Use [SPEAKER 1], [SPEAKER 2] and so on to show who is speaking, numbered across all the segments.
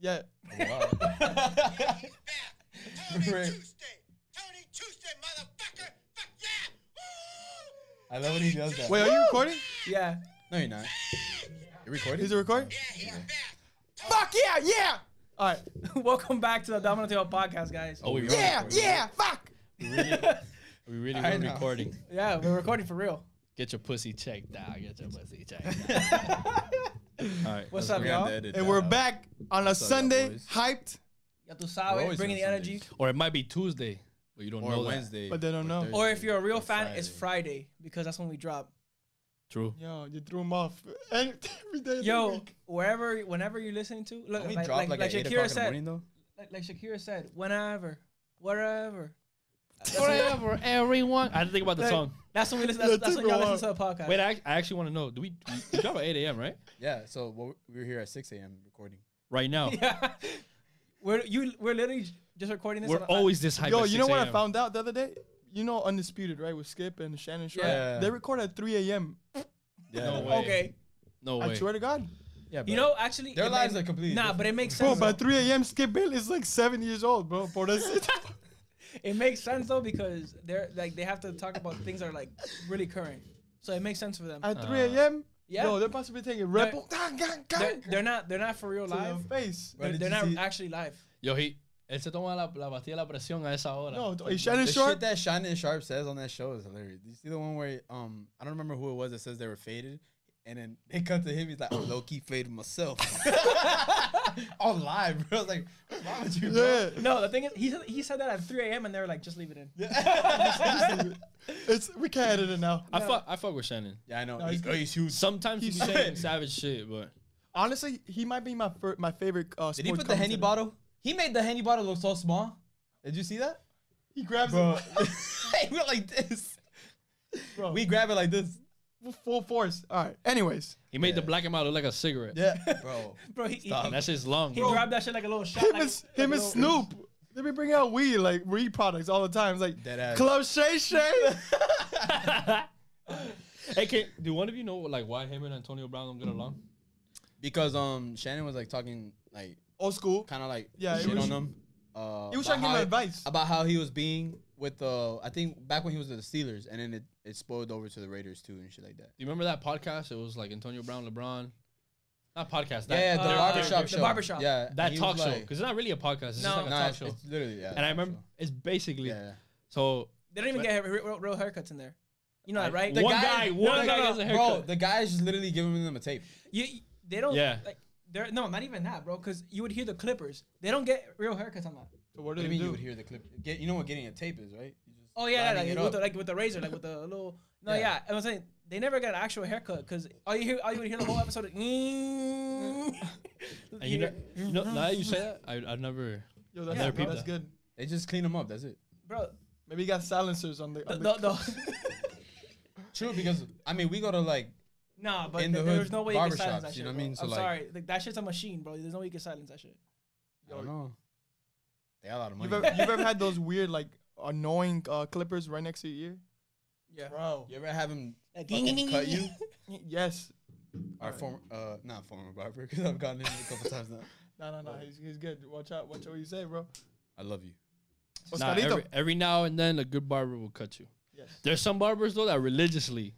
[SPEAKER 1] Yeah.
[SPEAKER 2] Right.
[SPEAKER 3] Tony Tuesday, motherfucker! Fuck yeah!
[SPEAKER 2] I love when he does that.
[SPEAKER 1] Wait, are you recording?
[SPEAKER 2] yeah. No, you're not. You're recording.
[SPEAKER 1] Is it recording?
[SPEAKER 3] Yeah, he's back!
[SPEAKER 1] Fuck yeah, yeah. All right.
[SPEAKER 4] Welcome back to the Domino Tail podcast, guys.
[SPEAKER 5] Oh, we
[SPEAKER 1] Yeah,
[SPEAKER 5] recording.
[SPEAKER 1] yeah. Fuck.
[SPEAKER 5] We really
[SPEAKER 2] I
[SPEAKER 5] were
[SPEAKER 2] know.
[SPEAKER 5] recording.
[SPEAKER 4] Yeah, we're recording for real.
[SPEAKER 5] Get your pussy checked out. Get your pussy checked.
[SPEAKER 2] All right,
[SPEAKER 4] What's up, y'all?
[SPEAKER 1] And we're back on a
[SPEAKER 2] up,
[SPEAKER 1] Sunday,
[SPEAKER 2] boys?
[SPEAKER 1] hyped,
[SPEAKER 4] Ya tu
[SPEAKER 2] We're
[SPEAKER 4] sabes,
[SPEAKER 2] always
[SPEAKER 4] bringing the
[SPEAKER 2] on Sundays.
[SPEAKER 4] energy.
[SPEAKER 5] or it might be Tuesday, but you don't
[SPEAKER 2] Or
[SPEAKER 5] know
[SPEAKER 2] Wednesday.
[SPEAKER 1] but they don't know.
[SPEAKER 2] Thursday.
[SPEAKER 4] Or if you're a real fan, it's
[SPEAKER 2] Friday.
[SPEAKER 4] Friday because that's when we drop.
[SPEAKER 5] that. True.
[SPEAKER 1] Yo, you threw him off every day. of the
[SPEAKER 4] Yo,
[SPEAKER 1] week.
[SPEAKER 4] wherever, whenever you're listening to, look,
[SPEAKER 2] Don't we
[SPEAKER 4] like,
[SPEAKER 2] drop
[SPEAKER 4] like,
[SPEAKER 2] like,
[SPEAKER 4] like
[SPEAKER 2] at eight
[SPEAKER 4] Shakira
[SPEAKER 2] o'clock in the
[SPEAKER 4] said,
[SPEAKER 2] morning though?
[SPEAKER 4] like, like Shakira said, whenever, wherever. That's when-
[SPEAKER 5] Forever, everyone. I had to think about the
[SPEAKER 4] Like-
[SPEAKER 5] song.
[SPEAKER 4] That's when we listen.
[SPEAKER 1] Yeah,
[SPEAKER 4] That's, that's when y'all
[SPEAKER 1] typical
[SPEAKER 4] listen to the podcast.
[SPEAKER 5] Wait, I, I actually want to know. Do we, we drop at 8 a.m. right?
[SPEAKER 2] Yeah. So well, we were here at 6 a.m. recording.
[SPEAKER 5] Right now,
[SPEAKER 4] yeah. We're you. We're literally j- just recording this.
[SPEAKER 5] we're
[SPEAKER 4] on-
[SPEAKER 5] always this hype.
[SPEAKER 1] Yo,
[SPEAKER 5] at
[SPEAKER 1] you know
[SPEAKER 5] 6
[SPEAKER 1] what I
[SPEAKER 5] a.m..
[SPEAKER 1] found out the other day? You know, Undisputed, right? With Skip and Shannon Sharp.
[SPEAKER 2] Yeah.
[SPEAKER 1] They record at 3 a.m.
[SPEAKER 2] Yeah.
[SPEAKER 5] No way.
[SPEAKER 4] Okay.
[SPEAKER 5] No
[SPEAKER 1] I
[SPEAKER 5] way.
[SPEAKER 1] swear to God.
[SPEAKER 2] Yeah,
[SPEAKER 4] You
[SPEAKER 2] but-
[SPEAKER 4] know, actually,
[SPEAKER 2] Their
[SPEAKER 4] it
[SPEAKER 2] lives
[SPEAKER 4] ma-
[SPEAKER 2] are completely
[SPEAKER 4] Nah,
[SPEAKER 2] different.
[SPEAKER 4] but it makes
[SPEAKER 1] Bro,
[SPEAKER 4] sense.
[SPEAKER 1] by
[SPEAKER 4] though.
[SPEAKER 1] 3 a.m., Skip Bailey is like seven years old, bro. Por eso-
[SPEAKER 4] it makes sense though because they're like they have to talk about things that are like really current. So it makes sense for them.
[SPEAKER 1] at
[SPEAKER 5] Uh,
[SPEAKER 1] 3 a.m.,
[SPEAKER 4] yeah.
[SPEAKER 1] Yo, they're possibly taking Rebel.
[SPEAKER 4] They're, they're not. They're not for real live.
[SPEAKER 1] To the face.
[SPEAKER 2] Bro,
[SPEAKER 4] They're,
[SPEAKER 2] did
[SPEAKER 4] they're
[SPEAKER 2] you
[SPEAKER 4] not
[SPEAKER 2] see-
[SPEAKER 4] actually live.
[SPEAKER 5] Yo, he. Él se toma la, la pastilla de la presión a esa hora.
[SPEAKER 1] No, hey, Shannon
[SPEAKER 2] the
[SPEAKER 1] Sharp.
[SPEAKER 2] shit that Shannon Sharp says on that show is hilarious. Did you see the one where um I don't remember who it was that says they were faded, and then they cut to him. He's like, "Oh, low key faded myself." on live, bro. I was like, "What's wrong with you, bro?"
[SPEAKER 1] yeah.
[SPEAKER 4] No, the thing is, he said, he said that at 3 a.m. and they were like, just leave it in.
[SPEAKER 1] it's we can't edit it now.
[SPEAKER 5] I fuck. I fuck with Shannon.
[SPEAKER 2] Yeah, I know.
[SPEAKER 1] No,
[SPEAKER 2] he's,
[SPEAKER 1] he's-
[SPEAKER 2] oh, he's huge.
[SPEAKER 5] Sometimes he be
[SPEAKER 1] He's-
[SPEAKER 5] saying savage shit, but
[SPEAKER 1] Honestly, he might be my fir- my favorite. Uh,
[SPEAKER 2] Did he
[SPEAKER 1] sports
[SPEAKER 2] put the henny
[SPEAKER 1] commentator.
[SPEAKER 2] bottle? He made the henny bottle look so small. Did you see that?
[SPEAKER 1] He grabs
[SPEAKER 2] Bro,
[SPEAKER 1] it.
[SPEAKER 2] hey, we're like this.
[SPEAKER 1] Bro.
[SPEAKER 2] We grab it like this.
[SPEAKER 1] with full force. All right. Anyways,
[SPEAKER 5] he made the
[SPEAKER 2] Yeah.
[SPEAKER 5] black and white look like a cigarette.
[SPEAKER 2] Yeah, bro.
[SPEAKER 4] Bro, he, he,
[SPEAKER 2] Stop.
[SPEAKER 5] That shit's long.
[SPEAKER 4] he
[SPEAKER 5] bro.
[SPEAKER 4] grabbed that shit like a little shot.
[SPEAKER 1] him
[SPEAKER 4] like,
[SPEAKER 1] and him
[SPEAKER 4] like
[SPEAKER 1] and
[SPEAKER 4] a little-
[SPEAKER 1] Snoop. They be bringing out weed like weed products all the time. It's like
[SPEAKER 2] Dead ass.
[SPEAKER 1] Club Shay Shay.
[SPEAKER 5] Hey, can, do one of you know like why him and Antonio Brown don't get along?
[SPEAKER 2] Because um Shannon was like talking like
[SPEAKER 1] Old school.
[SPEAKER 2] kind of like
[SPEAKER 1] Yeah, it
[SPEAKER 2] shit
[SPEAKER 1] was-
[SPEAKER 2] on him. Uh,
[SPEAKER 1] He was trying
[SPEAKER 2] about
[SPEAKER 1] to give
[SPEAKER 2] how
[SPEAKER 1] him
[SPEAKER 2] it-
[SPEAKER 1] advice.
[SPEAKER 2] about how he was being with the I think back when he was with the Steelers, and then it, it spoiled over to the Raiders too and shit like that.
[SPEAKER 5] Do you remember that podcast? It was like Antonio Brown, LeBron. Not podcast. That,
[SPEAKER 2] yeah, the
[SPEAKER 4] uh,
[SPEAKER 2] barbershop
[SPEAKER 4] the
[SPEAKER 2] show.
[SPEAKER 4] barbershop.
[SPEAKER 2] Yeah, and
[SPEAKER 5] that
[SPEAKER 2] he
[SPEAKER 5] talk
[SPEAKER 2] was
[SPEAKER 5] show.
[SPEAKER 2] like-
[SPEAKER 5] Because it's not really a podcast. It's
[SPEAKER 4] No.
[SPEAKER 5] just like a
[SPEAKER 2] Nah,
[SPEAKER 5] talk
[SPEAKER 2] it's,
[SPEAKER 5] show.
[SPEAKER 2] it's literally yeah.
[SPEAKER 5] and I
[SPEAKER 2] talk
[SPEAKER 5] remember
[SPEAKER 2] show.
[SPEAKER 5] it's basically
[SPEAKER 2] Yeah, yeah.
[SPEAKER 5] so
[SPEAKER 4] They don't even
[SPEAKER 5] But-
[SPEAKER 4] get real, real haircuts in there. You know that, right?
[SPEAKER 5] The One guy- one guy gets a
[SPEAKER 2] Bro,
[SPEAKER 5] haircut.
[SPEAKER 2] the guy is just literally giving them a tape.
[SPEAKER 4] You, they don't.
[SPEAKER 5] Yeah.
[SPEAKER 4] Like, they're no, not even that, bro. Because you would hear the Clippers. They don't get real haircuts on that.
[SPEAKER 1] So what
[SPEAKER 2] What
[SPEAKER 1] do
[SPEAKER 2] do
[SPEAKER 1] they
[SPEAKER 2] you mean you
[SPEAKER 1] do?
[SPEAKER 2] would hear the clip? Get, you know what getting a tape is, right? You just
[SPEAKER 4] Oh yeah,
[SPEAKER 2] lining
[SPEAKER 4] yeah, like,
[SPEAKER 2] it
[SPEAKER 4] with the,
[SPEAKER 2] up.
[SPEAKER 4] like with the razor, like with the little. No,
[SPEAKER 2] Yeah.
[SPEAKER 4] yeah. And I'm saying they never get an actual haircut because all you hear, all you would hear the whole episode. Is, "Mm." you
[SPEAKER 5] and you know,
[SPEAKER 4] know-
[SPEAKER 5] you know now that you say that I I never
[SPEAKER 1] Yo, that's,
[SPEAKER 5] Yeah,
[SPEAKER 1] bro,
[SPEAKER 5] bro.
[SPEAKER 1] that's good.
[SPEAKER 2] they just clean them up. That's it.
[SPEAKER 4] bro.
[SPEAKER 1] Maybe he got silencers on the.
[SPEAKER 4] The,
[SPEAKER 1] On
[SPEAKER 4] the,
[SPEAKER 1] the,
[SPEAKER 4] the,
[SPEAKER 2] True, because I mean we go to like
[SPEAKER 4] nah, but
[SPEAKER 2] In the
[SPEAKER 4] th- there's
[SPEAKER 2] hood
[SPEAKER 4] no way you can
[SPEAKER 2] barbershops,
[SPEAKER 4] silence that
[SPEAKER 2] you
[SPEAKER 4] shit.
[SPEAKER 2] know what I
[SPEAKER 4] bro.
[SPEAKER 2] mean? So,
[SPEAKER 4] I'm
[SPEAKER 2] like-
[SPEAKER 4] sorry, like that shit's a machine, bro. There's no way you can silence that shit.
[SPEAKER 2] I don't know. They got a lot of money.
[SPEAKER 1] you've, ever, you've ever had those weird like annoying uh, clippers right next to your ear?
[SPEAKER 4] Yeah.
[SPEAKER 1] Bro.
[SPEAKER 2] You ever have him
[SPEAKER 4] Like,
[SPEAKER 2] fucking cut you?
[SPEAKER 1] Yes.
[SPEAKER 2] Our former, uh, not former barber, because I've gotten him a couple times now.
[SPEAKER 1] No, no, no. He's, he's good. Watch out. Watch out what you say, bro.
[SPEAKER 2] I love you.
[SPEAKER 5] nah,
[SPEAKER 1] Oscarito.
[SPEAKER 5] every, every now and then a good barber will cut you.
[SPEAKER 1] Yes.
[SPEAKER 5] There's some barbers though that religiously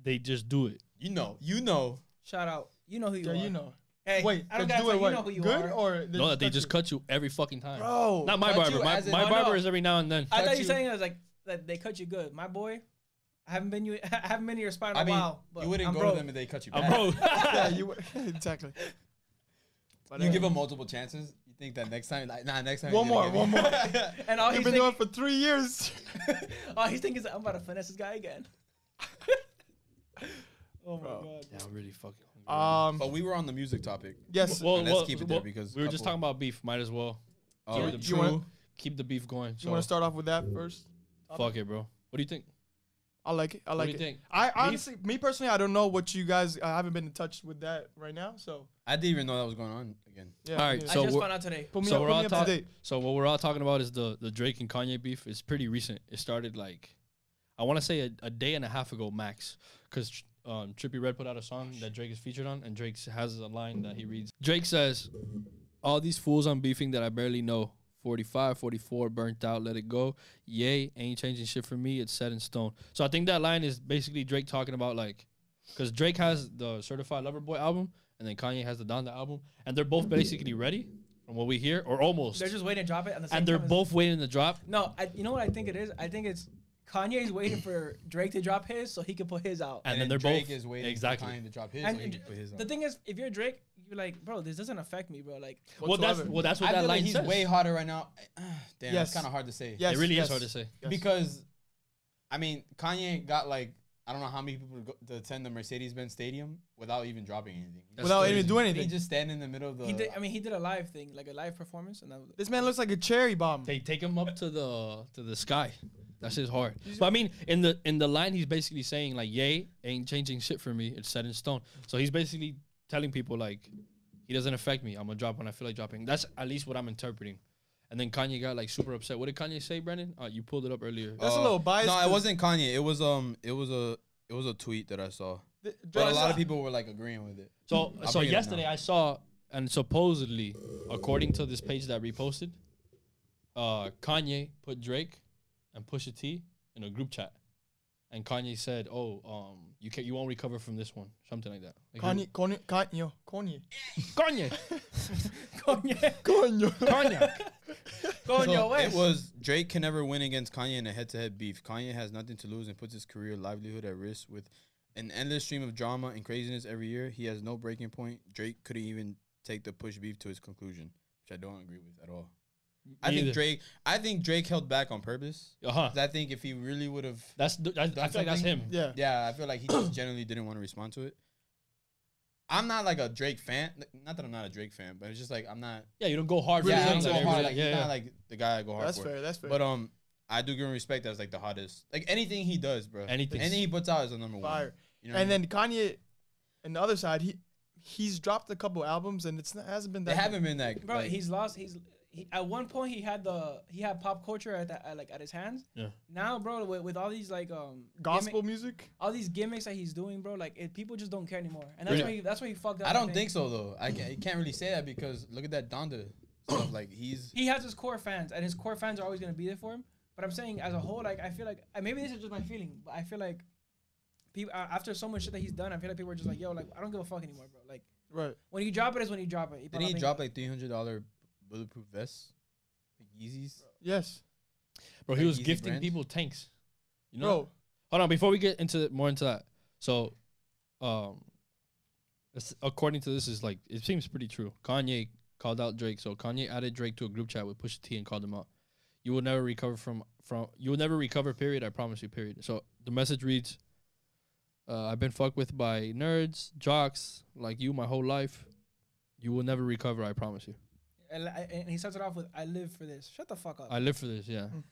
[SPEAKER 5] they just do it.
[SPEAKER 2] You know, you know.
[SPEAKER 4] Shout out. You know who you
[SPEAKER 1] Yeah,
[SPEAKER 4] are.
[SPEAKER 1] you know.
[SPEAKER 4] Hey,
[SPEAKER 1] Wait,
[SPEAKER 4] I don't
[SPEAKER 1] let's
[SPEAKER 4] gotta
[SPEAKER 1] do
[SPEAKER 4] tell
[SPEAKER 1] it.
[SPEAKER 4] you,
[SPEAKER 1] What?
[SPEAKER 4] you know who you
[SPEAKER 1] good
[SPEAKER 4] are.
[SPEAKER 1] or
[SPEAKER 5] no, that they
[SPEAKER 1] you?
[SPEAKER 5] just cut you every fucking time.
[SPEAKER 1] Bro,
[SPEAKER 5] Not my
[SPEAKER 2] cut
[SPEAKER 5] barber.
[SPEAKER 2] you
[SPEAKER 5] My,
[SPEAKER 2] as in-
[SPEAKER 5] my
[SPEAKER 4] Oh,
[SPEAKER 5] barber
[SPEAKER 4] no.
[SPEAKER 5] is every now and then.
[SPEAKER 4] I
[SPEAKER 2] cut
[SPEAKER 4] thought you
[SPEAKER 2] you.
[SPEAKER 4] were saying it was like that they cut you good, my boy. I haven't been you. I haven't been to your spot in a
[SPEAKER 2] I mean,
[SPEAKER 4] while. But
[SPEAKER 2] you wouldn't
[SPEAKER 4] I'm
[SPEAKER 2] go
[SPEAKER 4] broke.
[SPEAKER 2] to them and they cut you
[SPEAKER 5] I'm
[SPEAKER 2] back.
[SPEAKER 5] broke.
[SPEAKER 1] yeah, you exactly. But,
[SPEAKER 2] You
[SPEAKER 1] uh,
[SPEAKER 2] give them multiple chances. You think that next time, like, nah, next time.
[SPEAKER 1] One
[SPEAKER 2] you're gonna
[SPEAKER 1] more,
[SPEAKER 2] get
[SPEAKER 1] one
[SPEAKER 2] me.
[SPEAKER 4] And all
[SPEAKER 1] You've
[SPEAKER 4] he's
[SPEAKER 1] been doing it
[SPEAKER 4] thinking,
[SPEAKER 1] for three years.
[SPEAKER 4] all he's thinking is, I'm about to finesse this guy again. oh my god.
[SPEAKER 5] yeah, I'm really fucking. hungry.
[SPEAKER 1] Um,
[SPEAKER 2] but we were on the music topic.
[SPEAKER 1] yes.
[SPEAKER 5] well,
[SPEAKER 2] let's
[SPEAKER 5] well,
[SPEAKER 2] keep it
[SPEAKER 5] well,
[SPEAKER 2] there because
[SPEAKER 5] we were just
[SPEAKER 2] couple-
[SPEAKER 5] talking about beef. Might as well
[SPEAKER 2] Oh,
[SPEAKER 1] do you
[SPEAKER 2] true.
[SPEAKER 1] wanna-
[SPEAKER 5] keep the beef going.
[SPEAKER 1] you
[SPEAKER 5] So
[SPEAKER 1] want to start off with that first?
[SPEAKER 5] fuck it, bro. What do you think?
[SPEAKER 1] I like it. I like
[SPEAKER 5] do you
[SPEAKER 1] it.
[SPEAKER 5] think?
[SPEAKER 1] I honestly, me personally, I don't know what you guys. I haven't been in touch with that right now. So
[SPEAKER 2] I didn't even know that was going on again.
[SPEAKER 1] yeah.
[SPEAKER 5] All right,
[SPEAKER 1] yeah.
[SPEAKER 4] I
[SPEAKER 5] So
[SPEAKER 4] just
[SPEAKER 5] we're-
[SPEAKER 4] found out today.
[SPEAKER 1] put me
[SPEAKER 5] so
[SPEAKER 1] up,
[SPEAKER 5] we're
[SPEAKER 1] put
[SPEAKER 5] all
[SPEAKER 1] me up
[SPEAKER 5] talk-
[SPEAKER 1] to date.
[SPEAKER 5] So what we're all talking about is the the Drake and Kanye beef. It's pretty recent. It started like, I want to say a, a day and a half ago max, because um, Trippy Red put out a song that Drake is featured on, and Drake has a line that he reads. Drake says, all these fools I'm beefing that I barely know. 45, 44, burnt out, let it go. Yay, ain't changing shit for me. It's set in stone. So I think that line is basically Drake talking about like, because Drake has the Certified Lover Boy album, and then Kanye has the Donda album, and they're both basically ready from what we hear, or almost.
[SPEAKER 4] They're just waiting to drop it, at the same
[SPEAKER 5] and they're
[SPEAKER 4] time as-
[SPEAKER 5] both waiting to drop.
[SPEAKER 4] No, I, you know what I think it is. I think it's Kanye's waiting for Drake to drop his so he can put his out.
[SPEAKER 5] And, then they're
[SPEAKER 2] Drake
[SPEAKER 5] both
[SPEAKER 2] is waiting
[SPEAKER 5] exactly.
[SPEAKER 2] for Kanye to drop his.
[SPEAKER 4] And
[SPEAKER 2] so he can put his
[SPEAKER 4] the
[SPEAKER 2] on.
[SPEAKER 4] thing is, if you're Drake, you're like, bro, this doesn't affect me, bro. Like,
[SPEAKER 5] Well, that's
[SPEAKER 1] whatsoever.
[SPEAKER 5] well, that's what
[SPEAKER 2] I
[SPEAKER 5] that
[SPEAKER 2] feel
[SPEAKER 5] line
[SPEAKER 2] like he's
[SPEAKER 5] says.
[SPEAKER 2] way hotter right now. Damn,
[SPEAKER 1] Yes.
[SPEAKER 2] it's kind of hard to say.
[SPEAKER 1] Yes,
[SPEAKER 5] it really
[SPEAKER 1] yes.
[SPEAKER 5] is hard to say.
[SPEAKER 1] Yes.
[SPEAKER 2] because I mean Kanye got like I don't know how many people to, go, to attend the Mercedes Benz Stadium without even dropping anything.
[SPEAKER 5] That's
[SPEAKER 1] without
[SPEAKER 5] crazy.
[SPEAKER 1] even doing
[SPEAKER 2] He
[SPEAKER 1] anything,
[SPEAKER 2] just stand in the middle of the.
[SPEAKER 4] he did. I mean, he did a live thing, like a live performance, and that was,
[SPEAKER 1] this man looks like a cherry bomb.
[SPEAKER 5] They take him up to the to the sky. That's his hard. But I mean, in the in the line, he's basically saying like, "Yay, ain't changing shit for me. It's set in stone." So he's basically telling people like, "He doesn't affect me. I'm gonna drop when I feel like dropping." That's at least what I'm interpreting. And then Kanye got like super upset. What did Kanye say, Brandon? Uh, you pulled it up earlier.
[SPEAKER 1] That's a little biased
[SPEAKER 2] Oh. No, it
[SPEAKER 1] 'cause-
[SPEAKER 2] wasn't Kanye. It was um, it was a, it was a tweet that I saw,
[SPEAKER 1] Th-
[SPEAKER 2] but a
[SPEAKER 1] Drake's-
[SPEAKER 2] lot of people were like agreeing with it.
[SPEAKER 5] So
[SPEAKER 2] I'll
[SPEAKER 5] so
[SPEAKER 2] bring it up
[SPEAKER 5] yesterday
[SPEAKER 2] now.
[SPEAKER 5] I saw and supposedly according to this page that reposted, uh Kanye put Drake and Pusha T in a group chat. And Kanye said, "Oh, um you can you won't recover from this one." Something like that. Like,
[SPEAKER 1] Kanye, Kanye, Kanye, Kanye,
[SPEAKER 5] Kanye.
[SPEAKER 4] Kanye,
[SPEAKER 1] Kanye.
[SPEAKER 5] Kanye.
[SPEAKER 4] going
[SPEAKER 2] So
[SPEAKER 4] your way.
[SPEAKER 2] It was Drake can never win against Kanye in a head-to-head beef. Kanye has nothing to lose and puts his career livelihood at risk with an endless stream of drama and craziness every year. He has no breaking point. Drake couldn't even take the push beef to its conclusion, which I don't agree with at all. I think
[SPEAKER 5] either.
[SPEAKER 2] Drake. I think Drake held back on purpose.
[SPEAKER 5] Uh-huh.
[SPEAKER 2] 'Cause I think if he really would have,
[SPEAKER 5] That's th- I, I feel like that's
[SPEAKER 2] something?
[SPEAKER 5] him.
[SPEAKER 1] Yeah.
[SPEAKER 2] yeah, I feel like he just generally didn't want to respond to it. I'm not like a Drake fan. Not that I'm not a Drake fan, but it's just like I'm not.
[SPEAKER 5] Yeah, you don't go hard. for
[SPEAKER 1] Really
[SPEAKER 2] yeah, I
[SPEAKER 5] things
[SPEAKER 2] don't
[SPEAKER 1] into
[SPEAKER 5] that
[SPEAKER 2] go hard.
[SPEAKER 5] everybody-
[SPEAKER 2] Like,
[SPEAKER 5] yeah,
[SPEAKER 2] he's
[SPEAKER 5] yeah.
[SPEAKER 2] not like the guy I go hard
[SPEAKER 1] That's
[SPEAKER 2] for.
[SPEAKER 1] fair. That's fair.
[SPEAKER 2] But um, I do give him respect as like the hottest. Like anything he does, bro.
[SPEAKER 5] Anything.
[SPEAKER 2] Anything he puts out is the number one.
[SPEAKER 1] Fire.
[SPEAKER 2] You know what I
[SPEAKER 1] And
[SPEAKER 2] mean?
[SPEAKER 1] then Kanye, on the other side, he he's dropped a couple albums and it's not, hasn't been that.
[SPEAKER 2] they haven't been that.
[SPEAKER 4] bro,
[SPEAKER 2] like-
[SPEAKER 4] he's lost. He's he, at one point he had the he had pop culture at, the, at like at his hands.
[SPEAKER 5] Yeah.
[SPEAKER 4] Now, bro, with, with all these like um gimmick-
[SPEAKER 1] gospel music.
[SPEAKER 4] all these gimmicks that he's doing, bro, like it, people just don't care anymore, and that's
[SPEAKER 5] Yeah.
[SPEAKER 4] why he, that's why he fucked up.
[SPEAKER 2] I don't think so though. I can't, I can't really say that because look at that Donda stuff. Like he's
[SPEAKER 4] he has his core fans, and his core fans are always gonna be there for him. But I'm saying, as a whole, like I feel like uh, maybe this is just my feeling, but I feel like people uh, after so much shit that he's done, I feel like people are just like, yo, like I don't give a fuck anymore, bro. Like
[SPEAKER 1] Right.
[SPEAKER 4] when you drop it is when you drop it.
[SPEAKER 2] didn't he drop like three hundred dollar bulletproof vests, like Yeezys.
[SPEAKER 1] Yes.
[SPEAKER 5] Bro, he
[SPEAKER 2] Like
[SPEAKER 5] was
[SPEAKER 2] Yeezy
[SPEAKER 5] gifting
[SPEAKER 2] brand.
[SPEAKER 5] people tanks. You know?
[SPEAKER 1] Bro,
[SPEAKER 5] Hold on, before we get into more into that. So, um, it's- according to this, is like it seems pretty true. Kanye called out Drake, so Kanye added Drake to a group chat with Pusha T and called him out. You will never recover from from you will never recover. Period. I promise you. Period. So the message reads, uh, "I've been fucked with by nerds, jocks like you my whole life. You will never recover. I promise you.
[SPEAKER 4] and, li- and he starts it off with, "I live for this." Shut the fuck up.
[SPEAKER 5] I live for this. Yeah.
[SPEAKER 4] Mm.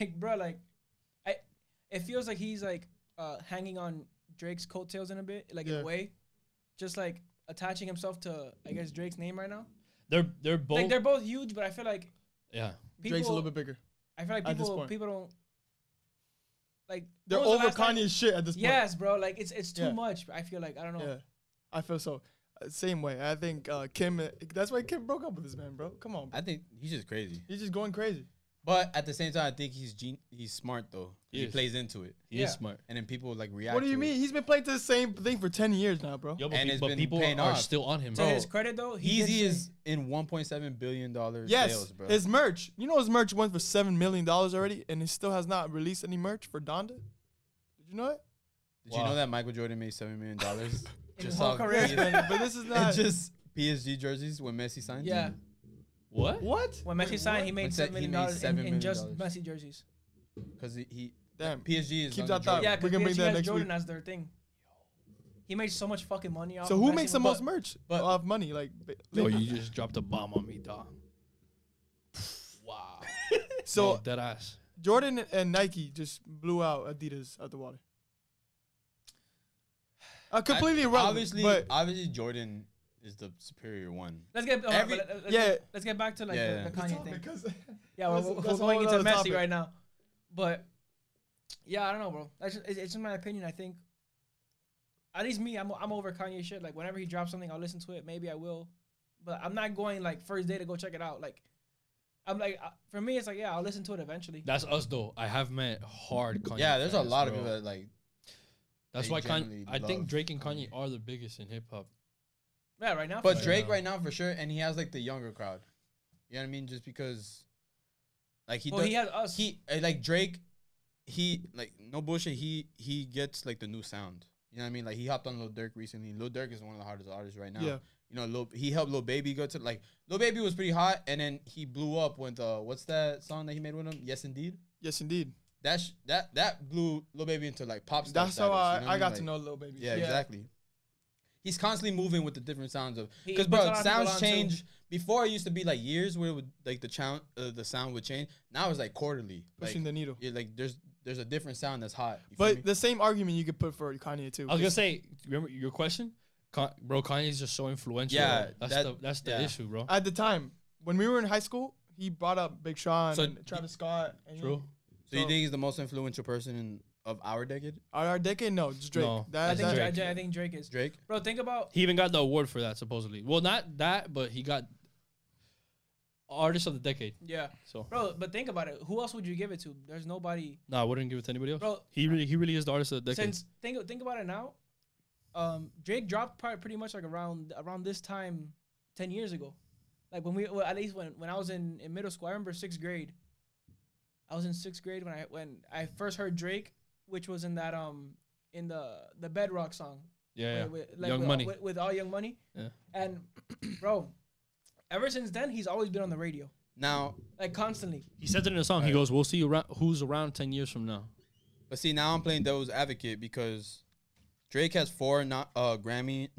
[SPEAKER 4] like bro like i it feels like he's like uh hanging on drake's coattails in a bit like in
[SPEAKER 1] Yeah.
[SPEAKER 4] a way just like attaching himself to i guess drake's name right now
[SPEAKER 5] They're they're both.
[SPEAKER 4] like they're both huge but i feel like
[SPEAKER 5] yeah.
[SPEAKER 4] people
[SPEAKER 1] Drake's a little bit bigger.
[SPEAKER 4] i feel like
[SPEAKER 1] at this
[SPEAKER 4] people
[SPEAKER 1] point.
[SPEAKER 4] people don't like
[SPEAKER 1] They're
[SPEAKER 4] when was the
[SPEAKER 1] over
[SPEAKER 4] last time-
[SPEAKER 1] Kanye's shit at this point.
[SPEAKER 4] yes bro like it's it's too
[SPEAKER 1] Yeah.
[SPEAKER 4] much i feel like i don't know
[SPEAKER 1] Yeah, I feel so. Uh, Same way. I think uh, Kim. That's why Kim broke up with this man, bro. Come on, bro.
[SPEAKER 2] I think he's just crazy.
[SPEAKER 1] he's just going crazy.
[SPEAKER 2] But at the same time, I think he's gen- he's smart though.
[SPEAKER 5] He
[SPEAKER 2] He,
[SPEAKER 5] is.
[SPEAKER 2] plays into it,
[SPEAKER 5] He
[SPEAKER 4] Yeah.
[SPEAKER 5] is smart.
[SPEAKER 2] and then people like react.
[SPEAKER 1] what do you
[SPEAKER 2] to it.
[SPEAKER 1] mean? He's been playing to the same thing for ten years now, bro.
[SPEAKER 5] Yo, but,
[SPEAKER 2] And
[SPEAKER 5] pe-
[SPEAKER 2] it's
[SPEAKER 5] but
[SPEAKER 2] been
[SPEAKER 5] people
[SPEAKER 2] paying
[SPEAKER 5] are
[SPEAKER 2] off.
[SPEAKER 5] still on him.
[SPEAKER 4] to
[SPEAKER 2] Bro,
[SPEAKER 4] his credit though he did
[SPEAKER 2] Yeezy
[SPEAKER 4] say-
[SPEAKER 2] is in 1.7 billion dollars
[SPEAKER 1] Yes,
[SPEAKER 2] sales, bro.
[SPEAKER 1] his merch. You know his merch went for seven million dollars already, and he still has not released any merch for Donda. Did you know it?
[SPEAKER 2] Did
[SPEAKER 5] Wow.
[SPEAKER 2] you know that Michael Jordan made seven million dollars
[SPEAKER 4] his whole career.
[SPEAKER 1] Yes, man, but this is not.
[SPEAKER 2] just PSG jerseys when Messi signed?
[SPEAKER 4] yeah
[SPEAKER 5] What?
[SPEAKER 1] what?
[SPEAKER 4] when messi signed he made
[SPEAKER 2] What's
[SPEAKER 4] seven
[SPEAKER 2] that? He
[SPEAKER 4] million
[SPEAKER 2] made
[SPEAKER 4] dollars
[SPEAKER 2] $7
[SPEAKER 4] in, in
[SPEAKER 2] million
[SPEAKER 4] just
[SPEAKER 2] dollars.
[SPEAKER 4] messi jerseys
[SPEAKER 2] because he, he
[SPEAKER 1] Damn.
[SPEAKER 2] PSG is
[SPEAKER 1] Keep that
[SPEAKER 2] under
[SPEAKER 1] thought.
[SPEAKER 2] Jordan.
[SPEAKER 4] Yeah,
[SPEAKER 1] We're
[SPEAKER 4] because
[SPEAKER 1] gonna bring
[SPEAKER 4] PSG
[SPEAKER 1] that
[SPEAKER 4] has
[SPEAKER 1] next
[SPEAKER 4] Jordan
[SPEAKER 1] week.
[SPEAKER 4] as their thing. He made so much fucking money off.
[SPEAKER 1] So
[SPEAKER 4] of
[SPEAKER 1] who
[SPEAKER 4] Messi
[SPEAKER 1] makes the
[SPEAKER 4] with-
[SPEAKER 1] most merch
[SPEAKER 2] but-
[SPEAKER 1] off money? Like, ba-
[SPEAKER 5] Yo, you just dropped a bomb on me, dog. Wow.
[SPEAKER 1] so
[SPEAKER 5] Yo, dead ass.
[SPEAKER 1] Jordan and Nike just blew out Adidas out the water. Uh, completely
[SPEAKER 2] I-
[SPEAKER 1] irrelevant.
[SPEAKER 2] Obviously, uh,
[SPEAKER 1] but
[SPEAKER 2] obviously Jordan is the superior one.
[SPEAKER 4] Let's get hold on,
[SPEAKER 2] Every-
[SPEAKER 4] let- let's,
[SPEAKER 1] yeah.
[SPEAKER 4] Get, let's get back to like
[SPEAKER 2] Yeah,
[SPEAKER 4] the, the
[SPEAKER 1] This
[SPEAKER 4] Kanye
[SPEAKER 1] topic,
[SPEAKER 4] thing.
[SPEAKER 1] 'cause-
[SPEAKER 4] Yeah, we're,
[SPEAKER 1] that's-
[SPEAKER 4] we're
[SPEAKER 1] that's a
[SPEAKER 4] going
[SPEAKER 1] whole
[SPEAKER 4] into
[SPEAKER 1] other
[SPEAKER 4] Messi
[SPEAKER 1] topic.
[SPEAKER 4] right now, but yeah, I don't know, bro. That's just, it's, it's just my opinion. I think at least me, I'm I'm over Kanye shit. Like whenever he drops something, I'll listen to it. Maybe I will, but I'm not going like first day to go check it out. Like, I'm like uh, for me, it's like yeah, I'll listen to it eventually.
[SPEAKER 5] That's us though. I have met hard
[SPEAKER 4] Oh,
[SPEAKER 5] Kanye.
[SPEAKER 2] yeah, there's a
[SPEAKER 5] fans,
[SPEAKER 2] lot of
[SPEAKER 5] bro.
[SPEAKER 2] people that like.
[SPEAKER 5] That's
[SPEAKER 2] they
[SPEAKER 5] why Kanye.
[SPEAKER 2] genuinely
[SPEAKER 5] I think
[SPEAKER 2] love
[SPEAKER 5] Drake and
[SPEAKER 2] Kanye.
[SPEAKER 5] Kanye are the biggest in hip hop.
[SPEAKER 4] Yeah, right now.
[SPEAKER 2] But
[SPEAKER 5] Right
[SPEAKER 2] Drake
[SPEAKER 5] now.
[SPEAKER 2] right now for sure, and he has like the younger crowd. You know what I mean? Just because, like he
[SPEAKER 4] well,
[SPEAKER 2] does,
[SPEAKER 4] he has us.
[SPEAKER 2] he uh, like Drake, he like no bullshit. He he gets like the new sound. You know what I mean? Like he hopped on Lil Durk recently. Lil Durk is one of the hardest artists right now.
[SPEAKER 1] Yeah.
[SPEAKER 2] You know, Lil, he helped Lil Baby go to like Lil Baby was pretty hot, and then he blew up with uh what's that song that he made with him? Yes, indeed.
[SPEAKER 1] Yes, indeed.
[SPEAKER 2] That sh- that that blew Lil Baby into like pop star.
[SPEAKER 1] That's how
[SPEAKER 2] status,
[SPEAKER 1] I,
[SPEAKER 2] you know what
[SPEAKER 1] I
[SPEAKER 2] mean?
[SPEAKER 1] got
[SPEAKER 2] Like,
[SPEAKER 1] to know Lil Baby.
[SPEAKER 2] Yeah,
[SPEAKER 4] Yeah.
[SPEAKER 2] exactly. He's constantly moving with the different sounds of
[SPEAKER 4] He
[SPEAKER 2] because
[SPEAKER 4] puts a
[SPEAKER 2] bro,
[SPEAKER 4] lot of people
[SPEAKER 2] sounds
[SPEAKER 4] on, too.
[SPEAKER 2] change. Before it used to be like years where it would, like the sound uh, the sound would change. Now it's like quarterly. Like,
[SPEAKER 1] pushing the needle.
[SPEAKER 2] yeah, like there's there's a different sound that's hot. you feel me?
[SPEAKER 1] But the same argument you could put for Kanye too.
[SPEAKER 5] I was gonna
[SPEAKER 1] It's-
[SPEAKER 5] say, remember your question, Ka- bro? Kanye's just so influential.
[SPEAKER 2] Yeah,
[SPEAKER 5] bro. that's
[SPEAKER 2] that-
[SPEAKER 5] the that's the
[SPEAKER 2] yeah.
[SPEAKER 5] issue, bro.
[SPEAKER 1] at the time when we were in high school, he brought up Big Sean
[SPEAKER 2] So
[SPEAKER 1] and Travis Scott. And
[SPEAKER 5] True.
[SPEAKER 2] so, you
[SPEAKER 1] so-
[SPEAKER 2] think he's the most influential person in, of our decade?
[SPEAKER 1] Our, our decade, no, just Drake.
[SPEAKER 5] No,
[SPEAKER 1] That-
[SPEAKER 4] I
[SPEAKER 5] that's
[SPEAKER 4] think
[SPEAKER 1] that-
[SPEAKER 4] Drake.
[SPEAKER 5] Drake.
[SPEAKER 4] I think Drake is.
[SPEAKER 2] Drake.
[SPEAKER 4] Bro, think about
[SPEAKER 5] He even got the award for that supposedly. Well, not that, but he got artist of the decade.
[SPEAKER 4] yeah,
[SPEAKER 5] So
[SPEAKER 4] bro. But think about it. Who else would you give it to? There's nobody,
[SPEAKER 5] no, I wouldn't give it to anybody else.
[SPEAKER 4] bro.
[SPEAKER 5] He really, he really is the artist of the decade.
[SPEAKER 4] Since think think about it now, um, Drake dropped probably pretty much like around around this time, ten years ago, like when we well, at least when when I was in, in middle school. I remember sixth grade. I was in sixth grade when I when I first heard Drake, which was in that um in the the Bedrock song.
[SPEAKER 5] yeah, yeah.
[SPEAKER 4] with,
[SPEAKER 5] Young
[SPEAKER 4] with,
[SPEAKER 5] Money.
[SPEAKER 4] with, with all Young Money.
[SPEAKER 5] Yeah.
[SPEAKER 4] And bro, ever since then he's always been on the radio,
[SPEAKER 2] Now,
[SPEAKER 4] like constantly.
[SPEAKER 5] he says it in a song. He goes, "We'll see around, who's around ten years from now."
[SPEAKER 2] but see, now I'm playing devil's advocate because Drake has four not uh Grammy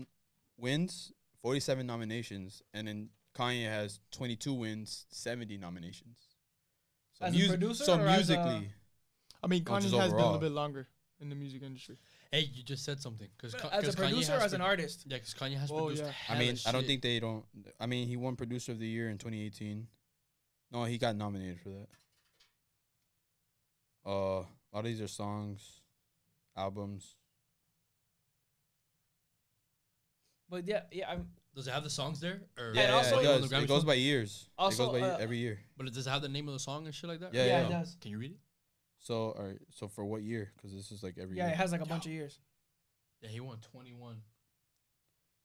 [SPEAKER 2] wins, 47 nominations, and then Kanye has 22 wins, 70 nominations. So,
[SPEAKER 4] As a
[SPEAKER 2] mus-
[SPEAKER 4] producer
[SPEAKER 2] so
[SPEAKER 4] or as a-
[SPEAKER 2] musically,
[SPEAKER 1] I mean,
[SPEAKER 2] Which
[SPEAKER 1] Kanye
[SPEAKER 2] is
[SPEAKER 1] has been a
[SPEAKER 2] overall.
[SPEAKER 1] little bit longer in the music industry.
[SPEAKER 5] Hey, you just said something because
[SPEAKER 4] As a producer or as an artist. Oh,
[SPEAKER 5] Yeah, because Kanye has
[SPEAKER 1] Whoa,
[SPEAKER 5] produced.
[SPEAKER 1] yeah. I
[SPEAKER 2] I
[SPEAKER 5] hella
[SPEAKER 2] mean, I don't
[SPEAKER 5] shit.
[SPEAKER 2] think they don't. I mean, he won producer of the year in 2018. No, he got nominated for that. Uh, a lot of these are songs, albums.
[SPEAKER 4] But yeah, yeah, I'm
[SPEAKER 5] Does it have the songs there? Or
[SPEAKER 4] Yeah, And yeah, also-
[SPEAKER 2] it,
[SPEAKER 4] you
[SPEAKER 5] on
[SPEAKER 2] goes,
[SPEAKER 5] the
[SPEAKER 2] it
[SPEAKER 5] Grammy
[SPEAKER 2] goes
[SPEAKER 5] song?
[SPEAKER 2] by years. it
[SPEAKER 4] Also,
[SPEAKER 2] goes by year-
[SPEAKER 4] uh,
[SPEAKER 2] every year.
[SPEAKER 5] But does it have the name of the song and shit like that?
[SPEAKER 2] Yeah,
[SPEAKER 4] yeah,
[SPEAKER 2] yeah.
[SPEAKER 4] it does.
[SPEAKER 5] Can you read it?
[SPEAKER 2] So, all right. So for what year? Because this is like every
[SPEAKER 4] Yeah,
[SPEAKER 2] year.
[SPEAKER 4] it has like a bunch of years.
[SPEAKER 5] Yeah, he won 21.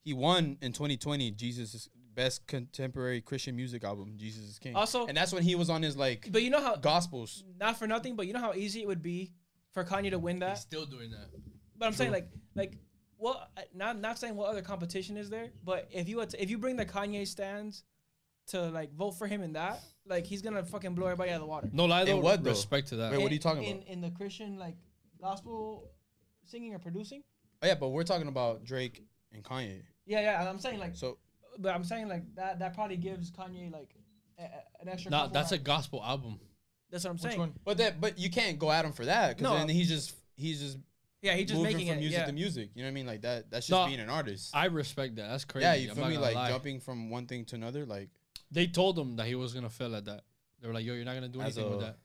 [SPEAKER 2] he won in 2020 Jesus is best contemporary Christian music album, Jesus is King.
[SPEAKER 4] Also-
[SPEAKER 2] and that's when he was on his like
[SPEAKER 4] But you know how
[SPEAKER 2] gospels.
[SPEAKER 4] not for nothing, but you know how easy it would be for Kanye to win
[SPEAKER 5] He's
[SPEAKER 4] that.
[SPEAKER 5] still doing that.
[SPEAKER 4] But I'm saying like like well, not not saying what other competition is there, but if you att- if you bring the Kanye stands to like vote for him in that, like he's gonna fucking blow everybody out of the water.
[SPEAKER 5] No lie
[SPEAKER 2] In
[SPEAKER 5] though.
[SPEAKER 2] what, though?
[SPEAKER 5] respect to that.
[SPEAKER 2] Wait, what are
[SPEAKER 4] In-
[SPEAKER 2] you talking
[SPEAKER 4] in,
[SPEAKER 2] about?
[SPEAKER 4] In the Christian like gospel singing or producing?
[SPEAKER 2] Oh yeah, but we're talking about Drake and Kanye.
[SPEAKER 4] Yeah, yeah. I'm saying like,
[SPEAKER 2] So
[SPEAKER 4] but I'm saying like that that probably gives Kanye like a, a- an extra.
[SPEAKER 5] nah,
[SPEAKER 4] couple
[SPEAKER 5] that's a
[SPEAKER 4] rounds.
[SPEAKER 5] gospel album.
[SPEAKER 4] that's what I'm
[SPEAKER 1] Which
[SPEAKER 4] saying.
[SPEAKER 1] one?
[SPEAKER 2] but that but you can't go at him for that because
[SPEAKER 4] No.
[SPEAKER 2] then he's just he's just
[SPEAKER 4] Yeah, he's just
[SPEAKER 2] moving
[SPEAKER 4] making
[SPEAKER 2] from
[SPEAKER 4] it.
[SPEAKER 2] music
[SPEAKER 4] yeah.
[SPEAKER 2] to music. You know what I mean? Like that that's just
[SPEAKER 5] No,
[SPEAKER 2] being an artist.
[SPEAKER 5] I respect that. That's crazy.
[SPEAKER 2] yeah, you
[SPEAKER 5] I'm
[SPEAKER 2] feel
[SPEAKER 5] not
[SPEAKER 2] me?
[SPEAKER 5] gonna
[SPEAKER 2] Like
[SPEAKER 5] lie.
[SPEAKER 2] jumping from one thing to another. Like
[SPEAKER 5] They told him that he was gonna fail at that. They were like, "Yo, you're not gonna do
[SPEAKER 2] As
[SPEAKER 5] anything with
[SPEAKER 2] a-
[SPEAKER 5] that."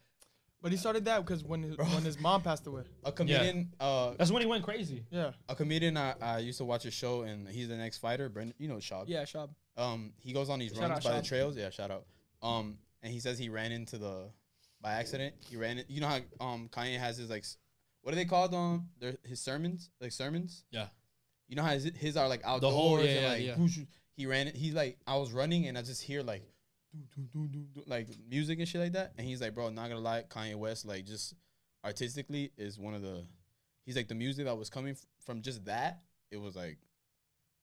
[SPEAKER 1] But he started that because when his, when his mom passed away.
[SPEAKER 2] a comedian, uh,
[SPEAKER 5] That's when he went crazy.
[SPEAKER 1] Yeah.
[SPEAKER 2] a comedian. I, I used to watch a show and he's the next fighter. Brent, you know Shab.
[SPEAKER 4] Yeah, Shab.
[SPEAKER 2] um he goes on these
[SPEAKER 4] Shout
[SPEAKER 2] runs
[SPEAKER 4] out
[SPEAKER 2] by the
[SPEAKER 4] Sean.
[SPEAKER 2] trails. Yeah, shout out. Um, and he says he ran into the by accident. He ran. it. You know how um Kanye has his like, s- what are they called? Um, their his sermons, like sermons.
[SPEAKER 5] Yeah.
[SPEAKER 2] You know how his, his are like outdoors.
[SPEAKER 5] whole- yeah,
[SPEAKER 2] and,
[SPEAKER 5] yeah,
[SPEAKER 2] like,
[SPEAKER 5] yeah.
[SPEAKER 2] whoosh, whoosh. He ran. it- He's like, I was running and I just hear like, doo, doo, doo, doo, doo, like music and shit like that. And he's like, bro, not gonna lie, Kanye West like just artistically is one of the. He's like the music that was coming f- from just that. It was like,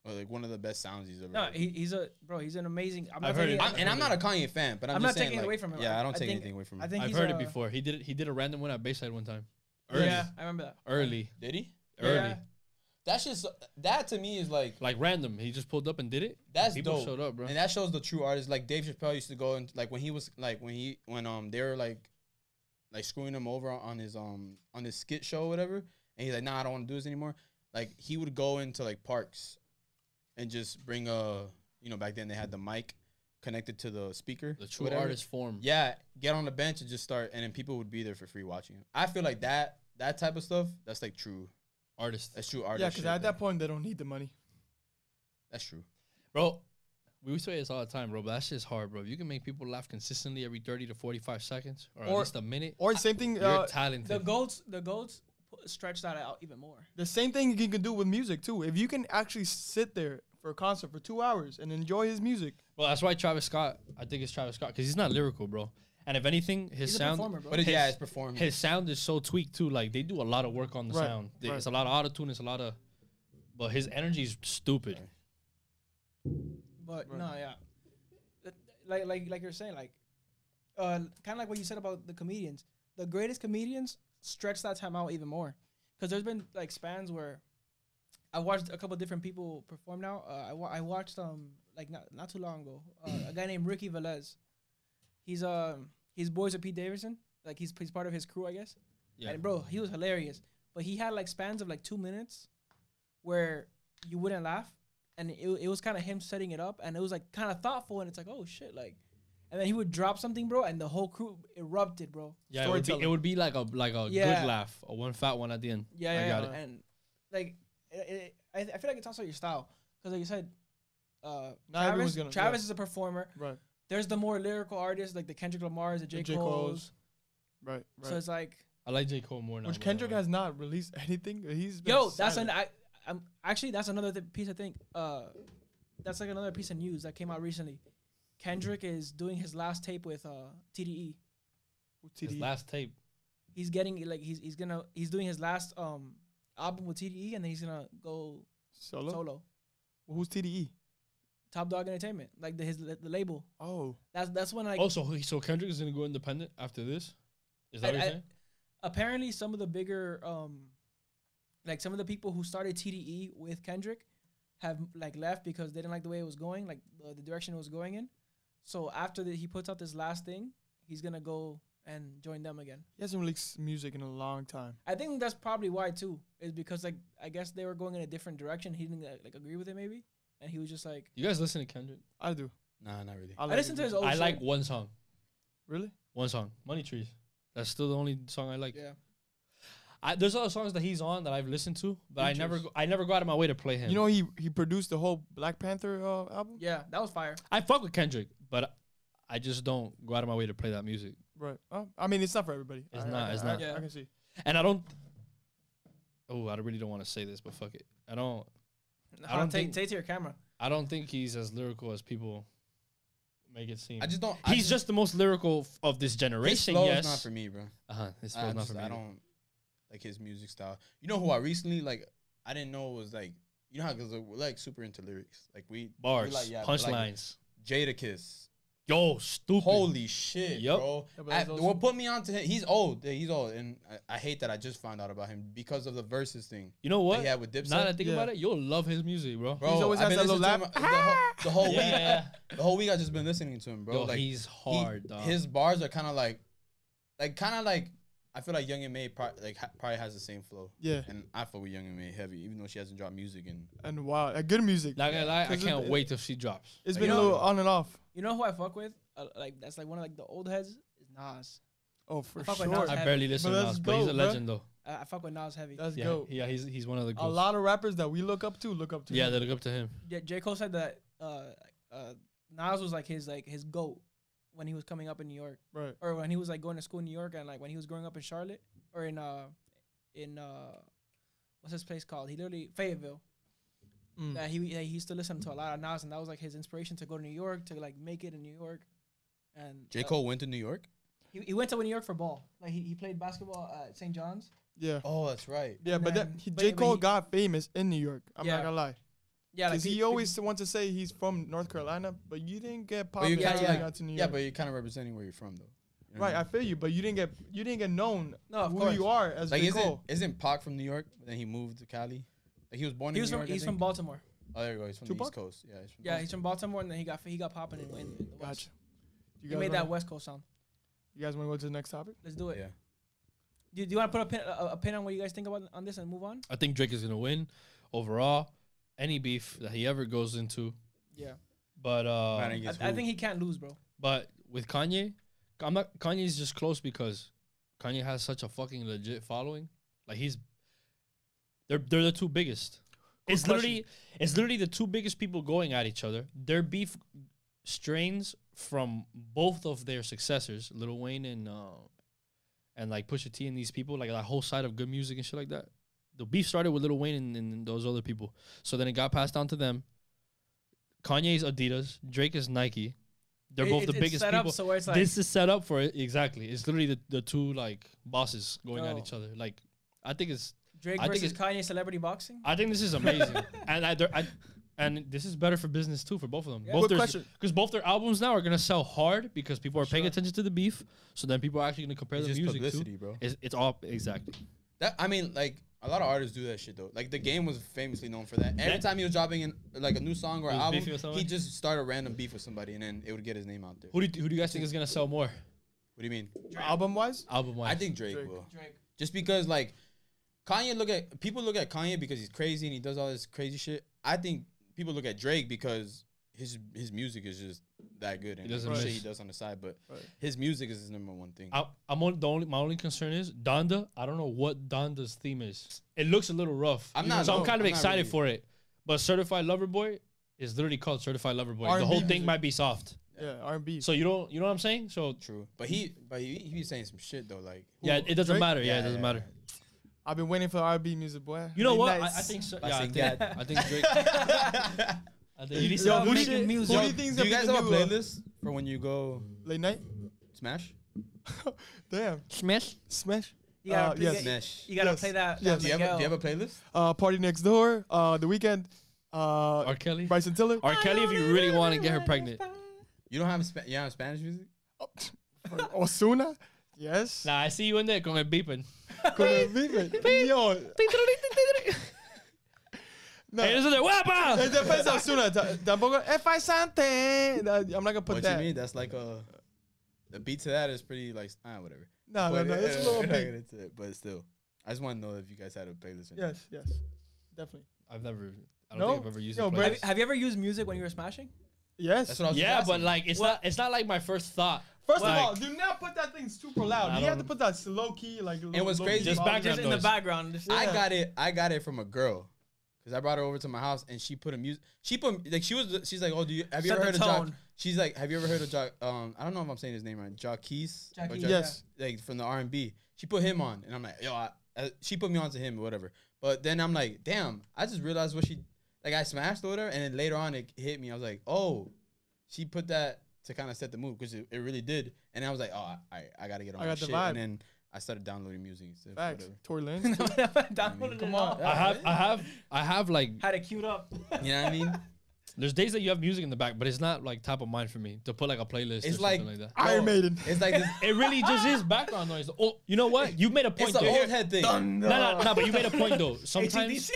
[SPEAKER 2] or, like one of the best sounds he's ever.
[SPEAKER 4] No,
[SPEAKER 2] heard.
[SPEAKER 4] he, he's a bro. He's an amazing. I'm not
[SPEAKER 5] I've heard
[SPEAKER 4] taking
[SPEAKER 5] it.
[SPEAKER 2] I'm,
[SPEAKER 4] it-
[SPEAKER 2] and I'm not a Kanye fan, but I'm,
[SPEAKER 4] I'm
[SPEAKER 2] just
[SPEAKER 4] not
[SPEAKER 2] saying,
[SPEAKER 4] taking it
[SPEAKER 2] like,
[SPEAKER 4] away from him.
[SPEAKER 2] Yeah,
[SPEAKER 4] I-
[SPEAKER 2] I don't
[SPEAKER 4] I
[SPEAKER 2] take
[SPEAKER 4] think-
[SPEAKER 2] anything away from him.
[SPEAKER 4] I think
[SPEAKER 5] I've
[SPEAKER 4] he's
[SPEAKER 5] heard
[SPEAKER 4] a-
[SPEAKER 5] it before. He did it. He did a random one at Bayside one time. Early,
[SPEAKER 4] Yeah, I remember that.
[SPEAKER 5] early,
[SPEAKER 2] Did he?
[SPEAKER 5] early.
[SPEAKER 4] Yeah.
[SPEAKER 2] That's just that to me is like
[SPEAKER 5] Like random. He just pulled up and did it.
[SPEAKER 2] that's
[SPEAKER 5] People
[SPEAKER 2] dope.
[SPEAKER 5] showed up, bro.
[SPEAKER 2] and that shows the true artist. Like Dave Chappelle used to go and like when he was like when he when um they were like like screwing him over on his um on his skit show or whatever, and he's like, nah, I don't want to do this anymore. Like he would go into like parks, and just bring a you know back then they had the mic connected to the speaker.
[SPEAKER 5] the
[SPEAKER 2] or
[SPEAKER 5] true
[SPEAKER 2] whatever.
[SPEAKER 5] artist form.
[SPEAKER 2] Yeah, get on the bench and just start, and then people would be there for free watching. I feel like that that type of stuff. That's like true.
[SPEAKER 5] Artist.
[SPEAKER 2] That's true
[SPEAKER 1] Yeah,
[SPEAKER 2] artist.
[SPEAKER 1] because
[SPEAKER 2] shit.
[SPEAKER 1] at that point, they don't need the money.
[SPEAKER 2] that's true.
[SPEAKER 5] Bro, We used to say this all the time, bro. But that shit's hard, bro. If you can make people laugh consistently every thirty to forty-five seconds, or, at
[SPEAKER 1] Or-
[SPEAKER 5] least a minute,
[SPEAKER 1] Or the same thing.
[SPEAKER 5] you're
[SPEAKER 1] Uh,
[SPEAKER 5] talented.
[SPEAKER 4] The goats, the goats pu- stretch that out even more.
[SPEAKER 1] the same thing you can do with music too. If you can actually sit there for a concert for two hours and enjoy his music,
[SPEAKER 5] well, that's why Travis Scott. I think it's Travis Scott because he's not lyrical, bro. And if anything, his
[SPEAKER 4] He's a
[SPEAKER 5] sound,
[SPEAKER 4] performer, bro.
[SPEAKER 2] But it, yeah,
[SPEAKER 5] His-
[SPEAKER 2] it's performing.
[SPEAKER 5] his sound is so tweaked too. Like they do a lot of work on the
[SPEAKER 1] Right,
[SPEAKER 5] sound. They-
[SPEAKER 1] right.
[SPEAKER 5] It's a lot of auto tune. It's a lot of, but his energy is stupid.
[SPEAKER 4] But
[SPEAKER 1] Right.
[SPEAKER 4] no, yeah, Th- like like like you're saying, like, uh, kind of like what you said about the comedians. The greatest comedians stretch that time out even more, because there's been like spans where I watched a couple different people perform. Now uh, I wa- I watched um like not not too long ago uh, a guy named Ricky Velez. He's um he's boys with Pete Davidson. Like he's he's part of his crew, I guess.
[SPEAKER 5] Yeah.
[SPEAKER 4] And bro, he was hilarious. But he had like spans of like two minutes where you wouldn't laugh. And it, it was kind of him setting it up. And it was like kind of thoughtful. And it's like, oh shit. Like, and then he would drop something, bro. And the whole crew erupted, bro.
[SPEAKER 5] Yeah, it would, be, it
[SPEAKER 1] Storytelling.
[SPEAKER 5] would be like a like a
[SPEAKER 4] Yeah.
[SPEAKER 5] good laugh, a one fat one at the end.
[SPEAKER 4] Yeah,
[SPEAKER 5] I
[SPEAKER 4] yeah,
[SPEAKER 5] got
[SPEAKER 4] yeah.
[SPEAKER 5] it.
[SPEAKER 4] And like, it, it, I, I feel like it's also your style. Because like you said, uh,
[SPEAKER 1] Not
[SPEAKER 4] Travis,
[SPEAKER 1] everyone's gonna-
[SPEAKER 4] Travis
[SPEAKER 1] yeah.
[SPEAKER 4] is a performer.
[SPEAKER 1] right,
[SPEAKER 4] There's the more lyrical artists like the Kendrick Lamar's, the J.
[SPEAKER 1] J.
[SPEAKER 4] Cole's.
[SPEAKER 1] Cole's, right, right.
[SPEAKER 4] So it's like,
[SPEAKER 5] I like J Cole more now. uh,
[SPEAKER 1] Which
[SPEAKER 5] by the
[SPEAKER 1] Kendrick
[SPEAKER 5] way.
[SPEAKER 1] has not released anything. He's been
[SPEAKER 4] Yo, that's an
[SPEAKER 1] silent.
[SPEAKER 4] I, I'm actually that's another th- piece of thing. Uh, that's like another piece of news that came out recently. Kendrick is doing his last tape with uh TDE.
[SPEAKER 5] his
[SPEAKER 1] TDE.
[SPEAKER 5] last tape.
[SPEAKER 4] He's getting like he's he's gonna he's doing his last um album with TDE and then he's gonna go
[SPEAKER 1] solo.
[SPEAKER 4] solo.
[SPEAKER 1] Who's E? TDE?
[SPEAKER 4] Top Dog Entertainment, like the his the label.
[SPEAKER 1] Oh,
[SPEAKER 4] That's that's when like
[SPEAKER 5] oh, so he- so Kendrick is gonna go independent after this. Is that
[SPEAKER 4] I-
[SPEAKER 5] what
[SPEAKER 4] I-
[SPEAKER 5] you're saying?
[SPEAKER 4] apparently some of the bigger um like some of the people who started TDE with Kendrick have like left because they didn't like the way it was going, like the, the direction it was going in. So after the, he puts out this last thing, he's gonna go and join them again.
[SPEAKER 1] he hasn't released music in a long time.
[SPEAKER 4] I think that's probably why too, is because like I guess they were going in a different direction. He didn't uh, like agree with it maybe, and he was just like,
[SPEAKER 5] You guys listen to Kendrick?
[SPEAKER 1] I do.
[SPEAKER 2] Nah, not really.
[SPEAKER 4] I listen to
[SPEAKER 2] Oh,
[SPEAKER 4] his old.
[SPEAKER 5] I
[SPEAKER 4] shit.
[SPEAKER 5] like one song.
[SPEAKER 1] Really?
[SPEAKER 5] One song. Money Trees. That's still the only song I like.
[SPEAKER 4] Yeah.
[SPEAKER 5] I, there's other songs that he's on that I've listened to, but I never
[SPEAKER 1] Features.
[SPEAKER 5] go, I never go out of my way to play him.
[SPEAKER 1] You know he he produced the whole Black Panther uh, album.
[SPEAKER 4] Yeah, that was fire.
[SPEAKER 5] I fuck with Kendrick, but I just don't go out of my way to play that music.
[SPEAKER 1] Right. Oh, I mean, it's not for everybody.
[SPEAKER 5] It's
[SPEAKER 1] I- I
[SPEAKER 5] not,
[SPEAKER 1] can-
[SPEAKER 5] it's
[SPEAKER 1] I-
[SPEAKER 5] not.
[SPEAKER 1] I
[SPEAKER 4] Yeah.
[SPEAKER 1] can see.
[SPEAKER 5] And I don't. Oh, I really don't want to say this, but fuck it. I don't.
[SPEAKER 4] I
[SPEAKER 5] don't
[SPEAKER 4] don't take
[SPEAKER 5] think-
[SPEAKER 4] take to your camera.
[SPEAKER 5] I don't think he's as lyrical as people make it seem.
[SPEAKER 2] I just don't. I
[SPEAKER 5] he's just the most lyrical f- of this
[SPEAKER 2] his
[SPEAKER 5] generation.
[SPEAKER 2] flow
[SPEAKER 5] yes.
[SPEAKER 2] is not for me, bro.
[SPEAKER 5] Uh-huh. His
[SPEAKER 2] I,
[SPEAKER 5] flow's not
[SPEAKER 2] just-
[SPEAKER 5] for me.
[SPEAKER 2] I
[SPEAKER 5] either.
[SPEAKER 2] don't like his music style. You know who I recently like? I didn't know was like. You know how because we're like super into lyrics. Like we
[SPEAKER 5] Bars,
[SPEAKER 2] we like, yeah, we're like
[SPEAKER 5] punchlines.
[SPEAKER 2] Jadakiss.
[SPEAKER 5] Yo, stupid.
[SPEAKER 2] Holy shit,
[SPEAKER 5] Yup.
[SPEAKER 2] bro!
[SPEAKER 1] Yeah, but
[SPEAKER 2] I-
[SPEAKER 1] that's also-
[SPEAKER 2] what put me onto him? He's old. yeah, He's old, and I, I hate that I just found out about him because of the verses thing.
[SPEAKER 5] You know what?
[SPEAKER 2] That he had with Dipset.
[SPEAKER 5] now that I think
[SPEAKER 1] Yeah.
[SPEAKER 5] about it, you'll love his music, bro.
[SPEAKER 2] Bro,
[SPEAKER 1] He's always
[SPEAKER 2] I've
[SPEAKER 1] has
[SPEAKER 2] been
[SPEAKER 1] that little
[SPEAKER 2] listening to him, uh,
[SPEAKER 1] Oh,
[SPEAKER 2] the, the whole week.
[SPEAKER 5] yeah.
[SPEAKER 2] The whole week I just been listening to him, bro.
[SPEAKER 5] Yo,
[SPEAKER 2] like
[SPEAKER 5] he's
[SPEAKER 2] he-
[SPEAKER 5] hard, dog.
[SPEAKER 2] His bars are kind of like, like kind of like. I feel like Young and May pro- like ha- probably has the same flow.
[SPEAKER 1] Yeah.
[SPEAKER 2] And I fuck with Young and May heavy, even though she hasn't dropped music in.
[SPEAKER 1] And wow, uh, good music.
[SPEAKER 5] not gonna lie, I
[SPEAKER 1] 'Cause it-
[SPEAKER 5] can't
[SPEAKER 1] it-
[SPEAKER 5] wait till she drops.
[SPEAKER 1] It's
[SPEAKER 2] Like,
[SPEAKER 1] been a
[SPEAKER 2] yo.
[SPEAKER 1] little on and off.
[SPEAKER 4] You know who I fuck with? Uh, like that's like one of like the old heads is Nas.
[SPEAKER 1] Oh, for
[SPEAKER 4] I fuck with
[SPEAKER 1] sure.
[SPEAKER 4] Nas.
[SPEAKER 5] I
[SPEAKER 4] Heavy.
[SPEAKER 5] barely listen
[SPEAKER 1] But
[SPEAKER 5] to
[SPEAKER 1] let's
[SPEAKER 5] Nas, but he's
[SPEAKER 1] go,
[SPEAKER 5] a
[SPEAKER 1] bro.
[SPEAKER 5] legend, though.
[SPEAKER 4] I, I fuck with Nas heavy.
[SPEAKER 1] Let's
[SPEAKER 5] Yeah,
[SPEAKER 1] go.
[SPEAKER 5] yeah, he's he's one of the
[SPEAKER 1] A
[SPEAKER 5] goats.
[SPEAKER 1] lot of rappers that we look up to look up to.
[SPEAKER 5] Yeah,
[SPEAKER 1] him.
[SPEAKER 5] they look up to him.
[SPEAKER 4] Yeah, J. Cole said that uh, uh, Nas was like his like his goat when he was coming up in New York,
[SPEAKER 1] Right.
[SPEAKER 4] or when he was like going to school in New York, and like when he was growing up in Charlotte or in uh in uh what's his place called? He literally Fayetteville.
[SPEAKER 1] Mm.
[SPEAKER 4] That he that he used to listen to a lot of Nas, and that was like his inspiration to go to New York to like make it in New York. And
[SPEAKER 2] J
[SPEAKER 4] uh,
[SPEAKER 2] Cole went to New York.
[SPEAKER 4] he, he went to New York for ball. Like he, he played basketball at St. John's.
[SPEAKER 1] Yeah.
[SPEAKER 2] Oh, that's right.
[SPEAKER 1] Yeah, but that
[SPEAKER 4] then-
[SPEAKER 1] he,
[SPEAKER 4] but-
[SPEAKER 1] J
[SPEAKER 4] but
[SPEAKER 1] Cole
[SPEAKER 4] he-
[SPEAKER 1] got famous in New York. I'm
[SPEAKER 4] Yeah.
[SPEAKER 1] not gonna lie,
[SPEAKER 4] Yeah, like
[SPEAKER 1] because he always wants to say he's from North Carolina, but you didn't get
[SPEAKER 2] But you
[SPEAKER 1] popular
[SPEAKER 2] kinda
[SPEAKER 1] until you
[SPEAKER 2] like-
[SPEAKER 1] got to New
[SPEAKER 2] Yeah,
[SPEAKER 1] York.
[SPEAKER 2] but you're kind of representing where you're from, though. You know what
[SPEAKER 1] right,
[SPEAKER 2] I
[SPEAKER 1] I
[SPEAKER 2] mean?
[SPEAKER 1] feel you, but you didn't get you didn't get known
[SPEAKER 4] No, of
[SPEAKER 1] who
[SPEAKER 4] course.
[SPEAKER 1] you are as
[SPEAKER 2] like
[SPEAKER 1] J
[SPEAKER 2] isn't
[SPEAKER 1] Cole.
[SPEAKER 2] isn't Pac from New York? But then he moved to Cali. Like, he was born
[SPEAKER 4] he
[SPEAKER 2] in
[SPEAKER 4] was
[SPEAKER 2] New
[SPEAKER 4] from
[SPEAKER 2] York. I
[SPEAKER 4] he's from
[SPEAKER 2] think.
[SPEAKER 4] Baltimore.
[SPEAKER 2] Oh, there you go. He's from the
[SPEAKER 1] Tupac?
[SPEAKER 2] East Coast. Yeah, he's from
[SPEAKER 4] Yeah, he's from Baltimore, and then he got he got popping in, in, in the West.
[SPEAKER 1] Gotcha. You
[SPEAKER 4] He
[SPEAKER 1] guys,
[SPEAKER 4] made
[SPEAKER 1] wanna,
[SPEAKER 4] that West Coast sound.
[SPEAKER 1] you guys want to go to the next topic?
[SPEAKER 4] Let's do it.
[SPEAKER 2] Yeah.
[SPEAKER 4] Do, do you want to put a pin, a, a pin on what you guys think about on this and move on?
[SPEAKER 5] I think Drake is gonna win overall. Any beef that he ever goes into,
[SPEAKER 4] Yeah.
[SPEAKER 5] but uh,
[SPEAKER 2] Batting
[SPEAKER 4] I,
[SPEAKER 2] against
[SPEAKER 4] I
[SPEAKER 2] who?
[SPEAKER 4] think he can't lose, bro.
[SPEAKER 5] But with Kanye, I'm not. Kanye's just close because Kanye has such a fucking legit following. Like he's, they're they're the two biggest. it's
[SPEAKER 4] question.
[SPEAKER 5] literally it's literally the two biggest people going at each other. Their beef strains from both of their successors, Lil Wayne and uh, and like Pusha T and these people, like that whole side of good music and shit like that. The beef started with Lil Wayne and, and those other people. So then it got passed on to them. Kanye's Adidas, Drake is Nike. They're
[SPEAKER 4] It-
[SPEAKER 5] both
[SPEAKER 4] it-
[SPEAKER 5] the
[SPEAKER 4] it's
[SPEAKER 5] biggest
[SPEAKER 4] set
[SPEAKER 5] people.
[SPEAKER 4] Up so where it's like,
[SPEAKER 5] this is set up for it exactly. It's literally the, the two like bosses going at
[SPEAKER 4] Oh.
[SPEAKER 5] each other. Like I think it's
[SPEAKER 4] Drake
[SPEAKER 5] I think
[SPEAKER 4] versus Kanye celebrity boxing.
[SPEAKER 5] I think this is amazing, and I, they're- I and this is better for business too for both of them.
[SPEAKER 4] Yeah.
[SPEAKER 5] Both
[SPEAKER 1] Good
[SPEAKER 5] their
[SPEAKER 1] question.
[SPEAKER 5] because both their albums now are gonna sell hard because people are paying
[SPEAKER 4] Sure.
[SPEAKER 5] attention to the beef. So then people are actually gonna compare
[SPEAKER 2] It's
[SPEAKER 5] the
[SPEAKER 2] just
[SPEAKER 5] music
[SPEAKER 2] publicity,
[SPEAKER 5] to.
[SPEAKER 2] bro.
[SPEAKER 5] It's, it's all exactly.
[SPEAKER 2] That I mean, like a lot of artists do that shit though. Like the game was famously known for that. Every
[SPEAKER 5] That-
[SPEAKER 2] time he was dropping in like a new song or
[SPEAKER 5] He was
[SPEAKER 2] album,
[SPEAKER 5] beefing with someone?
[SPEAKER 2] he just started a random beef with somebody, and then it would get his name out there.
[SPEAKER 5] Who do you, who do you guys think is gonna sell more
[SPEAKER 2] What do you mean?
[SPEAKER 1] Album wise,
[SPEAKER 5] album wise?
[SPEAKER 2] I think Drake,
[SPEAKER 1] Drake.
[SPEAKER 2] will.
[SPEAKER 4] Drake.
[SPEAKER 2] Just because like Kanye look at people look at Kanye because he's crazy and he does all this crazy shit. I think people look at Drake because his his music is just that good and
[SPEAKER 5] doesn't
[SPEAKER 2] the shit
[SPEAKER 5] miss.
[SPEAKER 2] he does on the side, but
[SPEAKER 1] Right.
[SPEAKER 2] his music is his number one thing.
[SPEAKER 5] I, I'm only, the only my only concern is Donda. I don't know what Donda's theme is. It looks a little rough.
[SPEAKER 2] I'm not-
[SPEAKER 5] so I'm
[SPEAKER 2] no,
[SPEAKER 5] kind of
[SPEAKER 2] I'm not
[SPEAKER 5] excited
[SPEAKER 2] really-
[SPEAKER 5] for it. But Certified Lover Boy is literally called Certified Lover Boy. The whole
[SPEAKER 1] R&B
[SPEAKER 5] thing
[SPEAKER 1] music.
[SPEAKER 5] might be soft.
[SPEAKER 1] yeah, R&B.
[SPEAKER 5] So you don't you know what I'm saying? So
[SPEAKER 2] True, but he but he, he be saying some shit though, like
[SPEAKER 5] yeah, it doesn't
[SPEAKER 1] Drake?
[SPEAKER 5] matter. Yeah,
[SPEAKER 2] Yeah,
[SPEAKER 5] it doesn't
[SPEAKER 2] yeah,
[SPEAKER 5] matter.
[SPEAKER 1] I've been waiting for R&B music, boy.
[SPEAKER 5] You know
[SPEAKER 1] Late
[SPEAKER 5] what? I, I
[SPEAKER 1] nights.
[SPEAKER 5] think so.
[SPEAKER 2] I
[SPEAKER 5] Yeah, I
[SPEAKER 2] think
[SPEAKER 5] think, I think Drake. I think you need
[SPEAKER 1] Yo,
[SPEAKER 4] Y'all
[SPEAKER 1] who, do
[SPEAKER 4] making
[SPEAKER 1] you, who
[SPEAKER 4] music.
[SPEAKER 1] do you think's
[SPEAKER 2] Do
[SPEAKER 1] gonna
[SPEAKER 2] you
[SPEAKER 1] be
[SPEAKER 2] guys
[SPEAKER 1] the
[SPEAKER 2] have a
[SPEAKER 1] new, uh,
[SPEAKER 2] playlist for when you go
[SPEAKER 1] Late night?
[SPEAKER 2] smash?
[SPEAKER 1] Damn.
[SPEAKER 5] Smash.
[SPEAKER 1] Smash.
[SPEAKER 4] You gotta,
[SPEAKER 1] Uh,
[SPEAKER 5] Oh,
[SPEAKER 4] play,
[SPEAKER 1] yes.
[SPEAKER 2] Smash.
[SPEAKER 4] you gotta
[SPEAKER 1] Yes.
[SPEAKER 4] play
[SPEAKER 1] Yes.
[SPEAKER 4] that. that
[SPEAKER 2] Do you have a, do you
[SPEAKER 4] Miguel.
[SPEAKER 2] have a playlist?
[SPEAKER 1] Uh, Party Next Door. Uh, the Weekend. Uh,
[SPEAKER 5] R. Kelly.
[SPEAKER 1] Bryson Tiller.
[SPEAKER 5] R. Kelly, if you really want to get her pregnant.
[SPEAKER 2] You don't have Spa- you don't have Spanish music?
[SPEAKER 1] Osuna. Yes.
[SPEAKER 5] Nah, I see you in there going beeping.
[SPEAKER 1] Couldn't believe it. Yo. No.
[SPEAKER 5] Hey, this is a
[SPEAKER 4] ah!
[SPEAKER 1] It
[SPEAKER 5] guapa.
[SPEAKER 1] depends on Osuna. Ta- Tampoco. If I sante. Nah, I'm not gonna put
[SPEAKER 2] what
[SPEAKER 1] that.
[SPEAKER 2] you mean? That's like a the beat to that is pretty like ah whatever.
[SPEAKER 1] No, no,
[SPEAKER 2] But,
[SPEAKER 1] no.
[SPEAKER 2] uh,
[SPEAKER 1] It's a little
[SPEAKER 2] we're not
[SPEAKER 1] big.
[SPEAKER 2] gonna do it, But still, I just want to know if you guys had a playlist. Or not.
[SPEAKER 1] Yes, yes. Definitely.
[SPEAKER 5] I've never. I don't
[SPEAKER 1] No?
[SPEAKER 5] think I've ever used
[SPEAKER 1] Yo,
[SPEAKER 5] it.
[SPEAKER 1] Brady-
[SPEAKER 4] Have, have you ever used music when you were smashing?
[SPEAKER 1] Yes.
[SPEAKER 2] that's what I was.
[SPEAKER 5] Yeah,
[SPEAKER 2] just
[SPEAKER 5] but
[SPEAKER 2] asking.
[SPEAKER 5] like it's not. It's not like my first thought.
[SPEAKER 1] First
[SPEAKER 5] Like-
[SPEAKER 1] of all, do not put that thing super loud.
[SPEAKER 5] I
[SPEAKER 1] you have to
[SPEAKER 5] don't-
[SPEAKER 1] put that low key, like low,
[SPEAKER 2] was
[SPEAKER 1] low
[SPEAKER 2] crazy.
[SPEAKER 1] key
[SPEAKER 5] Just
[SPEAKER 1] volume.
[SPEAKER 5] background
[SPEAKER 4] Just in the
[SPEAKER 5] noise.
[SPEAKER 4] background. just-
[SPEAKER 2] I
[SPEAKER 1] yeah.
[SPEAKER 2] got it. I got it from a girl. Cause I brought her over to my house and she put a music. She put like she was. She's like, oh, do you have you
[SPEAKER 4] Set
[SPEAKER 2] ever
[SPEAKER 4] the
[SPEAKER 2] heard of Jock?
[SPEAKER 4] tone.
[SPEAKER 2] She's like, have you ever heard of Jock? Um, I don't know if I'm saying his name right. Jock Keys.
[SPEAKER 4] Jock Keys,
[SPEAKER 1] Yes.
[SPEAKER 2] Like from the R and B. She put him on, and I'm like, yo, I, uh, she put me on to him or whatever. But then I'm like, damn, I just realized what she like. I smashed with her, and then later on it hit me. I was like, oh, she put that to kind of set the mood because it, it really did. And I was like, oh, I I, I gotta get on
[SPEAKER 1] I
[SPEAKER 2] my
[SPEAKER 1] got the
[SPEAKER 2] shit.
[SPEAKER 1] vibe.
[SPEAKER 2] And then I started downloading music. Instead, of
[SPEAKER 1] Facts.
[SPEAKER 2] whatever.
[SPEAKER 1] Tory Lanez.
[SPEAKER 4] Downloaded
[SPEAKER 2] Come on.
[SPEAKER 4] it all.
[SPEAKER 5] I have. I have. I have like.
[SPEAKER 4] Had it queued up.
[SPEAKER 2] You know what I mean?
[SPEAKER 5] There's days that you have music in the back, but it's not like top of mind for me to put like a playlist.
[SPEAKER 2] It's
[SPEAKER 5] or
[SPEAKER 2] like,
[SPEAKER 5] something like that.
[SPEAKER 1] Iron
[SPEAKER 2] bro,
[SPEAKER 1] Maiden.
[SPEAKER 2] It's like this,
[SPEAKER 5] It really just is background noise. Oh, you know what? You made a point.
[SPEAKER 2] it's an
[SPEAKER 5] there.
[SPEAKER 2] old head thing.
[SPEAKER 5] No, no, no. But you made a point though. Sometimes,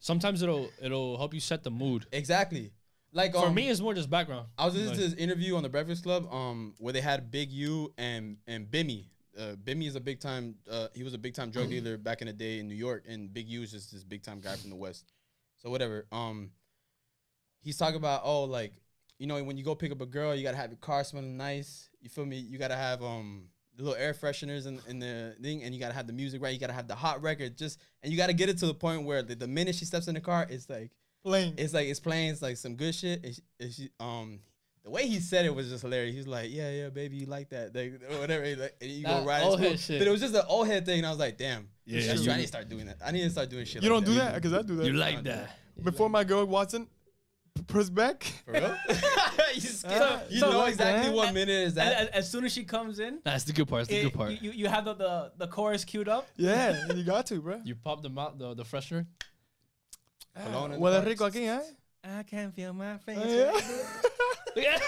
[SPEAKER 5] sometimes it'll it'll help you set the mood.
[SPEAKER 2] Exactly. Like um,
[SPEAKER 5] For me, it's more just background.
[SPEAKER 2] I was listening
[SPEAKER 5] noise.
[SPEAKER 2] to this interview on the Breakfast Club, um, where they had Big U and and Bimmy. Uh, Bimmy is a big time. Uh, he was a big time drug dealer back in the day in New York, and Big U is just this big time guy from the West. So whatever. Um, he's talking about oh like you know when you go pick up a girl, you gotta have your car smelling nice. You feel me? You gotta have um the little air fresheners in, in the thing, and you gotta have the music right. You gotta have the hot record, just and you gotta get it to the point where the, the minute she steps in the car, it's like
[SPEAKER 1] Playing.
[SPEAKER 2] it's like it's playing it's like some good shit. It's, it's, um, the way he said it was just hilarious. He was like, "Yeah, yeah, baby, you like that, like whatever." He's Like, and you go
[SPEAKER 5] That
[SPEAKER 2] right.
[SPEAKER 5] old head shit.
[SPEAKER 2] But it was just an old head thing, and I was like, "Damn,
[SPEAKER 5] Yeah,
[SPEAKER 2] that's
[SPEAKER 5] you-
[SPEAKER 2] true. I need to start doing that. I need to start doing shit."
[SPEAKER 1] You
[SPEAKER 2] like
[SPEAKER 1] don't do that? Because I do that.
[SPEAKER 5] like that?
[SPEAKER 1] Before my girl Watson, p- press back.
[SPEAKER 2] For real? you just get-
[SPEAKER 4] So-
[SPEAKER 2] you
[SPEAKER 4] so-
[SPEAKER 2] know exactly
[SPEAKER 1] Huh?
[SPEAKER 2] what minute is
[SPEAKER 4] And
[SPEAKER 2] that?
[SPEAKER 4] as, as soon as she comes in,
[SPEAKER 5] That's the good part. That's the
[SPEAKER 4] it,
[SPEAKER 5] good part.
[SPEAKER 4] you- you you have the the, the chorus queued up.
[SPEAKER 1] Yeah, you got to, bro.
[SPEAKER 5] You pop the mouth, the the freshener.
[SPEAKER 2] Cologne in the
[SPEAKER 1] Huele
[SPEAKER 2] car.
[SPEAKER 1] rico Ah. aquí, eh?
[SPEAKER 4] I can feel my face.
[SPEAKER 1] Yeah.
[SPEAKER 2] Yeah,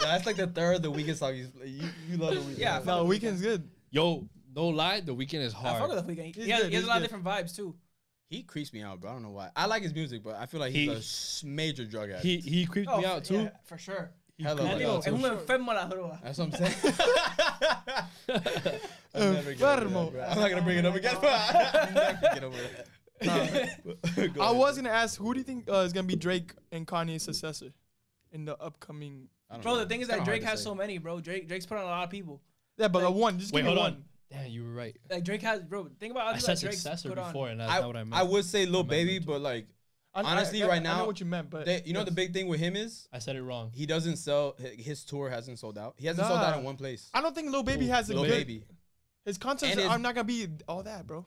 [SPEAKER 2] that's like the third, of the weakest song. You, you, you love the weakest.
[SPEAKER 4] Yeah,
[SPEAKER 1] No, weekend's good.
[SPEAKER 5] Yo, no lie, the weekend is
[SPEAKER 4] I fuck
[SPEAKER 5] hard.
[SPEAKER 4] with the weekend.
[SPEAKER 1] He's
[SPEAKER 4] He has,
[SPEAKER 1] good,
[SPEAKER 4] he has
[SPEAKER 1] he's
[SPEAKER 4] a lot of
[SPEAKER 1] good.
[SPEAKER 4] different vibes too.
[SPEAKER 2] he creeps me out, bro. I don't know why. I like his music, but I feel like
[SPEAKER 5] He-
[SPEAKER 2] he's a s- major drug addict.
[SPEAKER 5] He he creeped
[SPEAKER 2] Oh,
[SPEAKER 5] me out too.
[SPEAKER 4] Oh, yeah, for sure.
[SPEAKER 2] Hella
[SPEAKER 5] creeped
[SPEAKER 2] like
[SPEAKER 5] me out
[SPEAKER 2] that.
[SPEAKER 5] too.
[SPEAKER 4] Es un enfermo a la droga.
[SPEAKER 2] That's what I'm saying. I'm never getting over
[SPEAKER 1] Enfermo.
[SPEAKER 2] that, bro. I'm not gonna bring it up again. I'm never get over that. Go
[SPEAKER 1] I
[SPEAKER 2] ahead.
[SPEAKER 1] was gonna ask, who do you think uh, is gonna be Drake and Kanye's successor in the upcoming?
[SPEAKER 2] I don't
[SPEAKER 4] Bro,
[SPEAKER 2] know.
[SPEAKER 4] the thing
[SPEAKER 2] It's
[SPEAKER 4] is that
[SPEAKER 2] kinda hard
[SPEAKER 4] Drake
[SPEAKER 2] to
[SPEAKER 4] has
[SPEAKER 2] say.
[SPEAKER 4] so many, bro. Drake Drake's put on a lot of people.
[SPEAKER 1] Yeah, but a
[SPEAKER 4] Like-
[SPEAKER 1] one. Just
[SPEAKER 5] Wait,
[SPEAKER 1] give me
[SPEAKER 5] hold
[SPEAKER 1] one.
[SPEAKER 5] on. Damn, you were right.
[SPEAKER 4] Like Drake has, bro. Think about all
[SPEAKER 5] I
[SPEAKER 4] the
[SPEAKER 5] said
[SPEAKER 4] like Drake's
[SPEAKER 5] successor
[SPEAKER 4] put on.
[SPEAKER 5] before, and that's
[SPEAKER 2] I,
[SPEAKER 5] not what I meant.
[SPEAKER 2] I would say Lil
[SPEAKER 5] meant
[SPEAKER 2] Baby,
[SPEAKER 5] to.
[SPEAKER 2] but like
[SPEAKER 1] I- I-
[SPEAKER 2] Honestly,
[SPEAKER 1] I-
[SPEAKER 2] right
[SPEAKER 1] I
[SPEAKER 2] now,
[SPEAKER 1] know what you meant, but
[SPEAKER 2] They, you know the
[SPEAKER 1] yes.
[SPEAKER 2] big thing with him is
[SPEAKER 5] I said it wrong.
[SPEAKER 2] he doesn't sell. hi- His tour hasn't sold out. He hasn't sold out
[SPEAKER 1] Nah.
[SPEAKER 2] in one place.
[SPEAKER 1] I don't think Lil Baby
[SPEAKER 5] Ooh,
[SPEAKER 1] has a
[SPEAKER 2] Lil
[SPEAKER 1] good.
[SPEAKER 2] Baby.
[SPEAKER 1] His concerts
[SPEAKER 2] And his-
[SPEAKER 1] are not gonna be all that, bro.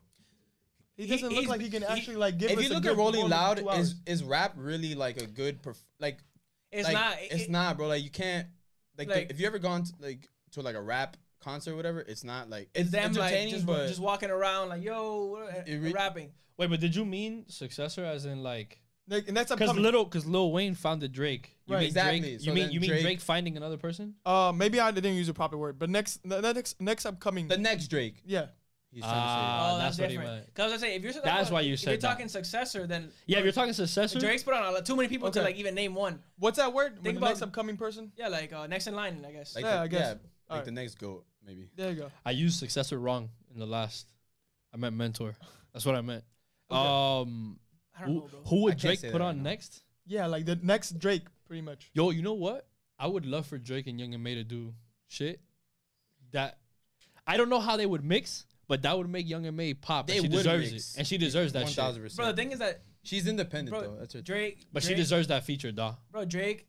[SPEAKER 1] He
[SPEAKER 4] He-
[SPEAKER 1] doesn't look
[SPEAKER 4] he's-
[SPEAKER 1] like he can
[SPEAKER 4] he-
[SPEAKER 1] actually like give.
[SPEAKER 2] If
[SPEAKER 1] us
[SPEAKER 2] you
[SPEAKER 1] a
[SPEAKER 2] look
[SPEAKER 1] good
[SPEAKER 2] at Rolling
[SPEAKER 1] performance in
[SPEAKER 2] Loud,
[SPEAKER 1] two hours.
[SPEAKER 2] is is rap really like a good perf- like
[SPEAKER 4] It's
[SPEAKER 2] like,
[SPEAKER 4] not.
[SPEAKER 2] It's
[SPEAKER 4] it-
[SPEAKER 2] not, bro. Like you can't. Like, the-
[SPEAKER 4] Like-
[SPEAKER 2] if you ever gone to, like to like a rap concert, or whatever, it's not like
[SPEAKER 4] It's
[SPEAKER 2] it's
[SPEAKER 4] them like
[SPEAKER 2] entertaining,
[SPEAKER 4] just,
[SPEAKER 2] but
[SPEAKER 4] just walking around like yo, what-
[SPEAKER 2] It
[SPEAKER 4] and
[SPEAKER 2] re-
[SPEAKER 4] rapping.
[SPEAKER 5] Wait, but did you mean successor as in like?
[SPEAKER 1] Like, and that's
[SPEAKER 5] Because
[SPEAKER 1] upcoming.
[SPEAKER 5] little, because Lil Wayne founded Drake. You
[SPEAKER 2] Right,
[SPEAKER 5] mean
[SPEAKER 2] exactly.
[SPEAKER 5] Drake,
[SPEAKER 2] So
[SPEAKER 5] you mean
[SPEAKER 2] then
[SPEAKER 5] you mean
[SPEAKER 2] Drake-
[SPEAKER 5] Drake, finding another person?
[SPEAKER 1] Uh, maybe I didn't use the proper word, but next, the the next, next upcoming.
[SPEAKER 2] the next Drake.
[SPEAKER 1] yeah,
[SPEAKER 2] He's trying to
[SPEAKER 5] Ah,
[SPEAKER 4] oh, that's,
[SPEAKER 5] that's what he
[SPEAKER 4] different.
[SPEAKER 5] meant.
[SPEAKER 4] Because I say if you're
[SPEAKER 5] That's why you
[SPEAKER 4] if
[SPEAKER 5] said
[SPEAKER 4] you're
[SPEAKER 5] that.
[SPEAKER 4] talking successor, then
[SPEAKER 5] Yeah, if you're talking successor.
[SPEAKER 4] Drake's put on a lot, too many people to
[SPEAKER 1] Okay.
[SPEAKER 4] like even name one.
[SPEAKER 1] what's that word? When the
[SPEAKER 4] about-
[SPEAKER 1] next upcoming person.
[SPEAKER 4] Yeah, like uh, next in line, I guess.
[SPEAKER 2] say. Like
[SPEAKER 1] Yeah,
[SPEAKER 2] the,
[SPEAKER 1] I guess.
[SPEAKER 2] Yeah, like
[SPEAKER 1] Alright.
[SPEAKER 2] the next goat, maybe.
[SPEAKER 1] There you go.
[SPEAKER 5] I used successor wrong in the last. I meant mentor. That's what I meant. Um,
[SPEAKER 4] I don't know,
[SPEAKER 5] who,
[SPEAKER 4] bro.
[SPEAKER 5] who
[SPEAKER 2] I
[SPEAKER 5] would
[SPEAKER 2] can't
[SPEAKER 5] Drake
[SPEAKER 2] say
[SPEAKER 5] put
[SPEAKER 2] that right
[SPEAKER 5] on
[SPEAKER 2] now.
[SPEAKER 5] next?
[SPEAKER 1] Yeah, like the next Drake, pretty much.
[SPEAKER 5] Yo, you know what? I would love for Drake and Young and May to do shit that I don't know how they would mix, but that would make Young and May pop.
[SPEAKER 2] They
[SPEAKER 5] and she
[SPEAKER 2] would
[SPEAKER 5] deserves
[SPEAKER 2] mix.
[SPEAKER 5] it, and she deserves that
[SPEAKER 2] One
[SPEAKER 5] shit.
[SPEAKER 2] thousand
[SPEAKER 4] Bro, the
[SPEAKER 2] percent.
[SPEAKER 4] thing is that
[SPEAKER 2] She's independent
[SPEAKER 4] bro,
[SPEAKER 2] though. That's her.
[SPEAKER 4] Drake,
[SPEAKER 5] But she
[SPEAKER 4] Drake-
[SPEAKER 5] deserves that feature, da.
[SPEAKER 4] bro. Drake,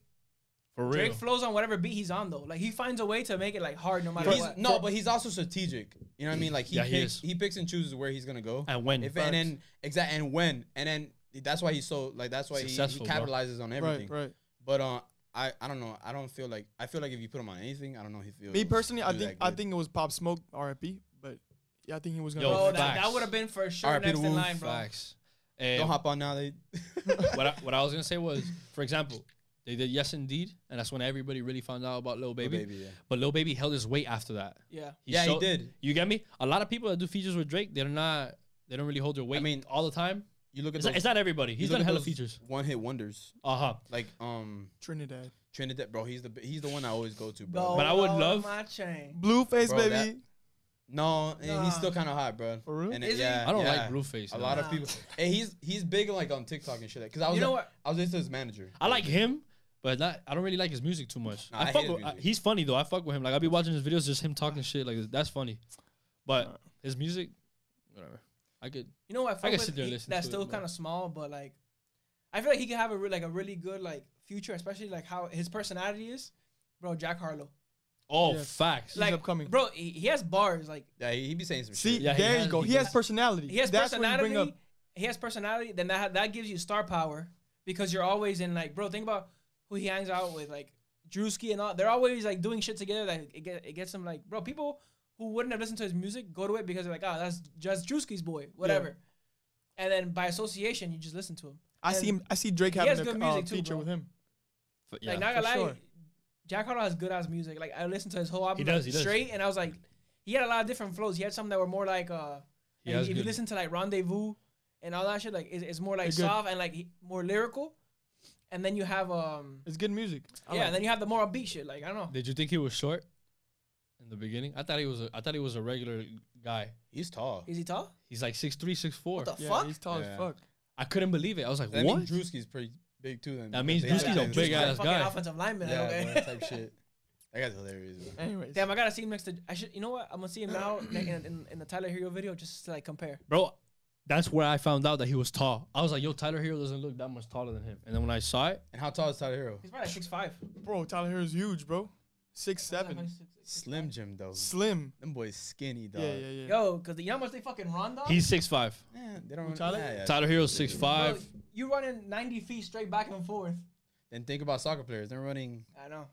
[SPEAKER 5] For real.
[SPEAKER 4] Drake flows on whatever beat he's on though. Like he finds a way to make it like hard no matter
[SPEAKER 2] He's,
[SPEAKER 4] what.
[SPEAKER 2] no, but he's also strategic. You know what I mean? Like he
[SPEAKER 5] Yeah, he
[SPEAKER 2] picks,
[SPEAKER 5] is.
[SPEAKER 2] he, picks and chooses where he's gonna go,
[SPEAKER 5] and when?
[SPEAKER 2] if, and then exact and when, and then that's why he's so like that's why he, he
[SPEAKER 5] Successful, bro.
[SPEAKER 2] capitalizes on everything.
[SPEAKER 1] Right, right.
[SPEAKER 2] But uh, I I don't know. I don't feel like I feel like if you put him on anything, I don't know if he
[SPEAKER 1] Me personally, I think I think it was Pop Smoke, R.I.P. But yeah, I think he was gonna.
[SPEAKER 5] Yo,
[SPEAKER 1] go
[SPEAKER 4] bro,
[SPEAKER 1] next.
[SPEAKER 4] that,
[SPEAKER 5] facts.
[SPEAKER 4] that would have been for sure
[SPEAKER 2] RIP to
[SPEAKER 4] next in
[SPEAKER 2] Wu,
[SPEAKER 4] line, bro.
[SPEAKER 5] Facts. And
[SPEAKER 2] don't hop on now. They
[SPEAKER 5] what I, what I was gonna say was, for example, they did Yes Indeed, and that's when everybody really found out about Lil Baby.
[SPEAKER 2] baby, yeah.
[SPEAKER 5] But Lil Baby held his weight after that.
[SPEAKER 4] Yeah,
[SPEAKER 2] Yeah, he
[SPEAKER 5] showed-
[SPEAKER 2] did.
[SPEAKER 5] You get me? A lot of people that do features with Drake, they're not. They don't really hold their weight. I
[SPEAKER 2] mean,
[SPEAKER 5] mean, all the time.
[SPEAKER 2] You look at
[SPEAKER 5] It's
[SPEAKER 2] those,
[SPEAKER 5] not, it's not everybody.
[SPEAKER 2] you
[SPEAKER 5] He's
[SPEAKER 2] look
[SPEAKER 5] done
[SPEAKER 2] at
[SPEAKER 5] hella
[SPEAKER 2] those
[SPEAKER 5] features.
[SPEAKER 2] One hit wonders,
[SPEAKER 5] Uh huh.
[SPEAKER 2] like um
[SPEAKER 1] Trinidad.
[SPEAKER 2] Trinidad, bro. He's the he's the one I always go to, bro.
[SPEAKER 4] Gold
[SPEAKER 5] But I would
[SPEAKER 4] on
[SPEAKER 5] love-
[SPEAKER 4] my chain.
[SPEAKER 1] Blueface,
[SPEAKER 2] Bro,
[SPEAKER 1] baby.
[SPEAKER 2] that- No, and
[SPEAKER 4] Nah.
[SPEAKER 2] he's still kind of hot, bro.
[SPEAKER 1] For real?
[SPEAKER 2] And
[SPEAKER 4] Is he?
[SPEAKER 2] yeah,
[SPEAKER 5] I don't
[SPEAKER 2] yeah.
[SPEAKER 5] like Blueface.
[SPEAKER 2] A
[SPEAKER 5] no.
[SPEAKER 2] lot of
[SPEAKER 4] Nah.
[SPEAKER 2] people. And he's he's big like on TikTok and shit. Like, Cause I was
[SPEAKER 4] You know
[SPEAKER 2] li-
[SPEAKER 4] what?
[SPEAKER 2] I was listening to his manager.
[SPEAKER 5] I like him, but not. I don't really like his music too much.
[SPEAKER 2] Nah, I
[SPEAKER 5] I,
[SPEAKER 2] hate
[SPEAKER 5] fuck.
[SPEAKER 2] his
[SPEAKER 5] With, I-
[SPEAKER 2] music.
[SPEAKER 5] he's funny though. I fuck with him. Like I'll be watching his videos, just him talking shit. Like that's funny. But
[SPEAKER 1] Alright.
[SPEAKER 5] his music, whatever. I could.
[SPEAKER 4] You know what? I, fuck
[SPEAKER 5] can
[SPEAKER 4] with?
[SPEAKER 5] sit there and
[SPEAKER 4] He-
[SPEAKER 5] listen
[SPEAKER 4] That's
[SPEAKER 5] to it,
[SPEAKER 4] still
[SPEAKER 5] but-
[SPEAKER 4] kind of small, but like, I feel like he could have a re- like a really good like future, especially like how his personality is, bro. Jack Harlow,
[SPEAKER 5] Oh,
[SPEAKER 1] Yes.
[SPEAKER 5] facts.
[SPEAKER 1] Like-
[SPEAKER 4] like
[SPEAKER 1] upcoming.
[SPEAKER 4] bro, he, he has bars. Like
[SPEAKER 2] Yeah, he, he be saying some
[SPEAKER 1] See,
[SPEAKER 2] shit.
[SPEAKER 5] Yeah, he
[SPEAKER 1] there you
[SPEAKER 5] has-
[SPEAKER 1] go.
[SPEAKER 5] he
[SPEAKER 1] He has
[SPEAKER 5] does.
[SPEAKER 1] personality.
[SPEAKER 4] he has
[SPEAKER 1] That's what you
[SPEAKER 4] personality.
[SPEAKER 1] bring up.
[SPEAKER 4] He has personality. Then that that gives you star power because you're always in like, bro. Think about who he hangs out with, like Drewski and all. They're always like doing shit together. Like it, get, it gets him like, bro. People who wouldn't have listened to his music go to it because they're like, oh, that's just Drewski's boy, whatever. And then by association, you just listen to him.
[SPEAKER 1] I
[SPEAKER 4] And-
[SPEAKER 1] see him. I see Drake
[SPEAKER 4] he
[SPEAKER 1] having
[SPEAKER 4] has
[SPEAKER 1] a
[SPEAKER 4] good
[SPEAKER 1] uh,
[SPEAKER 4] music too,
[SPEAKER 1] feature
[SPEAKER 4] bro.
[SPEAKER 1] with him.
[SPEAKER 5] F- yeah.
[SPEAKER 4] like not gonna
[SPEAKER 1] for
[SPEAKER 4] lie,
[SPEAKER 1] sure.
[SPEAKER 4] Jack Harlow has good ass music. Like I listened to his whole album
[SPEAKER 5] He does,
[SPEAKER 4] like,
[SPEAKER 5] he does.
[SPEAKER 4] straight, and I was like, he had a lot of different flows. He had some that were more like, uh,
[SPEAKER 5] He
[SPEAKER 4] like,
[SPEAKER 5] has
[SPEAKER 4] if you
[SPEAKER 5] good-
[SPEAKER 4] listen to like Rendezvous and all that shit, like it's, it's more like
[SPEAKER 1] They're good.
[SPEAKER 4] soft and like he- more lyrical. And then you have um,
[SPEAKER 1] It's good music. I
[SPEAKER 4] yeah,
[SPEAKER 1] like
[SPEAKER 4] and
[SPEAKER 1] it.
[SPEAKER 4] then you have the more upbeat shit. Like I don't know,
[SPEAKER 5] Did you think he was short in the beginning? I thought he was. A, I thought he was a regular guy.
[SPEAKER 2] He's tall.
[SPEAKER 4] is he tall?
[SPEAKER 5] He's like six three, six four.
[SPEAKER 4] What the
[SPEAKER 1] yeah,
[SPEAKER 4] fuck?
[SPEAKER 1] he's tall
[SPEAKER 2] Yeah.
[SPEAKER 1] as fuck.
[SPEAKER 5] I couldn't believe it. I was like,
[SPEAKER 2] That
[SPEAKER 5] what?
[SPEAKER 2] means Drewski's pretty big too. Then
[SPEAKER 5] That means
[SPEAKER 2] because they
[SPEAKER 5] Drewski's
[SPEAKER 2] have
[SPEAKER 5] a
[SPEAKER 2] that
[SPEAKER 5] big
[SPEAKER 2] shit.
[SPEAKER 5] ass
[SPEAKER 4] fucking
[SPEAKER 5] guy.
[SPEAKER 4] offensive lineman.
[SPEAKER 2] Yeah,
[SPEAKER 4] okay.
[SPEAKER 2] boy, type shit. That guy's hilarious. bro.
[SPEAKER 1] Anyways,
[SPEAKER 4] Damn, I gotta see him next to. I should, you know what? I'm gonna see him now in, in, in the Tyler Hero video just to like compare.
[SPEAKER 5] bro. That's where I found out that he was tall. I was like, yo, Tyler Hero doesn't look that much taller than him. And then when I saw it,
[SPEAKER 2] And how tall is Tyler Hero?
[SPEAKER 4] He's probably like six five.
[SPEAKER 1] bro, Tyler Hero's huge, bro. Six seven,
[SPEAKER 2] Slim Jim though.
[SPEAKER 1] slim.
[SPEAKER 2] Them boys skinny dog.
[SPEAKER 1] Yeah, yeah, yeah.
[SPEAKER 4] Yo, cause the, you know how much they fucking run though.
[SPEAKER 5] he's six five.
[SPEAKER 2] Eh, they don't.
[SPEAKER 1] Tyler?
[SPEAKER 2] Yeah, yeah.
[SPEAKER 5] Tyler Hero's six
[SPEAKER 4] Bro,
[SPEAKER 5] five.
[SPEAKER 4] you running 90 feet straight back and forth.
[SPEAKER 2] Then think about soccer players. They're running.
[SPEAKER 4] I know.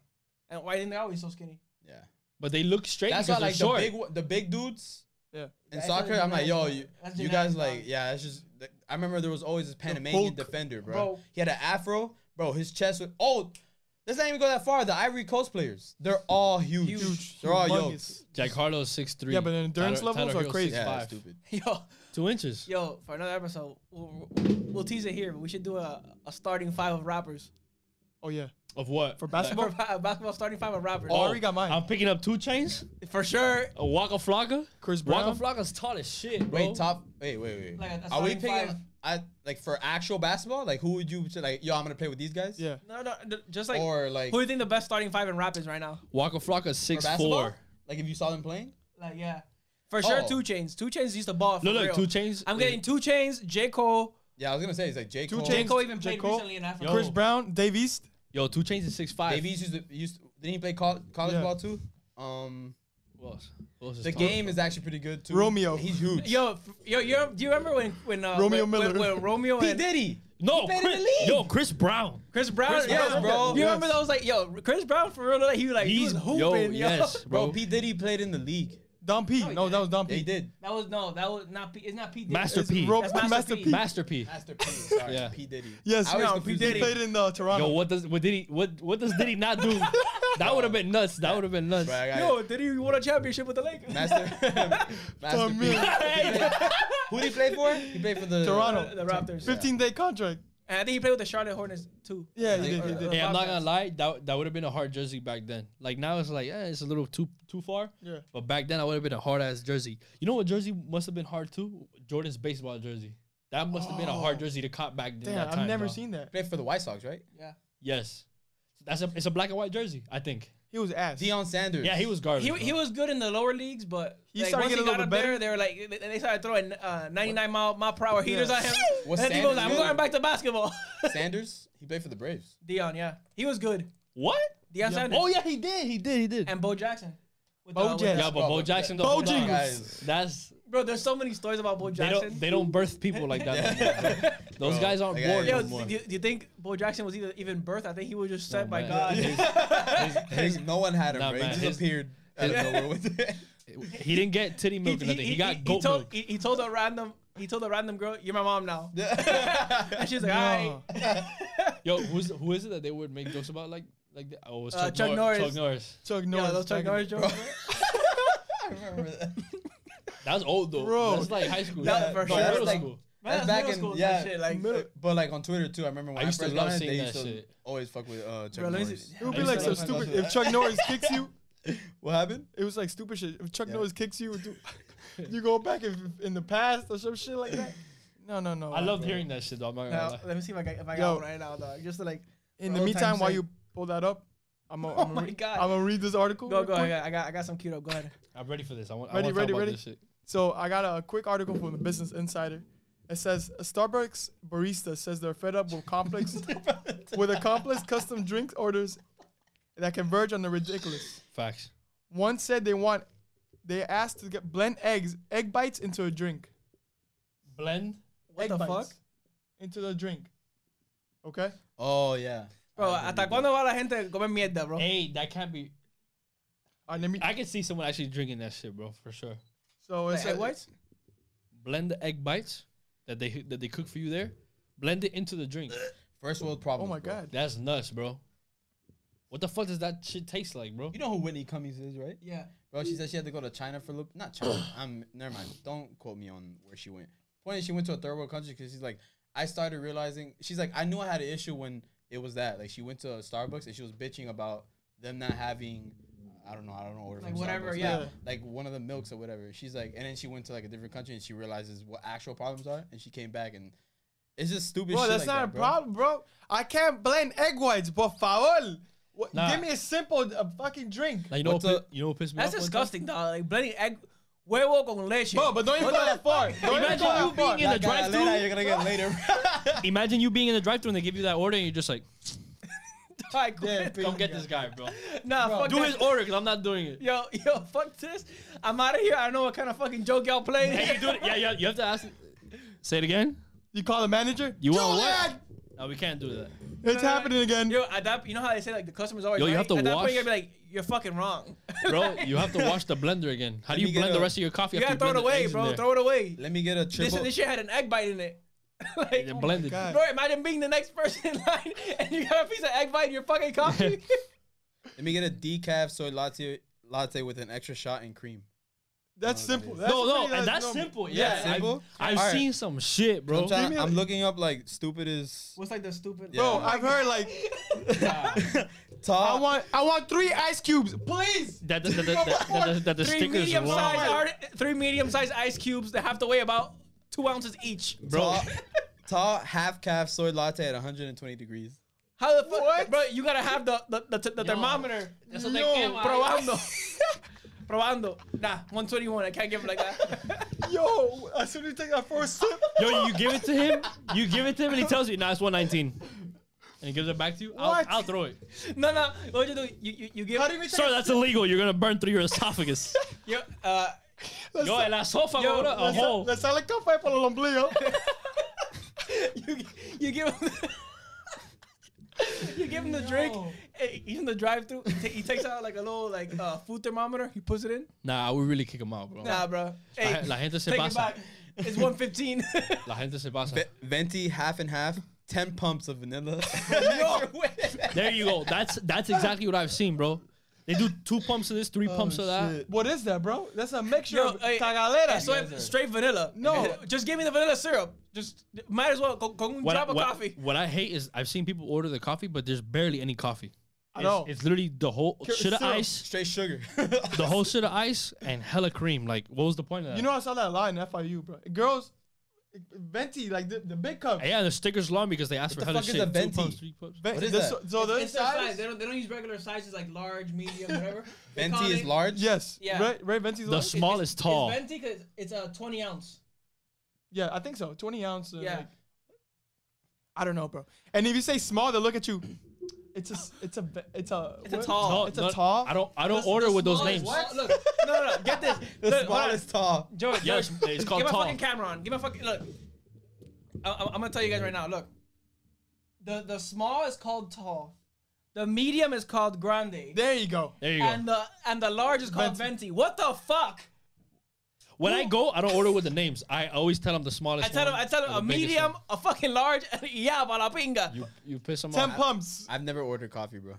[SPEAKER 4] And why think they always so skinny?
[SPEAKER 2] Yeah.
[SPEAKER 5] But they look straight
[SPEAKER 2] That's why
[SPEAKER 5] because they're
[SPEAKER 2] like
[SPEAKER 5] short.
[SPEAKER 2] the big wa- the big dudes.
[SPEAKER 1] Yeah.
[SPEAKER 2] In
[SPEAKER 4] That's
[SPEAKER 2] soccer,
[SPEAKER 4] a
[SPEAKER 2] I'm like, yo,
[SPEAKER 4] genetic-
[SPEAKER 2] you,
[SPEAKER 4] that's
[SPEAKER 2] you
[SPEAKER 4] genetic,
[SPEAKER 2] guys
[SPEAKER 4] bro.
[SPEAKER 2] like, yeah, it's just. th- I remember there was always this Panamanian
[SPEAKER 1] Hulk.
[SPEAKER 2] defender, bro.
[SPEAKER 4] Bro.
[SPEAKER 2] He had an afro, bro. His chest was. Oh, let's not even go that far. The Ivory Coast players, they're all huge.
[SPEAKER 1] Huge.
[SPEAKER 2] They're all
[SPEAKER 1] humongous.
[SPEAKER 2] yokes.
[SPEAKER 5] Jack Harlow's six three.
[SPEAKER 1] Yeah, but the endurance levels are crazy.
[SPEAKER 2] Yeah,
[SPEAKER 5] five.
[SPEAKER 2] stupid.
[SPEAKER 4] Yo,
[SPEAKER 5] Two inches.
[SPEAKER 4] yo, for another episode, we'll, we'll, we'll tease it here, but we should do a, a starting five of rappers.
[SPEAKER 1] Oh yeah,
[SPEAKER 5] Of what?
[SPEAKER 1] for
[SPEAKER 4] For
[SPEAKER 1] basketball.
[SPEAKER 4] ba- basketball starting five of rappers.
[SPEAKER 1] Oh. already got mine.
[SPEAKER 5] I'm picking up two chains.
[SPEAKER 4] For sure.
[SPEAKER 5] A Waka Flocka.
[SPEAKER 1] Chris Brown.
[SPEAKER 5] Waka Flocka's tall as shit, bro.
[SPEAKER 2] Wait, top. Wait, wait, wait.
[SPEAKER 4] Like a- a
[SPEAKER 2] are we
[SPEAKER 4] starting
[SPEAKER 2] picking?
[SPEAKER 4] five.
[SPEAKER 2] I like for actual basketball. Like, who would you say, like? Yo, I'm gonna play with these guys.
[SPEAKER 1] Yeah.
[SPEAKER 4] No, no, d- just like,
[SPEAKER 2] or like
[SPEAKER 4] who do you think the best starting five in rap is right now?
[SPEAKER 5] Waka Flocka's
[SPEAKER 2] for
[SPEAKER 5] six
[SPEAKER 2] basketball?
[SPEAKER 5] four.
[SPEAKER 2] Like, if you saw them playing,
[SPEAKER 4] Like, yeah. For sure,
[SPEAKER 2] Oh.
[SPEAKER 4] Two Chains. Two Chains used to ball. For
[SPEAKER 5] Look, look,
[SPEAKER 4] real.
[SPEAKER 5] Two Chains.
[SPEAKER 4] I'm
[SPEAKER 5] is-
[SPEAKER 4] getting Two Chains, J. Cole,
[SPEAKER 2] Yeah, I was gonna say it's like J
[SPEAKER 1] Two
[SPEAKER 2] Cole.
[SPEAKER 1] Chainz-
[SPEAKER 4] J. Cole even
[SPEAKER 1] J.
[SPEAKER 4] played
[SPEAKER 1] Cole?
[SPEAKER 4] recently in Africa.
[SPEAKER 5] Yo.
[SPEAKER 1] Chris Brown, Dave East.
[SPEAKER 5] Yo, two chains is six five.
[SPEAKER 2] Davies used to, used didn't he play col- college
[SPEAKER 1] Yeah.
[SPEAKER 2] ball too? Um,
[SPEAKER 5] Who else? Who else is
[SPEAKER 2] the
[SPEAKER 5] tall?
[SPEAKER 2] game is actually pretty good too.
[SPEAKER 1] Romeo.
[SPEAKER 2] he's huge.
[SPEAKER 4] Yo, f- yo, yo, do you remember when when uh,
[SPEAKER 1] Romeo
[SPEAKER 4] when, when-
[SPEAKER 1] Miller.
[SPEAKER 4] when Romeo
[SPEAKER 2] P
[SPEAKER 4] and
[SPEAKER 2] Diddy.
[SPEAKER 5] No,
[SPEAKER 4] played in the
[SPEAKER 5] Chris,
[SPEAKER 4] league.
[SPEAKER 5] yo, Chris Brown.
[SPEAKER 4] Chris Brown?
[SPEAKER 2] Chris
[SPEAKER 4] yeah,
[SPEAKER 2] Brown,
[SPEAKER 4] bro.
[SPEAKER 2] yes.
[SPEAKER 4] You remember that was like, yo, Chris Brown for real? Like, he was like, he
[SPEAKER 5] He's
[SPEAKER 4] was hooping,
[SPEAKER 5] yo,
[SPEAKER 4] yo.
[SPEAKER 5] yes,
[SPEAKER 2] Bro,
[SPEAKER 5] bro.
[SPEAKER 2] P Diddy played in the league.
[SPEAKER 1] Dom P.
[SPEAKER 4] No, he
[SPEAKER 1] No, that
[SPEAKER 4] didn't.
[SPEAKER 1] was Dom
[SPEAKER 2] Yeah, he
[SPEAKER 1] P.
[SPEAKER 2] did.
[SPEAKER 4] That was no, that was not P. It's not P. Diddy.
[SPEAKER 5] Master
[SPEAKER 4] It's-
[SPEAKER 5] P.
[SPEAKER 1] Ro-
[SPEAKER 4] That's Master
[SPEAKER 1] Master
[SPEAKER 4] P.
[SPEAKER 1] P.
[SPEAKER 5] Master P.
[SPEAKER 2] Master P. Sorry,
[SPEAKER 5] Yeah.
[SPEAKER 2] P Diddy.
[SPEAKER 1] Yes,
[SPEAKER 2] I always
[SPEAKER 1] no,
[SPEAKER 2] confuse
[SPEAKER 1] P. Diddy
[SPEAKER 2] Diddy.
[SPEAKER 1] played in uh, Toronto.
[SPEAKER 5] Yo, what does what did he what what does Diddy not do? that would have been nuts. That would have been nuts.
[SPEAKER 2] Bro, I got
[SPEAKER 4] Yo, did he won a championship with the Lakers?
[SPEAKER 2] Master, Master
[SPEAKER 1] Tom
[SPEAKER 2] P.
[SPEAKER 1] Miller.
[SPEAKER 2] Who did he play for? He played for the
[SPEAKER 1] Toronto.
[SPEAKER 4] the Raptors.
[SPEAKER 1] 15 day contract.
[SPEAKER 4] And I think he played with the Charlotte Hornets too.
[SPEAKER 1] Yeah, he did.
[SPEAKER 4] or-
[SPEAKER 1] He
[SPEAKER 4] or-
[SPEAKER 1] did.
[SPEAKER 5] Hey, I'm not
[SPEAKER 4] Bobcats.
[SPEAKER 5] gonna lie, that that would have been a hard jersey back then. Like now, it's like, eh, it's a little too too far.
[SPEAKER 1] Yeah.
[SPEAKER 5] But back then, I would have been a hard ass jersey. You know what jersey must have been hard too? Jordan's baseball jersey. That must have been a hard
[SPEAKER 1] Oh.
[SPEAKER 5] jersey to cop back then.
[SPEAKER 1] Damn,
[SPEAKER 5] that
[SPEAKER 1] I've
[SPEAKER 5] time,
[SPEAKER 1] never
[SPEAKER 5] bro.
[SPEAKER 1] seen that.
[SPEAKER 2] Played for the White Sox, right?
[SPEAKER 4] Yeah.
[SPEAKER 5] Yes, that's a it's a black and white jersey. I think.
[SPEAKER 1] He was ass.
[SPEAKER 2] Deion Sanders.
[SPEAKER 5] Yeah, he was garbage.
[SPEAKER 4] He,
[SPEAKER 5] bro.
[SPEAKER 4] he was good in the lower leagues, but
[SPEAKER 1] He
[SPEAKER 4] like,
[SPEAKER 1] started
[SPEAKER 4] once he
[SPEAKER 1] getting a
[SPEAKER 4] got
[SPEAKER 1] little
[SPEAKER 4] up
[SPEAKER 1] bit better.
[SPEAKER 4] there, they were like they- they started throwing uh, 99 mile mile per hour heaters
[SPEAKER 1] Yeah.
[SPEAKER 4] on him.
[SPEAKER 2] Was
[SPEAKER 4] and he goes,
[SPEAKER 2] Sanders
[SPEAKER 4] "I'm
[SPEAKER 2] good?
[SPEAKER 4] going back to basketball."
[SPEAKER 2] Sanders. He played for the Braves.
[SPEAKER 4] Dion, yeah, he was good.
[SPEAKER 5] what?
[SPEAKER 4] Deion Sanders
[SPEAKER 5] Oh yeah, he did. He did. He did.
[SPEAKER 4] and Bo Jackson. With uh,
[SPEAKER 1] Bo
[SPEAKER 4] with
[SPEAKER 1] Jackson.
[SPEAKER 5] yeah, but
[SPEAKER 2] Bro,
[SPEAKER 5] Bo
[SPEAKER 2] but
[SPEAKER 5] Jackson.
[SPEAKER 2] that-
[SPEAKER 5] though,
[SPEAKER 1] Bo
[SPEAKER 5] hold on.
[SPEAKER 2] Jingles.
[SPEAKER 5] That's
[SPEAKER 4] bro, there's so many stories about Bo
[SPEAKER 5] they
[SPEAKER 4] Jackson.
[SPEAKER 5] don't they don't birth people like that. no more, bro. Those
[SPEAKER 2] Bro,
[SPEAKER 5] guys aren't
[SPEAKER 2] the guy-
[SPEAKER 5] born
[SPEAKER 4] Yo,
[SPEAKER 5] no
[SPEAKER 4] do,
[SPEAKER 5] more.
[SPEAKER 4] do you, do you think Bo Jackson was either even birth? I think he was just
[SPEAKER 5] No,
[SPEAKER 4] set by
[SPEAKER 5] man.
[SPEAKER 4] God.
[SPEAKER 5] His-
[SPEAKER 2] His, no one had him.
[SPEAKER 5] Nah,
[SPEAKER 2] right?
[SPEAKER 5] man,
[SPEAKER 2] He just
[SPEAKER 5] his-
[SPEAKER 2] appeared out of
[SPEAKER 5] his-
[SPEAKER 2] nowhere with it.
[SPEAKER 5] He didn't get titty milk or nothing. He, got goat
[SPEAKER 4] told,
[SPEAKER 5] milk.
[SPEAKER 4] He, he told a random he told a random girl, "You're my mom now," and she's like, "All right."
[SPEAKER 5] Yo, who's who is it that they would make jokes about? Like like that? oh, it was
[SPEAKER 4] Uh,
[SPEAKER 5] Chuck,
[SPEAKER 4] Chuck
[SPEAKER 5] Nor-
[SPEAKER 4] Norris.
[SPEAKER 5] Chuck Norris.
[SPEAKER 1] Chuck
[SPEAKER 4] No,
[SPEAKER 1] Norris.
[SPEAKER 4] those Chuck
[SPEAKER 1] back in-
[SPEAKER 4] Norris jokes. bro.
[SPEAKER 2] I remember that.
[SPEAKER 5] That's old though.
[SPEAKER 1] Bro.
[SPEAKER 5] that's like high school.
[SPEAKER 4] That- for
[SPEAKER 5] That's no,
[SPEAKER 4] sure.
[SPEAKER 5] middle
[SPEAKER 4] That's like-
[SPEAKER 5] school.
[SPEAKER 4] Man, that's
[SPEAKER 2] back
[SPEAKER 4] middle
[SPEAKER 2] in-
[SPEAKER 4] school type
[SPEAKER 2] yeah,
[SPEAKER 4] shit, like,
[SPEAKER 1] middle-
[SPEAKER 2] But like on Twitter too, I remember when I,
[SPEAKER 5] I used to
[SPEAKER 2] first
[SPEAKER 5] love
[SPEAKER 2] learned,
[SPEAKER 5] seeing
[SPEAKER 2] they
[SPEAKER 5] that
[SPEAKER 2] used to
[SPEAKER 5] shit.
[SPEAKER 2] always fuck with uh, Chuck
[SPEAKER 4] Bro, let me
[SPEAKER 2] Norris.
[SPEAKER 4] see-
[SPEAKER 1] It would
[SPEAKER 5] I
[SPEAKER 1] be
[SPEAKER 5] used
[SPEAKER 1] like
[SPEAKER 5] to
[SPEAKER 1] so
[SPEAKER 5] love
[SPEAKER 1] stupid.
[SPEAKER 2] that.
[SPEAKER 1] If Chuck Norris kicks you,
[SPEAKER 2] What happened?
[SPEAKER 1] it was like stupid shit. If Chuck
[SPEAKER 2] Yeah.
[SPEAKER 1] Norris kicks you, dude, you go back in, in the past or some shit like that. No, no, no.
[SPEAKER 5] I loved
[SPEAKER 1] bro.
[SPEAKER 5] hearing that shit though. I'm not gonna
[SPEAKER 4] now,
[SPEAKER 5] lie.
[SPEAKER 4] let me see if I got, if I
[SPEAKER 1] Yo.
[SPEAKER 4] got one right now, dog. Just to like,
[SPEAKER 1] In the
[SPEAKER 4] Old
[SPEAKER 1] meantime,
[SPEAKER 4] times,
[SPEAKER 1] while
[SPEAKER 4] like-
[SPEAKER 1] you pull that up, I'm gonna
[SPEAKER 4] Oh
[SPEAKER 1] I'm
[SPEAKER 4] my
[SPEAKER 1] gonna
[SPEAKER 4] God.
[SPEAKER 1] read this article.
[SPEAKER 4] go
[SPEAKER 1] real
[SPEAKER 4] go.
[SPEAKER 1] quick.
[SPEAKER 4] I got, I got I got some keto. Go ahead.
[SPEAKER 5] I'm ready for this. I want.
[SPEAKER 1] Ready,
[SPEAKER 5] I want to
[SPEAKER 1] ready,
[SPEAKER 5] talk about
[SPEAKER 1] ready?
[SPEAKER 5] this shit.
[SPEAKER 1] So I got a quick article from the Business Insider. It says a Starbucks barista says they're fed up with complex with a complex custom drink orders that converge on the ridiculous.
[SPEAKER 5] Facts.
[SPEAKER 1] One said they want they asked to get blend eggs, egg bites into a drink.
[SPEAKER 5] Blend.
[SPEAKER 4] What
[SPEAKER 1] egg
[SPEAKER 4] the
[SPEAKER 1] bites
[SPEAKER 4] fuck,
[SPEAKER 1] Into the drink. Okay?
[SPEAKER 2] Oh yeah,
[SPEAKER 4] bro? ¿Hasta cuándo va la gente a comer mierda, bro?
[SPEAKER 5] Hey, that can't be.
[SPEAKER 1] Alright, let me
[SPEAKER 5] I can see someone actually drinking that shit, bro, for sure.
[SPEAKER 1] so it's
[SPEAKER 4] Like, egg
[SPEAKER 1] a-
[SPEAKER 4] whites?
[SPEAKER 5] Blend the egg bites that they that they cook for you there. Blend it into the drink.
[SPEAKER 2] first world problem.
[SPEAKER 1] Oh my god.
[SPEAKER 5] That's nuts, bro. What the fuck does that shit taste like, bro?
[SPEAKER 2] You know who Whitney Cummings is, right?
[SPEAKER 4] Yeah.
[SPEAKER 2] Bro, she said she had to go to China for a little. Not China. I'm never mind. Don't quote me on where she went. Point is, she went to a third world country because she's like, I started realizing she's like, I knew I had an issue when it was that. Like, she went to a Starbucks and she was bitching about them not having, I don't know, I don't know, order
[SPEAKER 4] Like,
[SPEAKER 2] from
[SPEAKER 4] whatever,
[SPEAKER 2] Starbucks,
[SPEAKER 4] yeah.
[SPEAKER 2] like, like one of the milks or whatever. She's like, and then she went to like a different country and she realizes what actual problems are, and she came back and it's just stupid.
[SPEAKER 1] Bro,
[SPEAKER 2] shit
[SPEAKER 1] that's
[SPEAKER 2] like
[SPEAKER 1] not
[SPEAKER 2] that,
[SPEAKER 1] a
[SPEAKER 2] bro.
[SPEAKER 1] problem, bro. I can't blend egg whites, por favor. What,
[SPEAKER 5] Nah.
[SPEAKER 1] Give me a simple uh, fucking drink.
[SPEAKER 5] Like, you know, what
[SPEAKER 2] What's
[SPEAKER 5] pi-
[SPEAKER 2] up?
[SPEAKER 5] you know what pissed me
[SPEAKER 4] That's
[SPEAKER 5] off? one time?
[SPEAKER 4] disgusting, dog. Like bloody egg, huevo con leche.
[SPEAKER 1] Bro, but don't even go that far. Don't even
[SPEAKER 5] Imagine
[SPEAKER 1] go that
[SPEAKER 5] you being
[SPEAKER 1] far.
[SPEAKER 5] in the
[SPEAKER 2] That guy
[SPEAKER 5] drive-thru.
[SPEAKER 2] Elena, You're gonna get later.
[SPEAKER 5] Imagine you being in the drive-thru and they give you that order and you're just like,
[SPEAKER 4] I quit.
[SPEAKER 5] "Come get this guy, bro.
[SPEAKER 4] Nah, fuck
[SPEAKER 5] Do
[SPEAKER 4] that.
[SPEAKER 5] his order, cause I'm not doing it."
[SPEAKER 4] Yo, yo, fuck this. I'm out of here. I don't know what kind of fucking joke y'all played.
[SPEAKER 5] Hey, you do it. Yeah, yeah. You have to ask. Say it again.
[SPEAKER 1] You call the manager?
[SPEAKER 5] You want
[SPEAKER 1] Julian!
[SPEAKER 5] No, we can't do that.
[SPEAKER 1] It's happening again.
[SPEAKER 4] Yo, at that, you know how they say like the customers always.
[SPEAKER 5] Yo, you
[SPEAKER 4] right?
[SPEAKER 5] have to
[SPEAKER 4] At that
[SPEAKER 5] wash-
[SPEAKER 4] point, you gotta be like, you're fucking wrong.
[SPEAKER 5] Bro, you have to wash the blender again. How
[SPEAKER 2] Let
[SPEAKER 5] do you
[SPEAKER 2] me get
[SPEAKER 5] blend the
[SPEAKER 2] a-
[SPEAKER 5] rest of your coffee?
[SPEAKER 4] You
[SPEAKER 5] after
[SPEAKER 4] gotta throw it
[SPEAKER 5] blend the
[SPEAKER 4] away,
[SPEAKER 5] eggs in
[SPEAKER 4] bro.
[SPEAKER 5] there?
[SPEAKER 4] Throw it away.
[SPEAKER 2] Let me get a
[SPEAKER 4] This
[SPEAKER 2] triple.
[SPEAKER 4] this shit had an egg bite in it. like,
[SPEAKER 5] And then blend it.
[SPEAKER 1] God.
[SPEAKER 4] bro, imagine being the next person in line and you got a piece of egg bite in your fucking coffee.
[SPEAKER 2] Let me get a decaf soy latte latte with an extra shot and cream.
[SPEAKER 1] That's
[SPEAKER 2] No, that
[SPEAKER 1] simple.
[SPEAKER 2] is-
[SPEAKER 1] That's
[SPEAKER 5] no, no,
[SPEAKER 1] pretty-
[SPEAKER 5] and that's
[SPEAKER 1] normal.
[SPEAKER 5] simple.
[SPEAKER 2] Yeah,
[SPEAKER 5] Yeah,
[SPEAKER 2] simple.
[SPEAKER 5] I, have
[SPEAKER 2] Alright.
[SPEAKER 5] seen some shit, bro.
[SPEAKER 2] I'm, trying-
[SPEAKER 1] Give me
[SPEAKER 2] I'm
[SPEAKER 1] a-
[SPEAKER 2] looking up like stupid is
[SPEAKER 4] What's like the stupid?
[SPEAKER 2] Yeah.
[SPEAKER 1] Bro, I've heard like uh, I
[SPEAKER 2] top.
[SPEAKER 1] want I want three ice cubes, please.
[SPEAKER 5] That, that, that, that, that, that, that the
[SPEAKER 4] three
[SPEAKER 5] stickers
[SPEAKER 4] medium
[SPEAKER 5] wrong.
[SPEAKER 4] sized art- three medium sized ice cubes that have to weigh about two ounces each.
[SPEAKER 5] bro.
[SPEAKER 2] Tall, tall half calf soy latte at 120 degrees.
[SPEAKER 4] How the fuck, bro? You gotta have the the, the, the thermometer
[SPEAKER 5] That's
[SPEAKER 1] what they Yo, came out.
[SPEAKER 4] probando, probando. Nah, 121. I can't give it like that.
[SPEAKER 1] Yo, as soon as you take that first sip,
[SPEAKER 5] Yo, you give it to him. You give it to him, and he tells you, "Nah, it's 119." And he gives it back to you. I'll,
[SPEAKER 1] What?
[SPEAKER 5] I'll throw it.
[SPEAKER 4] no, no. What you do? You you, you give.
[SPEAKER 1] how do you even take
[SPEAKER 5] Sir,
[SPEAKER 1] a
[SPEAKER 5] that's
[SPEAKER 1] sip?
[SPEAKER 5] illegal. You're gonna burn through your esophagus.
[SPEAKER 4] Yo, uh,
[SPEAKER 1] Let's
[SPEAKER 5] Yo,
[SPEAKER 1] not-
[SPEAKER 5] el esófago,
[SPEAKER 4] Yo,
[SPEAKER 5] bro, a
[SPEAKER 1] let's not-
[SPEAKER 5] hole.
[SPEAKER 1] Let's not like cafe por el ombligo.
[SPEAKER 4] you you give him. you give him the drink. eh, He's in the drive-through. He, ta- he takes out like a little like uh, food thermometer. He puts it in.
[SPEAKER 5] Nah, we really kick him out, bro.
[SPEAKER 4] Nah, bro.
[SPEAKER 5] La,
[SPEAKER 4] Hey,
[SPEAKER 5] la gente se
[SPEAKER 4] take it
[SPEAKER 5] pasa.
[SPEAKER 4] back. It's 115.
[SPEAKER 5] La gente se pasa.
[SPEAKER 2] Ve- venti half and half, ten pumps of vanilla.
[SPEAKER 5] There you go. That's that's exactly what I've seen, bro. They do two pumps of this, three
[SPEAKER 4] Oh,
[SPEAKER 5] pumps of that.
[SPEAKER 2] shit.
[SPEAKER 1] What is that, bro? That's a mixture
[SPEAKER 4] Yo,
[SPEAKER 1] of
[SPEAKER 4] hey,
[SPEAKER 1] cagalera.
[SPEAKER 4] so it's straight vanilla.
[SPEAKER 1] No.
[SPEAKER 4] just give me the vanilla syrup. Just might as well go, go and
[SPEAKER 5] What I,
[SPEAKER 4] drop a
[SPEAKER 5] what,
[SPEAKER 4] coffee.
[SPEAKER 5] what I hate is I've seen people order the coffee, but there's barely any coffee.
[SPEAKER 1] I
[SPEAKER 5] It's,
[SPEAKER 1] know.
[SPEAKER 5] it's literally the whole shit of
[SPEAKER 1] syrup.
[SPEAKER 5] ice,
[SPEAKER 2] Straight sugar.
[SPEAKER 5] the whole shit of ice, and hella cream. Like, what was the point of that?
[SPEAKER 1] You know, I saw that line in FIU, bro. Girls, venti, like the, the big cup.
[SPEAKER 5] yeah, the sticker's long because they asked for
[SPEAKER 2] the
[SPEAKER 5] hella
[SPEAKER 2] fuck is
[SPEAKER 5] shit.
[SPEAKER 2] a
[SPEAKER 5] Two
[SPEAKER 2] venti?
[SPEAKER 5] pumps, three pumps.
[SPEAKER 1] Ve-
[SPEAKER 2] What is
[SPEAKER 1] the-
[SPEAKER 2] that?
[SPEAKER 1] So, so the
[SPEAKER 4] It's their size.
[SPEAKER 1] size.
[SPEAKER 4] They don't they don't use regular sizes like large, medium, whatever. They call
[SPEAKER 2] venti is
[SPEAKER 4] it-
[SPEAKER 2] large.
[SPEAKER 1] Yes.
[SPEAKER 4] Yeah.
[SPEAKER 1] Right, right venti's
[SPEAKER 5] The
[SPEAKER 1] large?
[SPEAKER 5] small
[SPEAKER 4] it's-
[SPEAKER 5] is tall.
[SPEAKER 4] It's venti 'cause it's a 20 ounce.
[SPEAKER 1] Yeah, I think so. 20 ounce. uh,
[SPEAKER 4] Yeah.
[SPEAKER 1] like- I don't know, bro. And if you say small, they look at you. It's a, s- it's a, ve- it's a,
[SPEAKER 4] It's a
[SPEAKER 1] what?
[SPEAKER 4] tall.
[SPEAKER 5] No,
[SPEAKER 1] It's a
[SPEAKER 5] no,
[SPEAKER 1] tall.
[SPEAKER 5] I don't. I don't
[SPEAKER 4] The-
[SPEAKER 5] order
[SPEAKER 4] the
[SPEAKER 5] with those
[SPEAKER 4] smallest-
[SPEAKER 5] names.
[SPEAKER 4] small- Look, no, no, no, get this.
[SPEAKER 2] The
[SPEAKER 4] Look, hold on.
[SPEAKER 2] smallest tall.
[SPEAKER 4] George,
[SPEAKER 5] Yes,
[SPEAKER 4] George,
[SPEAKER 5] it's called
[SPEAKER 4] give
[SPEAKER 5] tall.
[SPEAKER 4] my fucking camera on. Give my fucking look. I, I, am gonna tell you guys right now. Look, the the small is called tall, the medium is called grande,
[SPEAKER 1] There you go.
[SPEAKER 5] There you go.
[SPEAKER 4] and the and the large is called venti. What the fuck?
[SPEAKER 5] When I go, I don't order with the names. I always tell them the smallest.
[SPEAKER 4] I tell him,
[SPEAKER 5] one
[SPEAKER 4] I tell him
[SPEAKER 5] and
[SPEAKER 4] a
[SPEAKER 5] the biggest
[SPEAKER 4] medium,
[SPEAKER 5] one.
[SPEAKER 4] a fucking large, and yeah, la pinga.
[SPEAKER 5] You you piss them
[SPEAKER 1] 10
[SPEAKER 5] off.
[SPEAKER 1] pumps
[SPEAKER 2] I've never ordered coffee, bro.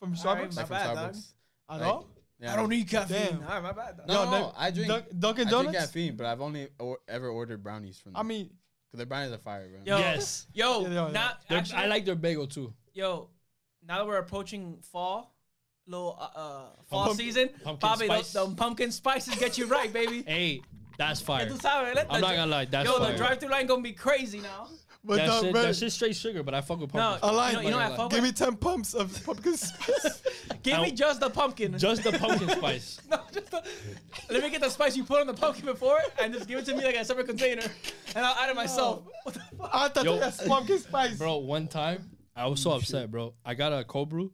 [SPEAKER 1] from
[SPEAKER 4] All right,
[SPEAKER 1] Starbucks.
[SPEAKER 4] my
[SPEAKER 2] Like from
[SPEAKER 4] bad, dog.
[SPEAKER 2] Starbucks.
[SPEAKER 1] I
[SPEAKER 2] Like,
[SPEAKER 1] know.
[SPEAKER 2] yeah,
[SPEAKER 4] I don't need caffeine.
[SPEAKER 1] Damn.
[SPEAKER 4] All right, my bad. Dog.
[SPEAKER 2] No,
[SPEAKER 1] Yo,
[SPEAKER 2] no,
[SPEAKER 1] Dun-
[SPEAKER 2] I drink.
[SPEAKER 1] Dun- Dunkin'
[SPEAKER 2] I drink
[SPEAKER 1] Donuts?
[SPEAKER 2] caffeine, but I've only or, ever ordered brownies from them.
[SPEAKER 1] I mean,
[SPEAKER 2] 'Cause their brownies are fire, bro.
[SPEAKER 4] Yo,
[SPEAKER 5] Yes.
[SPEAKER 4] Yo,
[SPEAKER 1] Yeah, yeah,
[SPEAKER 4] not
[SPEAKER 5] They're-
[SPEAKER 4] actually,
[SPEAKER 5] I like their bagel too.
[SPEAKER 4] Yo, now that we're approaching fall, little uh, uh fall
[SPEAKER 5] Pump-
[SPEAKER 4] season,
[SPEAKER 5] pumpkin
[SPEAKER 4] Bobby,
[SPEAKER 5] spice.
[SPEAKER 4] those them pumpkin spices get you right, baby.
[SPEAKER 5] Hey, that's fire.
[SPEAKER 4] Tú sabes, let
[SPEAKER 5] I'm
[SPEAKER 4] the-
[SPEAKER 5] not gonna lie, that's
[SPEAKER 4] yo,
[SPEAKER 5] fire.
[SPEAKER 4] the drive-through line gonna be crazy now.
[SPEAKER 1] but
[SPEAKER 5] That
[SPEAKER 1] the-
[SPEAKER 5] shit,
[SPEAKER 1] but
[SPEAKER 5] that shit's straight sugar, but I fuck with
[SPEAKER 4] No,
[SPEAKER 5] pumpkin.
[SPEAKER 1] A line,
[SPEAKER 4] you know, you know
[SPEAKER 5] like
[SPEAKER 4] what I
[SPEAKER 5] a
[SPEAKER 4] fuck
[SPEAKER 1] give me
[SPEAKER 4] with?
[SPEAKER 1] 10 pumps of pumpkin spice.
[SPEAKER 4] Give me
[SPEAKER 5] Now-
[SPEAKER 4] just the pumpkin.
[SPEAKER 5] Just the pumpkin spice.
[SPEAKER 4] no, just the, let me get the spice you put on the pumpkin before, it, and just give it to me like a separate container, and I'll add it myself. What the fuck?
[SPEAKER 1] I thought
[SPEAKER 5] Yo.
[SPEAKER 1] that's pumpkin spice.
[SPEAKER 5] Bro, one time I was so upset, bro. I got a cold brew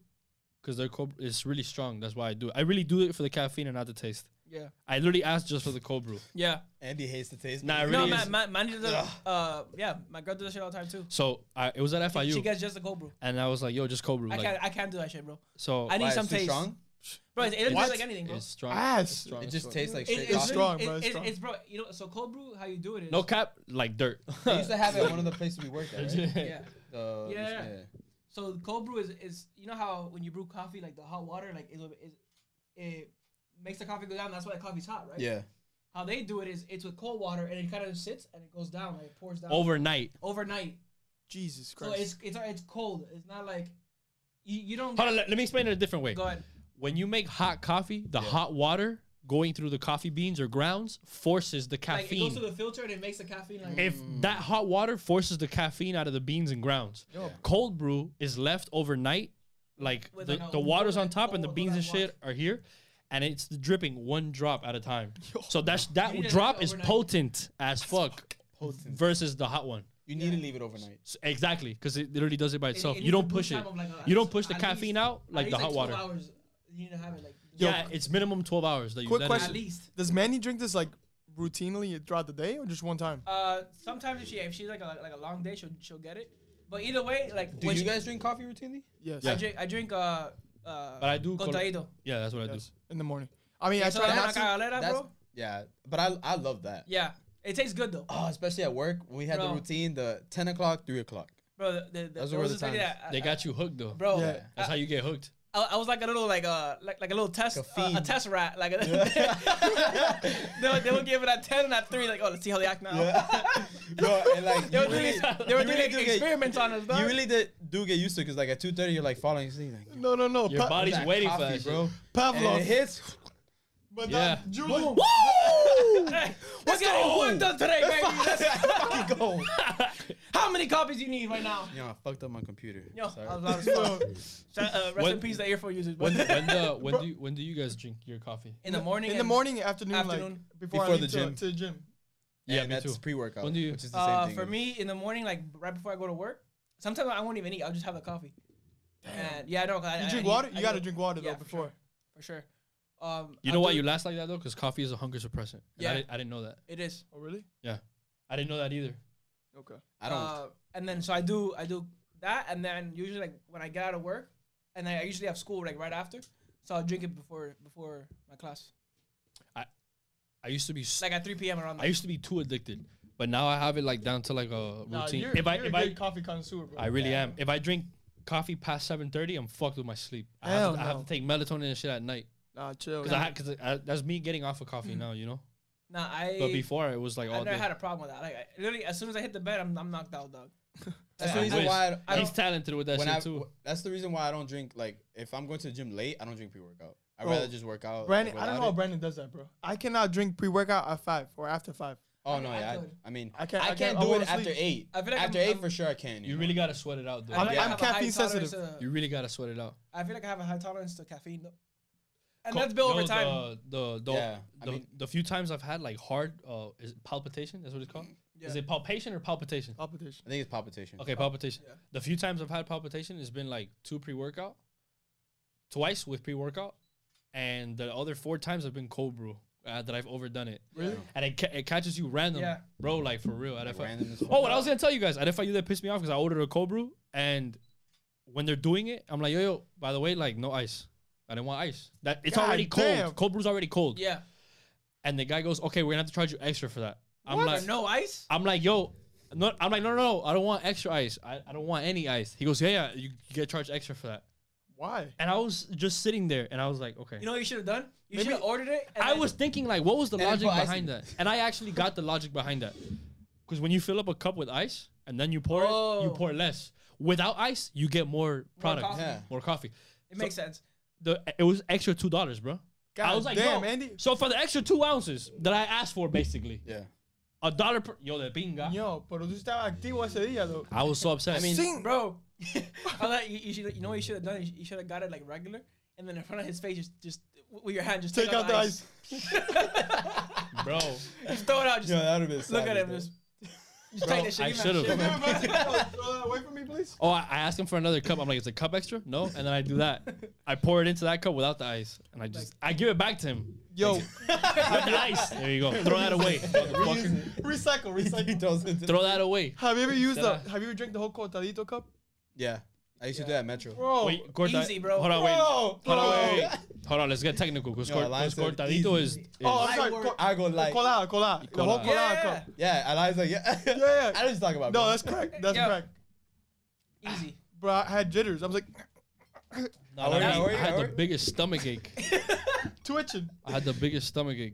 [SPEAKER 5] because their cold brew is really strong. That's why I do it. I really do it for the caffeine and not the taste.
[SPEAKER 4] Yeah,
[SPEAKER 5] I literally asked just for the cold brew.
[SPEAKER 4] yeah.
[SPEAKER 2] Andy hates the taste.
[SPEAKER 5] Nah,
[SPEAKER 2] but-
[SPEAKER 5] it
[SPEAKER 4] No,
[SPEAKER 5] really
[SPEAKER 4] my,
[SPEAKER 5] is.
[SPEAKER 4] my, my does that, uh, yeah, my girl does that shit all the time too.
[SPEAKER 5] So I, it was at FIU,
[SPEAKER 4] She gets just a cold brew.
[SPEAKER 5] and I was like, "Yo, just cold brew."
[SPEAKER 4] I
[SPEAKER 5] Like,
[SPEAKER 4] can't, I can't do that shit, bro.
[SPEAKER 5] so
[SPEAKER 4] I need
[SPEAKER 2] Why, it's
[SPEAKER 4] some
[SPEAKER 2] too
[SPEAKER 4] taste.
[SPEAKER 2] strong?
[SPEAKER 4] Bro, it, it doesn't
[SPEAKER 1] What?
[SPEAKER 4] taste like anything, bro. Ah.
[SPEAKER 5] it's strong.
[SPEAKER 1] Ass.
[SPEAKER 5] It's strong.
[SPEAKER 2] It
[SPEAKER 5] it's
[SPEAKER 2] just
[SPEAKER 5] strong.
[SPEAKER 2] tastes like
[SPEAKER 4] It-
[SPEAKER 2] straight
[SPEAKER 4] it's
[SPEAKER 2] coffee.
[SPEAKER 1] strong,
[SPEAKER 4] really-
[SPEAKER 1] bro, it's
[SPEAKER 4] it-
[SPEAKER 1] strong.
[SPEAKER 4] It's bro. You know, so cold brew, how you do it is
[SPEAKER 5] no cap, like dirt.
[SPEAKER 2] They used to have it at one of the places we worked at. Right?
[SPEAKER 4] yeah.
[SPEAKER 2] The-
[SPEAKER 4] Yeah. So the cold brew is is you know how when you brew coffee like the hot water like it it, it makes the coffee go down. That's why the coffee's hot, right?
[SPEAKER 2] Yeah.
[SPEAKER 4] How they do it is it's with cold water and it kind of sits and it goes down like it pours down
[SPEAKER 5] Overnight.
[SPEAKER 4] overnight.
[SPEAKER 1] Jesus
[SPEAKER 4] So
[SPEAKER 1] Christ.
[SPEAKER 4] it's it's it's cold. It's not like you, you don't.
[SPEAKER 5] Hold on, let, let me explain it a different way.
[SPEAKER 4] Go ahead.
[SPEAKER 5] When you make hot coffee, the hot water going through the coffee beans or grounds forces the
[SPEAKER 4] Like it
[SPEAKER 5] caffeine.
[SPEAKER 4] goes through the filter and it makes the caffeine like.
[SPEAKER 5] if that hot water forces the caffeine out of the beans and grounds, cold brew is left overnight. Like
[SPEAKER 4] With
[SPEAKER 5] the,
[SPEAKER 4] like a
[SPEAKER 5] the water's on
[SPEAKER 4] warm
[SPEAKER 5] top and the
[SPEAKER 4] bowl of
[SPEAKER 5] beans and
[SPEAKER 4] that water.
[SPEAKER 5] shit are here, and it's dripping one drop at a time. So that's that
[SPEAKER 4] You need to
[SPEAKER 5] drop
[SPEAKER 4] leave it
[SPEAKER 5] is
[SPEAKER 4] overnight.
[SPEAKER 5] potent as fuck
[SPEAKER 2] Potent.
[SPEAKER 5] versus the hot one.
[SPEAKER 2] You need to leave it overnight.
[SPEAKER 5] S- exactly, because it literally does it by
[SPEAKER 4] it-
[SPEAKER 5] itself.
[SPEAKER 4] it
[SPEAKER 5] you
[SPEAKER 4] needs
[SPEAKER 5] don't
[SPEAKER 4] a brew
[SPEAKER 5] push it.
[SPEAKER 4] time of, like, a-
[SPEAKER 5] you don't push the
[SPEAKER 4] at
[SPEAKER 5] caffeine
[SPEAKER 4] least-
[SPEAKER 5] out like
[SPEAKER 4] at
[SPEAKER 5] the
[SPEAKER 4] least,
[SPEAKER 5] hot
[SPEAKER 4] 12
[SPEAKER 5] water.
[SPEAKER 4] Hours, you need to have it like.
[SPEAKER 5] yeah, it's minimum twelve hours that you.
[SPEAKER 1] Quick
[SPEAKER 5] let it-
[SPEAKER 1] question.
[SPEAKER 4] at least.
[SPEAKER 1] Does Manny drink this like routinely throughout the day or just one time?
[SPEAKER 4] Uh, sometimes if she if she's like a, like a long day, she'll she'll get it. But either way, like
[SPEAKER 2] Do
[SPEAKER 4] when
[SPEAKER 2] you
[SPEAKER 4] she-
[SPEAKER 2] guys drink coffee routinely?
[SPEAKER 1] Yes.
[SPEAKER 4] I drink I drink uh uh.
[SPEAKER 5] But I do col-
[SPEAKER 4] Contadido.
[SPEAKER 5] Yeah, that's what I do.
[SPEAKER 1] Yes. In the morning. I mean, I
[SPEAKER 4] so
[SPEAKER 1] try
[SPEAKER 4] that's
[SPEAKER 1] not
[SPEAKER 4] not
[SPEAKER 1] to.
[SPEAKER 4] cagalera, bro.
[SPEAKER 2] yeah, but I I love that.
[SPEAKER 4] Yeah, it tastes good though,
[SPEAKER 2] Oh, especially at work when we had the
[SPEAKER 4] Bro.
[SPEAKER 2] routine, the ten o'clock, three o'clock.
[SPEAKER 4] bro. The, the, the,
[SPEAKER 2] Those
[SPEAKER 4] there
[SPEAKER 2] were
[SPEAKER 4] was
[SPEAKER 2] the
[SPEAKER 4] this lady
[SPEAKER 2] times.
[SPEAKER 4] that-
[SPEAKER 5] They
[SPEAKER 4] I-
[SPEAKER 5] got you hooked though.
[SPEAKER 4] bro.
[SPEAKER 1] Yeah.
[SPEAKER 5] That's how you get hooked.
[SPEAKER 4] I, I was like a little like uh like, like a little test
[SPEAKER 2] Like a
[SPEAKER 4] uh, a
[SPEAKER 2] fiend.
[SPEAKER 4] test rat like. they would, they would give it at ten and at three like oh let's see how they act now.
[SPEAKER 2] Bro, and like
[SPEAKER 4] They
[SPEAKER 2] you
[SPEAKER 4] were doing,
[SPEAKER 2] really,
[SPEAKER 4] ex- they were
[SPEAKER 2] you
[SPEAKER 4] doing
[SPEAKER 2] really
[SPEAKER 4] ex-
[SPEAKER 2] do get-
[SPEAKER 4] experiments on us, dog.
[SPEAKER 2] you really did, do get used to because like at two thirty you're like following sleep, like
[SPEAKER 1] No, no, no.
[SPEAKER 5] Your
[SPEAKER 1] Pa-
[SPEAKER 5] body's
[SPEAKER 2] that
[SPEAKER 5] waiting for
[SPEAKER 2] coffee,
[SPEAKER 5] that, shit.
[SPEAKER 2] bro. And it
[SPEAKER 1] Pavlov.
[SPEAKER 2] hits.
[SPEAKER 1] But
[SPEAKER 5] Yeah.
[SPEAKER 1] that Julie.
[SPEAKER 4] We're getting worked up today, baby.
[SPEAKER 2] fucking go.
[SPEAKER 4] How many copies you need right now?
[SPEAKER 2] Yo, I fucked up my computer.
[SPEAKER 4] Yo,
[SPEAKER 2] Sorry.
[SPEAKER 4] I was loud as fuck.
[SPEAKER 1] Yo,
[SPEAKER 4] Shout- uh, rest in
[SPEAKER 5] When-
[SPEAKER 4] peace, the earphone users.
[SPEAKER 5] When
[SPEAKER 4] but-
[SPEAKER 5] when the when
[SPEAKER 1] Bro.
[SPEAKER 5] do you, when do you guys drink your coffee?
[SPEAKER 4] in the morning.
[SPEAKER 1] in the
[SPEAKER 4] and-
[SPEAKER 1] morning, afternoon, like
[SPEAKER 4] Afternoon.
[SPEAKER 1] before, I
[SPEAKER 2] Before
[SPEAKER 1] leave
[SPEAKER 2] the
[SPEAKER 1] to,
[SPEAKER 2] gym.
[SPEAKER 1] to the gym.
[SPEAKER 5] Yeah,
[SPEAKER 2] and
[SPEAKER 5] me
[SPEAKER 2] that's
[SPEAKER 5] too.
[SPEAKER 2] pre-workout.
[SPEAKER 5] When do you-
[SPEAKER 2] Which is the
[SPEAKER 4] Uh,
[SPEAKER 2] same thing.
[SPEAKER 4] for me, in the morning, like right before I go to work, sometimes I won't even eat. I'll just have a coffee. And yeah, I know. 'cause I,
[SPEAKER 1] You
[SPEAKER 4] I-
[SPEAKER 1] drink
[SPEAKER 4] I need-
[SPEAKER 1] water.
[SPEAKER 4] I
[SPEAKER 1] You gotta
[SPEAKER 4] need-
[SPEAKER 1] drink water
[SPEAKER 4] yeah,
[SPEAKER 1] though
[SPEAKER 4] for
[SPEAKER 1] before.
[SPEAKER 4] for sure. Um,
[SPEAKER 5] You
[SPEAKER 4] I'll
[SPEAKER 5] know why
[SPEAKER 4] do-
[SPEAKER 5] you last like that though? Because coffee is a hunger suppressant. Yeah,
[SPEAKER 4] Yeah.
[SPEAKER 5] I, didn't- I didn't know that.
[SPEAKER 4] It is.
[SPEAKER 1] Oh really?
[SPEAKER 5] I didn't know that either.
[SPEAKER 1] Okay.
[SPEAKER 2] I don't.
[SPEAKER 4] Uh, and then so I do I do that, and then usually like when I get out of work, and I, I usually have school like right after, so I'll drink it before before my class,
[SPEAKER 5] I used to be s I
[SPEAKER 4] like at 3 p.m. around.
[SPEAKER 5] I used to be too addicted, but now I have it like down to like a
[SPEAKER 1] Nah,
[SPEAKER 5] routine.
[SPEAKER 1] you're,
[SPEAKER 5] if I
[SPEAKER 1] you're
[SPEAKER 5] if
[SPEAKER 1] a
[SPEAKER 5] I
[SPEAKER 1] good coffee connoisseur, bro.
[SPEAKER 5] I really
[SPEAKER 2] Yeah.
[SPEAKER 5] am. If I drink coffee past seven thirty, I'm fucked with my sleep. I have, to,
[SPEAKER 1] Hell
[SPEAKER 5] I have
[SPEAKER 1] no.
[SPEAKER 5] to take melatonin and shit at night
[SPEAKER 1] nah, chill.
[SPEAKER 5] because I had because that's me getting off of coffee now. You know,
[SPEAKER 4] Nah, I.
[SPEAKER 5] but before it was like
[SPEAKER 4] I
[SPEAKER 5] all
[SPEAKER 4] never
[SPEAKER 5] day.
[SPEAKER 4] had a problem with that. Like I, literally, as soon as I hit the bed, I'm, I'm knocked out, dog.
[SPEAKER 2] that's
[SPEAKER 5] I
[SPEAKER 2] the reason
[SPEAKER 5] wish.
[SPEAKER 2] why. I, I
[SPEAKER 5] He's
[SPEAKER 2] don't,
[SPEAKER 5] talented with that
[SPEAKER 2] when
[SPEAKER 5] shit
[SPEAKER 2] I,
[SPEAKER 5] too.
[SPEAKER 2] that's the reason why I don't drink. Like, if I'm going to the gym late, I don't drink pre-workout. I would
[SPEAKER 1] Bro,
[SPEAKER 2] rather just work out. like,
[SPEAKER 1] Brandon, I don't
[SPEAKER 2] without
[SPEAKER 1] know how
[SPEAKER 2] it.
[SPEAKER 1] Brandon does that, bro. I cannot drink pre-workout at five or after five.
[SPEAKER 2] Oh no,
[SPEAKER 4] I
[SPEAKER 2] yeah.
[SPEAKER 4] could.
[SPEAKER 2] I, I mean,
[SPEAKER 1] I
[SPEAKER 2] I
[SPEAKER 1] can't-
[SPEAKER 2] can't.
[SPEAKER 1] I
[SPEAKER 2] I
[SPEAKER 1] can't-
[SPEAKER 2] can't
[SPEAKER 1] I
[SPEAKER 2] do
[SPEAKER 1] wanna
[SPEAKER 2] it after
[SPEAKER 1] sleep.
[SPEAKER 2] eight.
[SPEAKER 4] I feel like
[SPEAKER 2] after
[SPEAKER 4] I'm-
[SPEAKER 2] 8
[SPEAKER 4] I'm-
[SPEAKER 2] for sure, I can.
[SPEAKER 5] You really gotta sweat it out, though.
[SPEAKER 4] I
[SPEAKER 1] I'm-
[SPEAKER 4] feel like I
[SPEAKER 1] I'm
[SPEAKER 4] have a high
[SPEAKER 1] caffeine
[SPEAKER 4] tolerance
[SPEAKER 1] sensitive.
[SPEAKER 4] to-
[SPEAKER 5] you really gotta sweat it out.
[SPEAKER 4] I feel like I have a high tolerance to caffeine, though. and
[SPEAKER 5] Co-
[SPEAKER 4] that's built over
[SPEAKER 5] yo,
[SPEAKER 4] time.
[SPEAKER 5] The the the,
[SPEAKER 2] Yeah, I
[SPEAKER 5] the,
[SPEAKER 2] mean-
[SPEAKER 5] the few times I've had like hard uh, is it palpitation. That's what it's called.
[SPEAKER 4] Yeah.
[SPEAKER 5] Is it palpation or palpitation?
[SPEAKER 1] Palpitation.
[SPEAKER 2] I think it's palpitation.
[SPEAKER 5] Okay, palpitation.
[SPEAKER 4] yeah.
[SPEAKER 5] The few times I've had palpitation, it's been like two pre workout, twice with pre workout, and the other four times I've been cold brew uh, that I've overdone it,
[SPEAKER 1] Really?
[SPEAKER 5] and it, ca- it catches you random,
[SPEAKER 4] Yeah.
[SPEAKER 5] bro. Like for real, at
[SPEAKER 2] Like,
[SPEAKER 5] FI.
[SPEAKER 2] random as
[SPEAKER 5] Oh,
[SPEAKER 2] fuck.
[SPEAKER 5] what I was gonna tell you guys, at FIU that pissed me off because I ordered a cold brew, and when they're doing it, I'm like, yo, yo. By the way, like no ice. I didn't want ice. That it's
[SPEAKER 1] God
[SPEAKER 5] already
[SPEAKER 1] damn.
[SPEAKER 5] cold. Cold brew's already cold.
[SPEAKER 4] yeah.
[SPEAKER 5] And the guy goes, okay, we're gonna have to charge you extra for that. I'm like,
[SPEAKER 4] For no ice.
[SPEAKER 5] I'm like, yo, no, I'm like, no, no, no, I don't want extra ice. I, I don't want any ice. He goes, yeah, yeah, you get charged extra for that.
[SPEAKER 1] Why?
[SPEAKER 5] And I was just sitting there, and I was like, okay.
[SPEAKER 4] You know what you should have done? You
[SPEAKER 1] Maybe-
[SPEAKER 4] should have ordered it. and
[SPEAKER 5] I
[SPEAKER 4] then-
[SPEAKER 5] was thinking like, what was the
[SPEAKER 2] then
[SPEAKER 5] logic
[SPEAKER 2] put ice
[SPEAKER 5] behind
[SPEAKER 2] in
[SPEAKER 5] that? And I actually got the logic behind that, because when you fill up a cup with ice and then you pour it, you
[SPEAKER 4] Oh.
[SPEAKER 5] pour less. Without ice, you get more product, more
[SPEAKER 4] coffee.
[SPEAKER 5] coffee.
[SPEAKER 2] Yeah.
[SPEAKER 4] It makes sense.
[SPEAKER 5] The it was extra two dollars, bro. I
[SPEAKER 1] God
[SPEAKER 5] was like,
[SPEAKER 1] damn,
[SPEAKER 5] yo.
[SPEAKER 1] Andy.
[SPEAKER 5] So for the extra two ounces that I asked for, basically
[SPEAKER 2] Yeah.
[SPEAKER 5] a dollar per yo, the pinga.
[SPEAKER 1] Yo, pero tú estabas activo ese día, though.
[SPEAKER 5] I was so upset.
[SPEAKER 2] I mean,
[SPEAKER 1] Sing, bro.
[SPEAKER 4] bro. I like you, you should you know what you should have done. You, should have got it like regular, and then in front of his face, just just with your hand, just
[SPEAKER 1] Take out the ice.
[SPEAKER 5] bro,
[SPEAKER 4] Just throw it out. Just
[SPEAKER 2] Yeah, that would have been.
[SPEAKER 4] look at
[SPEAKER 2] savage,
[SPEAKER 4] him.
[SPEAKER 2] though.
[SPEAKER 4] Just, just take that shit.
[SPEAKER 5] I
[SPEAKER 4] give him
[SPEAKER 5] should've.
[SPEAKER 4] that
[SPEAKER 1] Give
[SPEAKER 4] shit.
[SPEAKER 1] me a basket. Yo, Throw that away from me, please.
[SPEAKER 5] Oh, I, I asked him for another cup. I'm like, is the cup extra? No. And then I do that. I pour it into that cup without the ice, and I just I give it back to him
[SPEAKER 1] Yo,
[SPEAKER 5] with the ice. There you go. Throw that away. motherfucker.
[SPEAKER 1] recycle,
[SPEAKER 2] He
[SPEAKER 1] recycle.
[SPEAKER 2] does it.
[SPEAKER 5] Throw that away.
[SPEAKER 1] Have you ever used the?
[SPEAKER 5] Did
[SPEAKER 1] Have you ever drank the whole cortadito cup,
[SPEAKER 2] Yeah. I used to do that at Metro.
[SPEAKER 1] bro?
[SPEAKER 5] Wait, corta-
[SPEAKER 4] Oh, Easy, bro.
[SPEAKER 5] Hold on, wait.
[SPEAKER 1] Bro,
[SPEAKER 5] Hold on, wait,
[SPEAKER 1] bro.
[SPEAKER 5] wait, wait. Hold on. Let's get technical because
[SPEAKER 2] Yo, Elias said
[SPEAKER 5] cortadito is.
[SPEAKER 2] easy.
[SPEAKER 5] is-
[SPEAKER 1] Oh, I'm
[SPEAKER 4] Light
[SPEAKER 1] sorry.
[SPEAKER 4] work.
[SPEAKER 1] cor-
[SPEAKER 2] I go like.
[SPEAKER 1] Colada, colada. The whole
[SPEAKER 5] Colada.
[SPEAKER 1] colada
[SPEAKER 4] Yeah,
[SPEAKER 1] cup.
[SPEAKER 2] Yeah, Eli's like, yeah.
[SPEAKER 1] Yeah, yeah.
[SPEAKER 2] I don't just talk about.
[SPEAKER 1] No,
[SPEAKER 2] bro.
[SPEAKER 1] that's correct. That's
[SPEAKER 4] Yo.
[SPEAKER 1] correct.
[SPEAKER 4] easy.
[SPEAKER 1] Bro, I had jitters. I was like
[SPEAKER 5] I,
[SPEAKER 2] Wait,
[SPEAKER 5] had-
[SPEAKER 2] wait,
[SPEAKER 5] I had the
[SPEAKER 2] wait.
[SPEAKER 5] biggest stomach ache.
[SPEAKER 1] twitching.
[SPEAKER 5] I had the biggest stomach ache.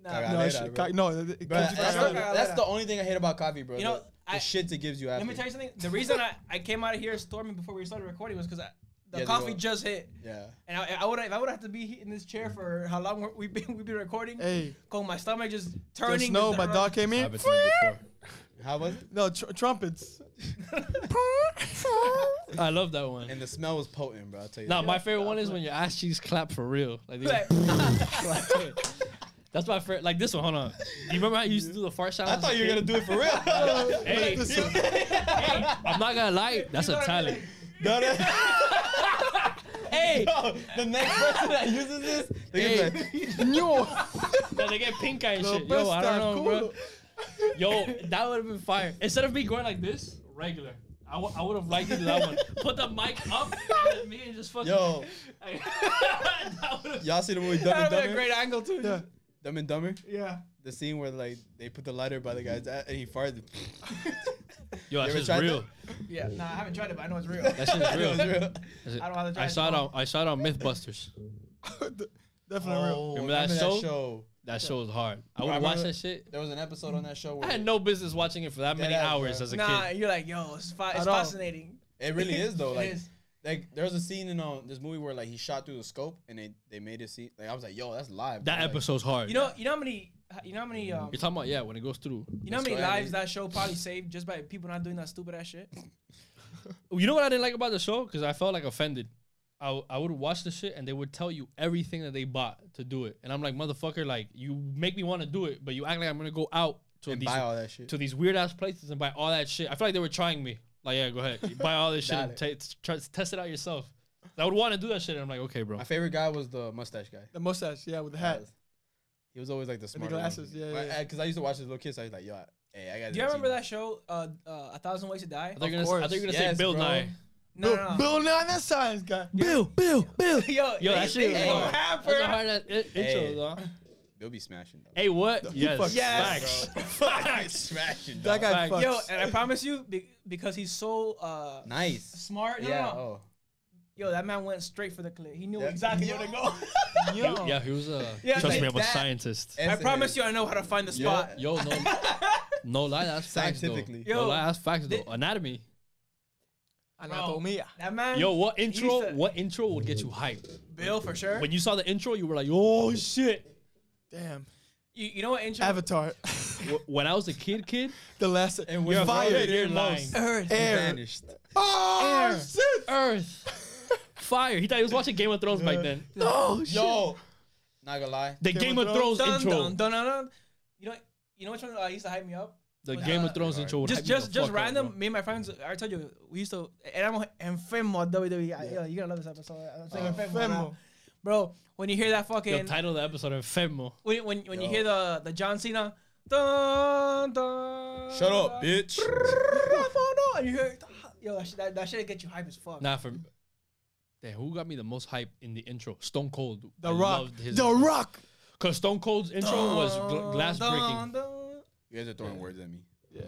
[SPEAKER 4] Nah,
[SPEAKER 2] Nah,
[SPEAKER 1] No,
[SPEAKER 2] I
[SPEAKER 1] it
[SPEAKER 2] hate
[SPEAKER 1] should-
[SPEAKER 2] that,
[SPEAKER 1] ca- no. it- it
[SPEAKER 2] Bro,
[SPEAKER 1] gives you
[SPEAKER 2] that's,
[SPEAKER 1] caffeine.
[SPEAKER 2] the, that's the only thing I hate about coffee, bro.
[SPEAKER 4] You know,
[SPEAKER 2] the, the
[SPEAKER 4] I-
[SPEAKER 2] shit it gives you after.
[SPEAKER 4] Let me tell you something. The reason I, I came out of here storming before we started recording was because the
[SPEAKER 2] Yeah, they
[SPEAKER 4] coffee
[SPEAKER 2] were.
[SPEAKER 4] just hit,
[SPEAKER 2] Yeah.
[SPEAKER 4] and I, I would if I would have to be in this chair for how long we're- we've been we've been recording.
[SPEAKER 1] Hey,
[SPEAKER 4] Go, my stomach just
[SPEAKER 1] the
[SPEAKER 4] turning.
[SPEAKER 1] snow.
[SPEAKER 4] just
[SPEAKER 1] My dog came in.
[SPEAKER 5] Happened to me before.
[SPEAKER 2] How was it?
[SPEAKER 1] No tr- trumpets.
[SPEAKER 5] I love that one.
[SPEAKER 2] And the smell was potent, bro. I'll tell you.
[SPEAKER 5] Now
[SPEAKER 2] that.
[SPEAKER 5] my favorite one is when your ass cheeks clap for real. Like, they go,
[SPEAKER 4] Like-
[SPEAKER 5] that's my favorite. Like this one. Hold on. You remember how you used to do the fart sound?
[SPEAKER 2] I
[SPEAKER 5] as a
[SPEAKER 2] thought you were gonna
[SPEAKER 5] kid?
[SPEAKER 2] do it for real.
[SPEAKER 5] Hey,
[SPEAKER 1] This one.
[SPEAKER 5] I'm not gonna lie. That's a
[SPEAKER 4] know what I mean?
[SPEAKER 5] talent.
[SPEAKER 2] no, no.
[SPEAKER 4] Hey,
[SPEAKER 2] No, the next person that uses this, they
[SPEAKER 5] Hey.
[SPEAKER 2] hey.
[SPEAKER 1] Yo,
[SPEAKER 5] Then they get pink eye and
[SPEAKER 1] the
[SPEAKER 5] shit. Yo, I
[SPEAKER 1] best
[SPEAKER 5] don't know, bro.
[SPEAKER 1] cool.
[SPEAKER 5] Yo, that would have been fire. Instead of me going like this, regular. I would have liked to do that one. Put the mic up and then me and just fucking.
[SPEAKER 2] yo,
[SPEAKER 5] that would've-
[SPEAKER 2] y'all see the movie Dumb and
[SPEAKER 4] that would be
[SPEAKER 2] Dumber?
[SPEAKER 4] a great angle too.
[SPEAKER 1] Yeah.
[SPEAKER 2] Dumb and Dumber,
[SPEAKER 4] yeah.
[SPEAKER 2] the scene where like they put the lighter by the guy's ass and he farted.
[SPEAKER 5] Yo,
[SPEAKER 2] You
[SPEAKER 5] that
[SPEAKER 2] ever
[SPEAKER 5] shit's
[SPEAKER 2] tried
[SPEAKER 5] real.
[SPEAKER 4] Yeah, nah, I haven't tried it, but I know it's real.
[SPEAKER 5] That shit's
[SPEAKER 2] It was
[SPEAKER 5] real.
[SPEAKER 2] real.
[SPEAKER 4] I don't have to try
[SPEAKER 5] I
[SPEAKER 4] it.
[SPEAKER 5] saw it on I saw it on MythBusters.
[SPEAKER 1] Definitely
[SPEAKER 2] Oh.
[SPEAKER 1] real.
[SPEAKER 5] Remember that show?
[SPEAKER 2] show?
[SPEAKER 5] That show was hard. I
[SPEAKER 2] Bro, I
[SPEAKER 5] would watch
[SPEAKER 2] remember-
[SPEAKER 5] that shit.
[SPEAKER 2] There was an episode on that show where
[SPEAKER 5] I had no business watching it for that many
[SPEAKER 2] Deadass,
[SPEAKER 5] hours
[SPEAKER 2] bro.
[SPEAKER 5] as a
[SPEAKER 4] nah,
[SPEAKER 5] kid.
[SPEAKER 4] you're like, yo, it's, fa- it's
[SPEAKER 1] don't.
[SPEAKER 4] fascinating.
[SPEAKER 2] it really is though.
[SPEAKER 4] It
[SPEAKER 2] Like,
[SPEAKER 4] is.
[SPEAKER 2] like there was a scene in um, this movie where like he shot through the scope and they they made it see. Like I was like, yo, that's live.
[SPEAKER 5] That
[SPEAKER 2] bro. Like,
[SPEAKER 5] episode's hard.
[SPEAKER 4] You know, you know how many you know how many um,
[SPEAKER 5] You're talking about yeah when it goes through.
[SPEAKER 4] you know how
[SPEAKER 2] That's
[SPEAKER 4] many
[SPEAKER 2] why I
[SPEAKER 4] lives
[SPEAKER 2] didn't-
[SPEAKER 4] that show probably saved just by people not doing that stupid ass shit.
[SPEAKER 5] You know what I didn't like about the show because I felt like offended. I, w- I would watch the shit and they would tell you everything that they bought to do it, and I'm like motherfucker, like you make me want to do it, but you act like I'm gonna go out to
[SPEAKER 2] and
[SPEAKER 5] these
[SPEAKER 2] buy all that shit.
[SPEAKER 5] to these weird ass places and buy all that shit. I feel like they were trying me. Like yeah, go ahead, You buy all this shit, and
[SPEAKER 2] Dale.
[SPEAKER 5] ta- try, test it out yourself. I would want to do that shit, and I'm like okay, bro.
[SPEAKER 2] My favorite guy was the mustache guy.
[SPEAKER 1] The mustache, yeah, with the hat.
[SPEAKER 2] He was always like the
[SPEAKER 1] And the
[SPEAKER 2] smarter
[SPEAKER 1] glasses, yeah, yeah, yeah.
[SPEAKER 2] Because I used to watch his little kids. So I was like, yo, I- hey, I got.
[SPEAKER 4] Do you remember that show, uh, uh, A Thousand Ways to Die?
[SPEAKER 5] I thought you were
[SPEAKER 1] Of
[SPEAKER 5] gonna, s- I thought you were gonna
[SPEAKER 2] course.
[SPEAKER 5] say Bill
[SPEAKER 2] Yes, bro.
[SPEAKER 5] Nye.
[SPEAKER 4] No, no,
[SPEAKER 1] Bill,
[SPEAKER 4] no.
[SPEAKER 1] Bill Nye, that science guy.
[SPEAKER 5] Bill, Bill, Bill.
[SPEAKER 4] Yo,
[SPEAKER 5] Yo, that shit was hard.
[SPEAKER 4] rapper.
[SPEAKER 5] That's a hard ass i- intro,
[SPEAKER 2] Hey.
[SPEAKER 5] though.
[SPEAKER 2] They'll be smashing. Though.
[SPEAKER 5] Hey, what? Yes.
[SPEAKER 1] fucks.
[SPEAKER 4] Yes.
[SPEAKER 5] Facts. Facts.
[SPEAKER 2] smashing.
[SPEAKER 1] That
[SPEAKER 2] dog.
[SPEAKER 1] guy
[SPEAKER 5] Facts.
[SPEAKER 1] fucks.
[SPEAKER 4] Yo, and I promise you, be- because he's so uh,
[SPEAKER 2] Nice.
[SPEAKER 4] smart. No,
[SPEAKER 2] Yeah.
[SPEAKER 4] no.
[SPEAKER 2] Oh.
[SPEAKER 4] Yo, that man went straight for the clip. He knew
[SPEAKER 2] Yeah.
[SPEAKER 4] exactly where to go. eh,
[SPEAKER 1] Yo.
[SPEAKER 5] Yeah, he was a.
[SPEAKER 4] Yeah,
[SPEAKER 5] trust
[SPEAKER 4] like
[SPEAKER 5] me, I'm a
[SPEAKER 2] that.
[SPEAKER 5] scientist.
[SPEAKER 4] I promise you, I know how to find the spot.
[SPEAKER 5] Yo, no, no lie, that's facts though.
[SPEAKER 2] Scientifically.
[SPEAKER 5] no
[SPEAKER 4] Yo,
[SPEAKER 5] lie, that's facts
[SPEAKER 4] thi-
[SPEAKER 5] though. Anatomy.
[SPEAKER 1] Anatomia.
[SPEAKER 4] That man,
[SPEAKER 5] Yo, what intro?
[SPEAKER 4] said-
[SPEAKER 5] what intro would get you hyped?
[SPEAKER 4] Bill for sure.
[SPEAKER 5] When you saw the intro, you were like, "Oh shit!"
[SPEAKER 1] Damn.
[SPEAKER 4] You, you know what intro?
[SPEAKER 1] Avatar.
[SPEAKER 5] Wh- When I was a kid, kid,
[SPEAKER 1] the last.
[SPEAKER 2] And when
[SPEAKER 1] fire.
[SPEAKER 2] Frodo did
[SPEAKER 5] you're
[SPEAKER 2] most-
[SPEAKER 5] lying.
[SPEAKER 4] Earth.
[SPEAKER 2] he
[SPEAKER 1] Air.
[SPEAKER 2] vanished.
[SPEAKER 1] Oh,
[SPEAKER 5] Air.
[SPEAKER 1] shit.
[SPEAKER 5] Earth, fire. He thought he was watching Game of Thrones back then.
[SPEAKER 1] Oh, shit.
[SPEAKER 2] Yo. Not gonna lie.
[SPEAKER 5] The Game,
[SPEAKER 1] Game
[SPEAKER 5] of
[SPEAKER 1] of
[SPEAKER 5] Thrones
[SPEAKER 4] Dun,
[SPEAKER 5] intro.
[SPEAKER 4] dun, dun, dun, dun. You know, you know which one uh, used to hype me up?
[SPEAKER 5] The
[SPEAKER 4] Uh,
[SPEAKER 5] Game of Thrones intro. Would
[SPEAKER 4] Just,
[SPEAKER 5] hype me the
[SPEAKER 4] just, just
[SPEAKER 5] fuck up,
[SPEAKER 4] random.
[SPEAKER 5] bro.
[SPEAKER 4] me and my friends. I told you, we used to. And I'm enfermo WWE. E. I- Yo, you gotta love this episode. I'm
[SPEAKER 1] Ah.
[SPEAKER 4] saying enfermo,
[SPEAKER 1] Femo.
[SPEAKER 4] now. bro. When you hear that
[SPEAKER 5] The
[SPEAKER 4] fucking
[SPEAKER 5] title of the episode, Enfermo.
[SPEAKER 4] when when, when you
[SPEAKER 2] Yo.
[SPEAKER 4] hear the the John Cena. Dun, dun,
[SPEAKER 2] Shut up,
[SPEAKER 4] dun,
[SPEAKER 2] bitch.
[SPEAKER 4] no, and you hear, yo, that shit, that, that shit get you hype as fuck.
[SPEAKER 5] Nah, for damn, who got me the most hype in the intro? Stone Cold.
[SPEAKER 1] The
[SPEAKER 5] I
[SPEAKER 1] Rock.
[SPEAKER 5] loved his
[SPEAKER 1] The
[SPEAKER 5] intro.
[SPEAKER 1] Rock.
[SPEAKER 5] Cause Stone Cold's intro was gl- glass
[SPEAKER 4] Dun,
[SPEAKER 5] breaking.
[SPEAKER 4] dun.
[SPEAKER 2] You guys are throwing words at me. Yeah.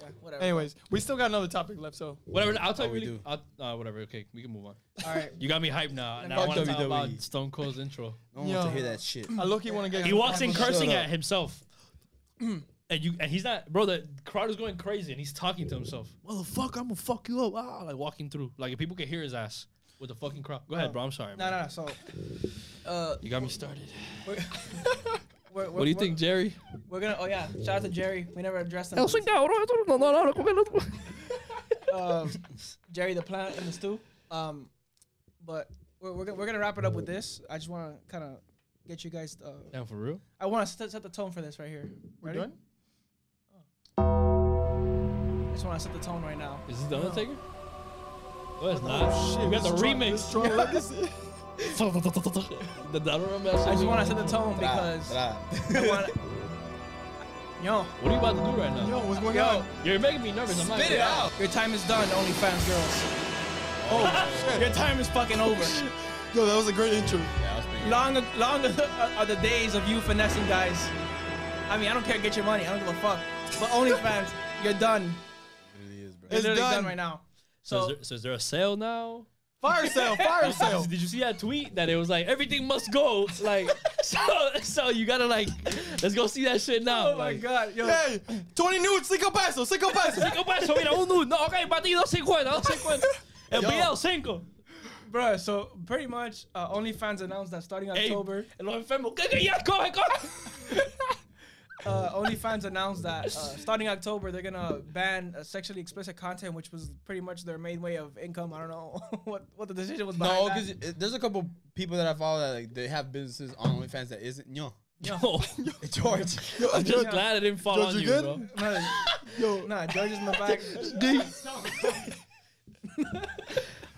[SPEAKER 4] Yeah, whatever.
[SPEAKER 1] Anyways, we still got another topic left, so
[SPEAKER 5] Whatever. I'll tell
[SPEAKER 2] Oh,
[SPEAKER 5] you.
[SPEAKER 2] we
[SPEAKER 5] Really,
[SPEAKER 2] do.
[SPEAKER 5] I'll, uh, whatever. Okay, we can move on.
[SPEAKER 4] All right.
[SPEAKER 5] You got me hyped now, and I
[SPEAKER 2] Fuck
[SPEAKER 5] want to talk
[SPEAKER 2] WWE.
[SPEAKER 5] about Stone Cold's intro.
[SPEAKER 2] No one wants to
[SPEAKER 1] Yo.
[SPEAKER 2] hear that shit.
[SPEAKER 1] I low key want to get.
[SPEAKER 5] He walks in
[SPEAKER 2] Shut
[SPEAKER 5] cursing
[SPEAKER 2] up.
[SPEAKER 5] at himself, and you and he's not, bro. The crowd is going crazy, and he's talking to himself. Motherfucker, I'm gonna fuck you up. Ah, like walking through, like if people could hear his ass with the fucking crowd. Go ahead, bro. I'm sorry.
[SPEAKER 4] No,
[SPEAKER 5] man.
[SPEAKER 4] no, no. So, uh,
[SPEAKER 5] You got me started.
[SPEAKER 4] we're, we're,
[SPEAKER 5] What do you think, Jerry?
[SPEAKER 4] We're gonna. Oh yeah. Shout out to Jerry. We never addressed him. um, Jerry the plant in the stew. Um, but we're we're, gonna- we're gonna wrap it up with this. I just want to kind of get you guys. Uh,
[SPEAKER 5] Damn, for real?
[SPEAKER 4] I want to set, set the tone for this right here.
[SPEAKER 1] We're
[SPEAKER 4] Ready?
[SPEAKER 1] done.
[SPEAKER 4] I just want to set the tone right now.
[SPEAKER 5] Is this the Undertaker? No, it's not. you got the remix.
[SPEAKER 1] Strong legacy.
[SPEAKER 5] the Donald Rumble.
[SPEAKER 4] I just want to set the tone because
[SPEAKER 2] Blah, blah.
[SPEAKER 4] I want. Yo,
[SPEAKER 5] What are you about to do right now?
[SPEAKER 1] Yo, what's going
[SPEAKER 4] yo,
[SPEAKER 1] on?
[SPEAKER 5] You're making me nervous. I'm not
[SPEAKER 2] Spit it
[SPEAKER 5] gonna-
[SPEAKER 2] out.
[SPEAKER 4] your time is done, OnlyFans girls.
[SPEAKER 1] Oh shit.
[SPEAKER 4] Your time is fucking over.
[SPEAKER 1] Yo, that was a great intro.
[SPEAKER 2] Yeah, I was thinking-
[SPEAKER 4] Long, long are the days of you finessing guys. I mean, I don't care. Get your money. I don't give a fuck. But OnlyFans, you're done.
[SPEAKER 2] It really is, bro.
[SPEAKER 4] You're
[SPEAKER 1] It's
[SPEAKER 4] literally done.
[SPEAKER 1] done.
[SPEAKER 4] right now.
[SPEAKER 5] So,
[SPEAKER 4] So
[SPEAKER 5] is there, so is there a sale now?
[SPEAKER 1] Fire sale. Fire sale.
[SPEAKER 5] Did you see that tweet that it was like everything must go? Like so, so you gotta like let's go see that shit now.
[SPEAKER 4] Oh my
[SPEAKER 5] like,
[SPEAKER 4] god, yo.
[SPEAKER 1] Hey, 20 nudes, 5 pesos, 5 pesos.
[SPEAKER 5] Cinco pesos, mira, un nude. No, ok, para ti dos cincuenta, dos cincuenta. El video cinco.
[SPEAKER 4] Bruh, so pretty much uh, OnlyFans announced that starting
[SPEAKER 5] Ey,
[SPEAKER 4] October,
[SPEAKER 5] el enfermo. Que que ya coge, coge.
[SPEAKER 4] uh, OnlyFans announced that uh, starting October they're gonna ban uh, sexually explicit content, which was pretty much their main way of income. I don't know what what the decision was behind
[SPEAKER 2] No,
[SPEAKER 4] that.
[SPEAKER 2] because there's a couple people that I follow that like they have businesses on OnlyFans that isn't yo.
[SPEAKER 5] Yo,
[SPEAKER 2] George.
[SPEAKER 5] I'm just glad I didn't fall
[SPEAKER 1] George,
[SPEAKER 5] on
[SPEAKER 1] you
[SPEAKER 5] you,
[SPEAKER 1] good?
[SPEAKER 5] bro.
[SPEAKER 1] Yo,
[SPEAKER 4] Nah, George is in the back.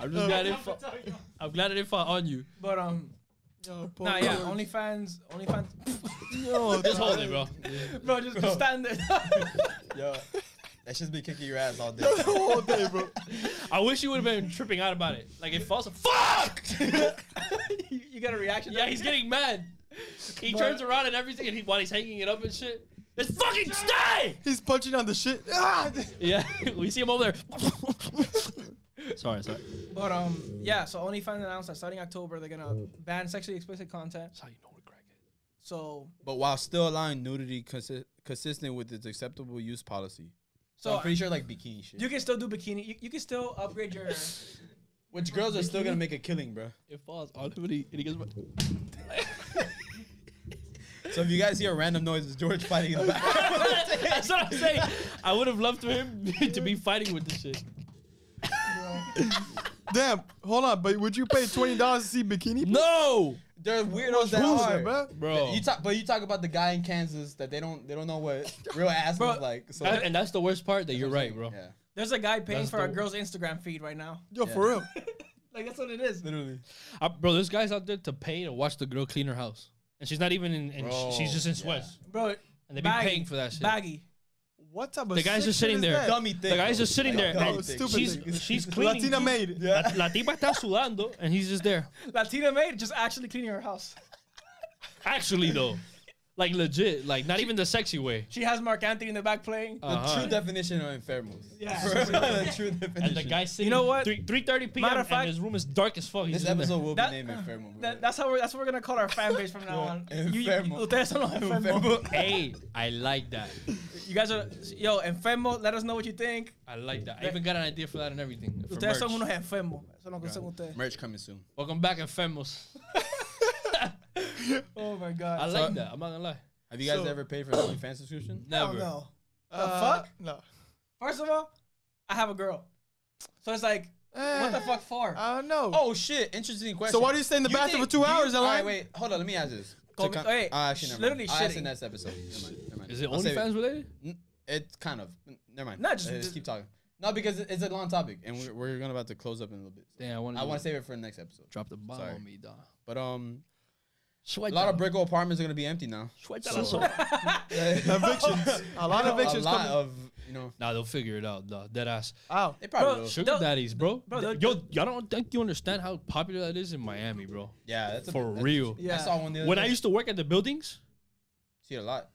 [SPEAKER 5] I'm just glad I didn't fall. I'm glad I didn't fall on you.
[SPEAKER 4] But um,
[SPEAKER 1] yo, poor
[SPEAKER 5] Oh,
[SPEAKER 4] nah, yeah,
[SPEAKER 1] George.
[SPEAKER 4] OnlyFans, OnlyFans.
[SPEAKER 1] Yo,
[SPEAKER 5] Just hold it, bro.
[SPEAKER 4] Bro, just, just stand there.
[SPEAKER 2] Yo. That shit's been kicking your ass all day.
[SPEAKER 1] the whole day, bro.
[SPEAKER 5] I wish you would have been tripping out about it. Like it falls, fuck.
[SPEAKER 4] you, you got a reaction?
[SPEAKER 5] Yeah, he's getting mad. He turns around and everything, and he, while he's hanging it up and shit, it's fucking stay.
[SPEAKER 1] He's punching on the shit. Ah!
[SPEAKER 5] Yeah, we see him over there. sorry, sorry.
[SPEAKER 4] But um, yeah. So OnlyFans announced that starting October they're gonna ban sexually explicit content.
[SPEAKER 5] That's how you know what crack is.
[SPEAKER 4] So
[SPEAKER 2] But while still allowing nudity consi- consistent with its acceptable use policy. So,
[SPEAKER 4] So,
[SPEAKER 2] I'm pretty sure like bikini shit.
[SPEAKER 4] You can still do bikini. You, you can still upgrade your.
[SPEAKER 2] which girls are still gonna make a killing, bro.
[SPEAKER 5] It falls on him and he, and he goes.
[SPEAKER 2] So if you guys hear random noises, George fighting in the back.
[SPEAKER 4] That's what I'm saying.
[SPEAKER 5] I would have loved for him to be fighting with this shit.
[SPEAKER 1] Damn, hold on, but would you pay twenty dollars to see bikini? Bro,
[SPEAKER 5] No,
[SPEAKER 2] They're weirdos that
[SPEAKER 1] Who's
[SPEAKER 2] are.
[SPEAKER 1] that, bro?
[SPEAKER 5] bro.
[SPEAKER 2] You talk, but you talk about the guy in Kansas that they don't they don't know what real ass
[SPEAKER 4] Bro,
[SPEAKER 2] looks like. So
[SPEAKER 5] and, and that's the worst part. That you're
[SPEAKER 2] I'm
[SPEAKER 5] right,
[SPEAKER 2] saying,
[SPEAKER 5] bro.
[SPEAKER 2] Yeah,
[SPEAKER 4] There's a guy paying
[SPEAKER 5] That's
[SPEAKER 4] for a
[SPEAKER 5] the-
[SPEAKER 4] girl's Instagram feed right now.
[SPEAKER 1] Yo,
[SPEAKER 2] Yeah.
[SPEAKER 1] for real.
[SPEAKER 4] Like that's what it is.
[SPEAKER 2] literally.
[SPEAKER 5] I- bro, there's guys out there to pay to watch the girl clean her house, and she's not even in. in
[SPEAKER 2] Bro,
[SPEAKER 5] sh- she's just in
[SPEAKER 2] yeah.
[SPEAKER 5] sweats,
[SPEAKER 4] Bro,
[SPEAKER 5] and they be
[SPEAKER 4] Baggy,
[SPEAKER 5] paying for that shit.
[SPEAKER 4] baggy.
[SPEAKER 1] What type of
[SPEAKER 5] The guy's
[SPEAKER 1] sick
[SPEAKER 5] just
[SPEAKER 1] shit
[SPEAKER 5] sitting
[SPEAKER 1] is
[SPEAKER 5] there.
[SPEAKER 1] that?
[SPEAKER 2] Dummy thing.
[SPEAKER 5] The guy's
[SPEAKER 2] bro.
[SPEAKER 5] just sitting there,
[SPEAKER 2] dummy
[SPEAKER 1] and
[SPEAKER 2] thing.
[SPEAKER 1] stupid
[SPEAKER 5] She's
[SPEAKER 1] thing.
[SPEAKER 5] she's cleaning.
[SPEAKER 1] Latina
[SPEAKER 5] she's-
[SPEAKER 1] made.
[SPEAKER 5] La- Latina está sudando, and he's just there.
[SPEAKER 4] Latina maid just actually cleaning her house.
[SPEAKER 5] Actually, though, like legit, like not even the sexy way.
[SPEAKER 4] She has Mark Anthony in the back playing.
[SPEAKER 2] The
[SPEAKER 5] Uh-huh.
[SPEAKER 2] true definition of infamous.
[SPEAKER 4] Yeah.
[SPEAKER 2] For real, the true definition.
[SPEAKER 5] And the guy sitting.
[SPEAKER 4] know what?
[SPEAKER 5] Three three thirty p.m.
[SPEAKER 4] Matter of fact-
[SPEAKER 5] and his room is dark as fuck. He's
[SPEAKER 2] This
[SPEAKER 5] just in there.
[SPEAKER 2] episode will
[SPEAKER 4] That-
[SPEAKER 2] be named Infermo. bro.
[SPEAKER 4] That, that's how we're that's what we're gonna call our fan base from now on.
[SPEAKER 2] Enfermo.
[SPEAKER 4] You, you, ustedes son los enfermos.
[SPEAKER 2] Infermo.
[SPEAKER 5] Hey, I like that.
[SPEAKER 4] you guys are yo enfermo. Let us know what you think.
[SPEAKER 5] I like that. I even got an idea for that and everything. for
[SPEAKER 4] Ustedes son
[SPEAKER 5] merch.
[SPEAKER 4] unos enfermos. Son los que son ustedes.
[SPEAKER 2] Merch coming soon.
[SPEAKER 5] Welcome back, Infamous.
[SPEAKER 4] Oh my
[SPEAKER 5] I
[SPEAKER 4] god.
[SPEAKER 5] like that. I'm not gonna lie.
[SPEAKER 2] Have you guys
[SPEAKER 1] So-
[SPEAKER 2] ever paid for an OnlyFans subscription?
[SPEAKER 5] Never.
[SPEAKER 4] no.
[SPEAKER 1] Uh,
[SPEAKER 4] fuck?
[SPEAKER 1] No.
[SPEAKER 4] First of all, I have a girl, so it's like, what the
[SPEAKER 1] Eh,
[SPEAKER 4] fuck for?
[SPEAKER 1] I don't know.
[SPEAKER 2] Oh shit! Interesting question.
[SPEAKER 1] so why do you stay in the bathroom for two hours,
[SPEAKER 2] All right,
[SPEAKER 1] Alon?
[SPEAKER 2] wait, hold on. Let me ask this.
[SPEAKER 4] Call
[SPEAKER 2] To
[SPEAKER 4] me-
[SPEAKER 2] con-
[SPEAKER 4] wait,
[SPEAKER 2] Ah, actually, never
[SPEAKER 4] literally
[SPEAKER 2] mind. I'll ask
[SPEAKER 4] shitting.
[SPEAKER 2] in next episode. Never mind. Never mind.
[SPEAKER 5] Is it
[SPEAKER 2] I'll save
[SPEAKER 5] OnlyFans related?
[SPEAKER 2] N- It's kind of. N- Never mind.
[SPEAKER 4] No, just-
[SPEAKER 2] Uh,
[SPEAKER 4] just-
[SPEAKER 2] keep talking. No, because it- it's a long topic, and we're, we're gonna about to close up in a little bit.
[SPEAKER 5] Damn, I want
[SPEAKER 2] I want to save it for the next episode.
[SPEAKER 5] drop the bomb
[SPEAKER 2] Sorry.
[SPEAKER 5] on me, dog.
[SPEAKER 2] But um, a lot of Brickell apartments are gonna be empty now.
[SPEAKER 5] So-
[SPEAKER 1] Evictions. A lot of
[SPEAKER 2] a
[SPEAKER 1] evictions
[SPEAKER 2] lot
[SPEAKER 1] coming.
[SPEAKER 2] of you know.
[SPEAKER 5] Nah, they'll figure it out, dog. Dead ass.
[SPEAKER 1] Ow.
[SPEAKER 2] They probably
[SPEAKER 4] Bro,
[SPEAKER 2] will.
[SPEAKER 5] Sugar
[SPEAKER 4] They'll-
[SPEAKER 5] daddies, bro.
[SPEAKER 4] bro, they'll-
[SPEAKER 5] Yo, y'all don't think you understand how popular that is in Miami, bro.
[SPEAKER 2] Yeah, that's a,
[SPEAKER 5] For
[SPEAKER 2] that's-
[SPEAKER 5] real.
[SPEAKER 4] Yeah.
[SPEAKER 2] I saw one the other
[SPEAKER 5] When
[SPEAKER 2] day.
[SPEAKER 5] I used to work at the buildings,
[SPEAKER 2] see it a lot.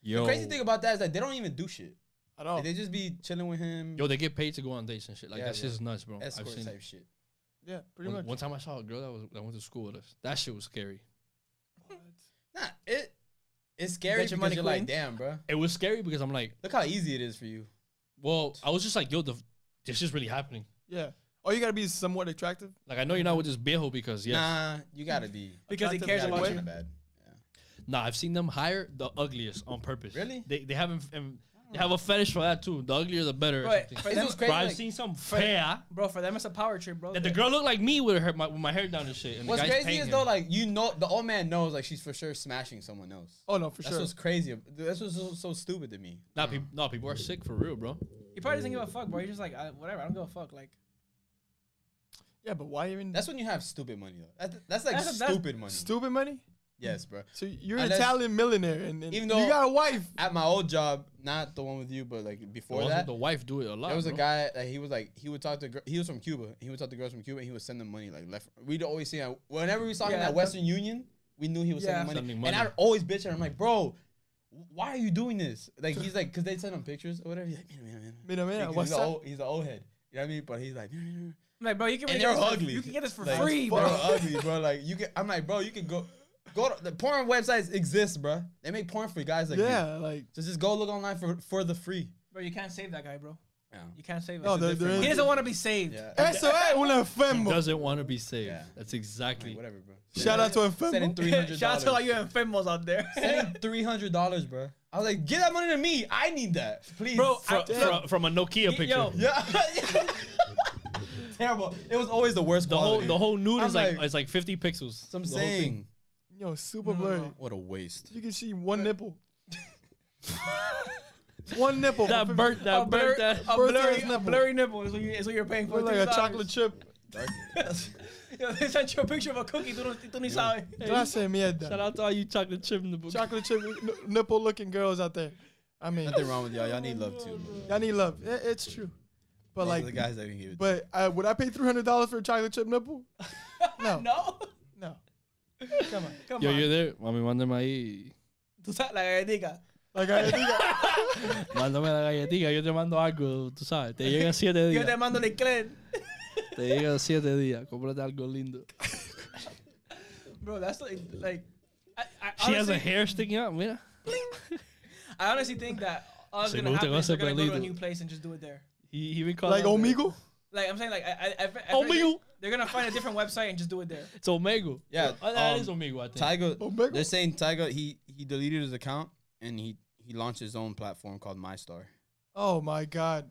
[SPEAKER 5] yo, Oh.
[SPEAKER 2] The crazy thing about that is that they don't even do shit.
[SPEAKER 1] I
[SPEAKER 2] Like,
[SPEAKER 1] don't.
[SPEAKER 2] they just be chilling with him.
[SPEAKER 5] yo, they get paid to go on dates and shit. Like
[SPEAKER 2] Yeah,
[SPEAKER 5] that
[SPEAKER 2] bro.
[SPEAKER 5] shit's nuts, bro.
[SPEAKER 2] escort
[SPEAKER 5] I've seen.
[SPEAKER 2] type shit.
[SPEAKER 1] Yeah, pretty
[SPEAKER 5] One,
[SPEAKER 1] much.
[SPEAKER 5] one time I saw a girl that was that went to school with us. That shit was scary.
[SPEAKER 2] Nah, it it's scary
[SPEAKER 4] Bet your
[SPEAKER 2] because
[SPEAKER 4] money,
[SPEAKER 2] you're
[SPEAKER 4] queen.
[SPEAKER 2] like, damn, bro.
[SPEAKER 5] It was scary because I'm like,
[SPEAKER 2] Look how easy it is for you.
[SPEAKER 5] well, I was just like, yo, the, this is really happening.
[SPEAKER 1] Yeah. Oh, you gotta be somewhat attractive.
[SPEAKER 5] Like I know you're not with this beho because yes. Nah.
[SPEAKER 2] Nah, you gotta be.
[SPEAKER 4] Because he
[SPEAKER 1] Attractive
[SPEAKER 4] cares
[SPEAKER 1] guy,
[SPEAKER 4] about
[SPEAKER 1] boy.
[SPEAKER 4] you.
[SPEAKER 2] bad.
[SPEAKER 5] I've seen them hire the ugliest on purpose.
[SPEAKER 2] Really?
[SPEAKER 5] They they haven't they have a fetish for that too. The uglier the better. Or
[SPEAKER 4] Right.
[SPEAKER 5] something.
[SPEAKER 4] For
[SPEAKER 2] This
[SPEAKER 4] them-
[SPEAKER 2] was
[SPEAKER 5] Bro,
[SPEAKER 2] crazy.
[SPEAKER 5] I've
[SPEAKER 2] like,
[SPEAKER 5] seen some fair
[SPEAKER 4] Bro, for them it's a power trip, bro.
[SPEAKER 5] that the girl looked like me with her my, with my hair down and shit. And the
[SPEAKER 2] what's
[SPEAKER 5] guy's
[SPEAKER 2] crazy
[SPEAKER 5] paying
[SPEAKER 2] is
[SPEAKER 5] him.
[SPEAKER 2] though, like you know, the old man knows, like she's for sure smashing someone else.
[SPEAKER 1] Oh no, for
[SPEAKER 2] That's
[SPEAKER 1] sure.
[SPEAKER 2] what's crazy. ab- That's what's so, so stupid to me.
[SPEAKER 5] nah, peop nah, people are sick for real, bro.
[SPEAKER 4] He probably doesn't give a fuck, bro. He's just like, I, whatever. I don't give a fuck. Like,
[SPEAKER 1] Yeah, but why even?
[SPEAKER 2] That's when you have stupid money though. That's, that's like
[SPEAKER 4] That's- that's-
[SPEAKER 2] stupid money.
[SPEAKER 1] stupid money.
[SPEAKER 2] yes, bro.
[SPEAKER 1] So you're an
[SPEAKER 2] Unless-
[SPEAKER 1] Italian millionaire, and, and
[SPEAKER 2] Even
[SPEAKER 1] you
[SPEAKER 2] though-
[SPEAKER 1] got a wife.
[SPEAKER 2] At my old job, not the one with you, but like before
[SPEAKER 5] Also,
[SPEAKER 2] that,
[SPEAKER 5] the wife do it a lot.
[SPEAKER 2] There was a
[SPEAKER 4] Uh-huh.
[SPEAKER 5] bro.
[SPEAKER 2] guy that he was like he would talk to gir- he was from Cuba. He would talk to girls from Cuba. and He would send them money like left. We'd always see him whenever we saw him
[SPEAKER 4] Yeah,
[SPEAKER 2] at
[SPEAKER 4] that-
[SPEAKER 2] Western Union. We knew he was
[SPEAKER 4] Yeah.
[SPEAKER 2] sending, money.
[SPEAKER 5] Sending
[SPEAKER 2] and
[SPEAKER 5] money.
[SPEAKER 2] I'd always bitch at him like, bro, why are you doing this? Like he's like, cause they send him pictures or whatever. He's like, mira, mira, mira.
[SPEAKER 1] Mira, mira,
[SPEAKER 2] Because
[SPEAKER 1] what's
[SPEAKER 2] he's,
[SPEAKER 1] up?
[SPEAKER 2] a old, he's an old head. You know what I mean? But he's like, mira, mira, mira.
[SPEAKER 4] I'm like, bro, you can
[SPEAKER 2] and
[SPEAKER 4] really
[SPEAKER 2] they're
[SPEAKER 4] get this for-
[SPEAKER 2] ugly.
[SPEAKER 4] You can get this for
[SPEAKER 2] Like,
[SPEAKER 4] free,
[SPEAKER 2] They're
[SPEAKER 4] bro.
[SPEAKER 2] ugly, bro. Like you can. I'm like, bro, you can go. Go to, the porn websites exist, bro. They make porn for guys like you.
[SPEAKER 1] yeah, like
[SPEAKER 2] So just go look online for for the free.
[SPEAKER 4] Bro, you can't save that guy, bro.
[SPEAKER 2] Yeah.
[SPEAKER 4] You can't save
[SPEAKER 1] no,
[SPEAKER 4] him.
[SPEAKER 1] there, there
[SPEAKER 2] different-
[SPEAKER 1] is.
[SPEAKER 4] He doesn't want to be saved.
[SPEAKER 2] Yeah.
[SPEAKER 1] Eso es un
[SPEAKER 5] He
[SPEAKER 1] enfermo.
[SPEAKER 5] doesn't want to be saved.
[SPEAKER 2] Yeah.
[SPEAKER 5] That's exactly.
[SPEAKER 2] Like, whatever, bro.
[SPEAKER 1] Shout out to
[SPEAKER 2] Sending
[SPEAKER 1] enfermo.
[SPEAKER 2] three hundred.
[SPEAKER 4] Shout out to all you enfermos out there.
[SPEAKER 2] three hundred dollars, bro. I was like, get that money to me. I need that, please,
[SPEAKER 4] Bro, I-
[SPEAKER 5] Fro-
[SPEAKER 4] Damn.
[SPEAKER 5] fro- from a Nokia picture.
[SPEAKER 4] Yo,
[SPEAKER 2] yeah. Terrible. It was always the worst.
[SPEAKER 5] the whole
[SPEAKER 2] quality.
[SPEAKER 5] the whole nude
[SPEAKER 2] I'm
[SPEAKER 5] is like,
[SPEAKER 2] like-
[SPEAKER 5] it's like 50 pixels.
[SPEAKER 2] So I'm
[SPEAKER 5] The whole thing.
[SPEAKER 2] saying,
[SPEAKER 1] Yo, super
[SPEAKER 4] No, no,
[SPEAKER 1] blurry.
[SPEAKER 4] no.
[SPEAKER 2] what a waste.
[SPEAKER 1] You can see one nipple. one nipple. for
[SPEAKER 5] that
[SPEAKER 1] fifty-
[SPEAKER 5] burnt
[SPEAKER 4] a,
[SPEAKER 5] that
[SPEAKER 4] blur,
[SPEAKER 5] burnt that.
[SPEAKER 4] a
[SPEAKER 1] Birthday
[SPEAKER 4] blurry,
[SPEAKER 1] is nipple.
[SPEAKER 4] blurry nipple is what, you, is what you're paying for.
[SPEAKER 1] Look like a
[SPEAKER 4] $3.
[SPEAKER 1] chocolate chip.
[SPEAKER 4] Yo, they sent you a picture of a cookie. Tú no, tú ni sabes.
[SPEAKER 1] Clase de
[SPEAKER 5] Shout
[SPEAKER 1] mierda.
[SPEAKER 5] out to all you chocolate chip in the book.
[SPEAKER 1] Chocolate chip n- nipple looking girls out there. I mean,
[SPEAKER 2] Nothing wrong with y'all. Y'all need love too.
[SPEAKER 1] y'all need love. I- it's true. But
[SPEAKER 2] Like the
[SPEAKER 1] like,
[SPEAKER 2] guys that didn't give it.
[SPEAKER 1] but uh, would I pay three hundred dollars for a chocolate chip nipple? No, no.
[SPEAKER 4] No.
[SPEAKER 1] Come on.
[SPEAKER 4] Come
[SPEAKER 5] Yo,
[SPEAKER 4] on.
[SPEAKER 5] you're there. Mami, mándame ahí.
[SPEAKER 4] Tú sabes, la galletica.
[SPEAKER 1] Like I think I,
[SPEAKER 5] Mándame la galletita. Yo te mando algo, tú sabes. Te llega siete
[SPEAKER 4] Yo te
[SPEAKER 5] días.
[SPEAKER 4] mando el clan.
[SPEAKER 5] Te llega siete días. Cómprate algo lindo.
[SPEAKER 4] Bro, that's like, like I, I,
[SPEAKER 5] She has a
[SPEAKER 4] honestly-
[SPEAKER 5] hair sticking out. Mira.
[SPEAKER 4] I honestly think that all that's
[SPEAKER 5] Se
[SPEAKER 4] gonna
[SPEAKER 5] me gusta
[SPEAKER 4] happen
[SPEAKER 5] con
[SPEAKER 4] is they're gonna
[SPEAKER 5] ese
[SPEAKER 4] go to a
[SPEAKER 5] pelito.
[SPEAKER 4] new place and just do it there.
[SPEAKER 5] He, he even called
[SPEAKER 1] like
[SPEAKER 5] out the-
[SPEAKER 1] Omigo.
[SPEAKER 4] Like I'm saying, like I, I, I, fe- I feel
[SPEAKER 5] Omigo.
[SPEAKER 4] like They're gonna find a different website and just do it there.
[SPEAKER 5] It's Omega.
[SPEAKER 2] Yeah,
[SPEAKER 5] Uh, that
[SPEAKER 2] um,
[SPEAKER 5] is Omega. I think.
[SPEAKER 2] Tiger.
[SPEAKER 1] Omega.
[SPEAKER 2] They're saying Tiger. He he deleted his account and he he launched his own platform called MyStar.
[SPEAKER 1] Oh my god.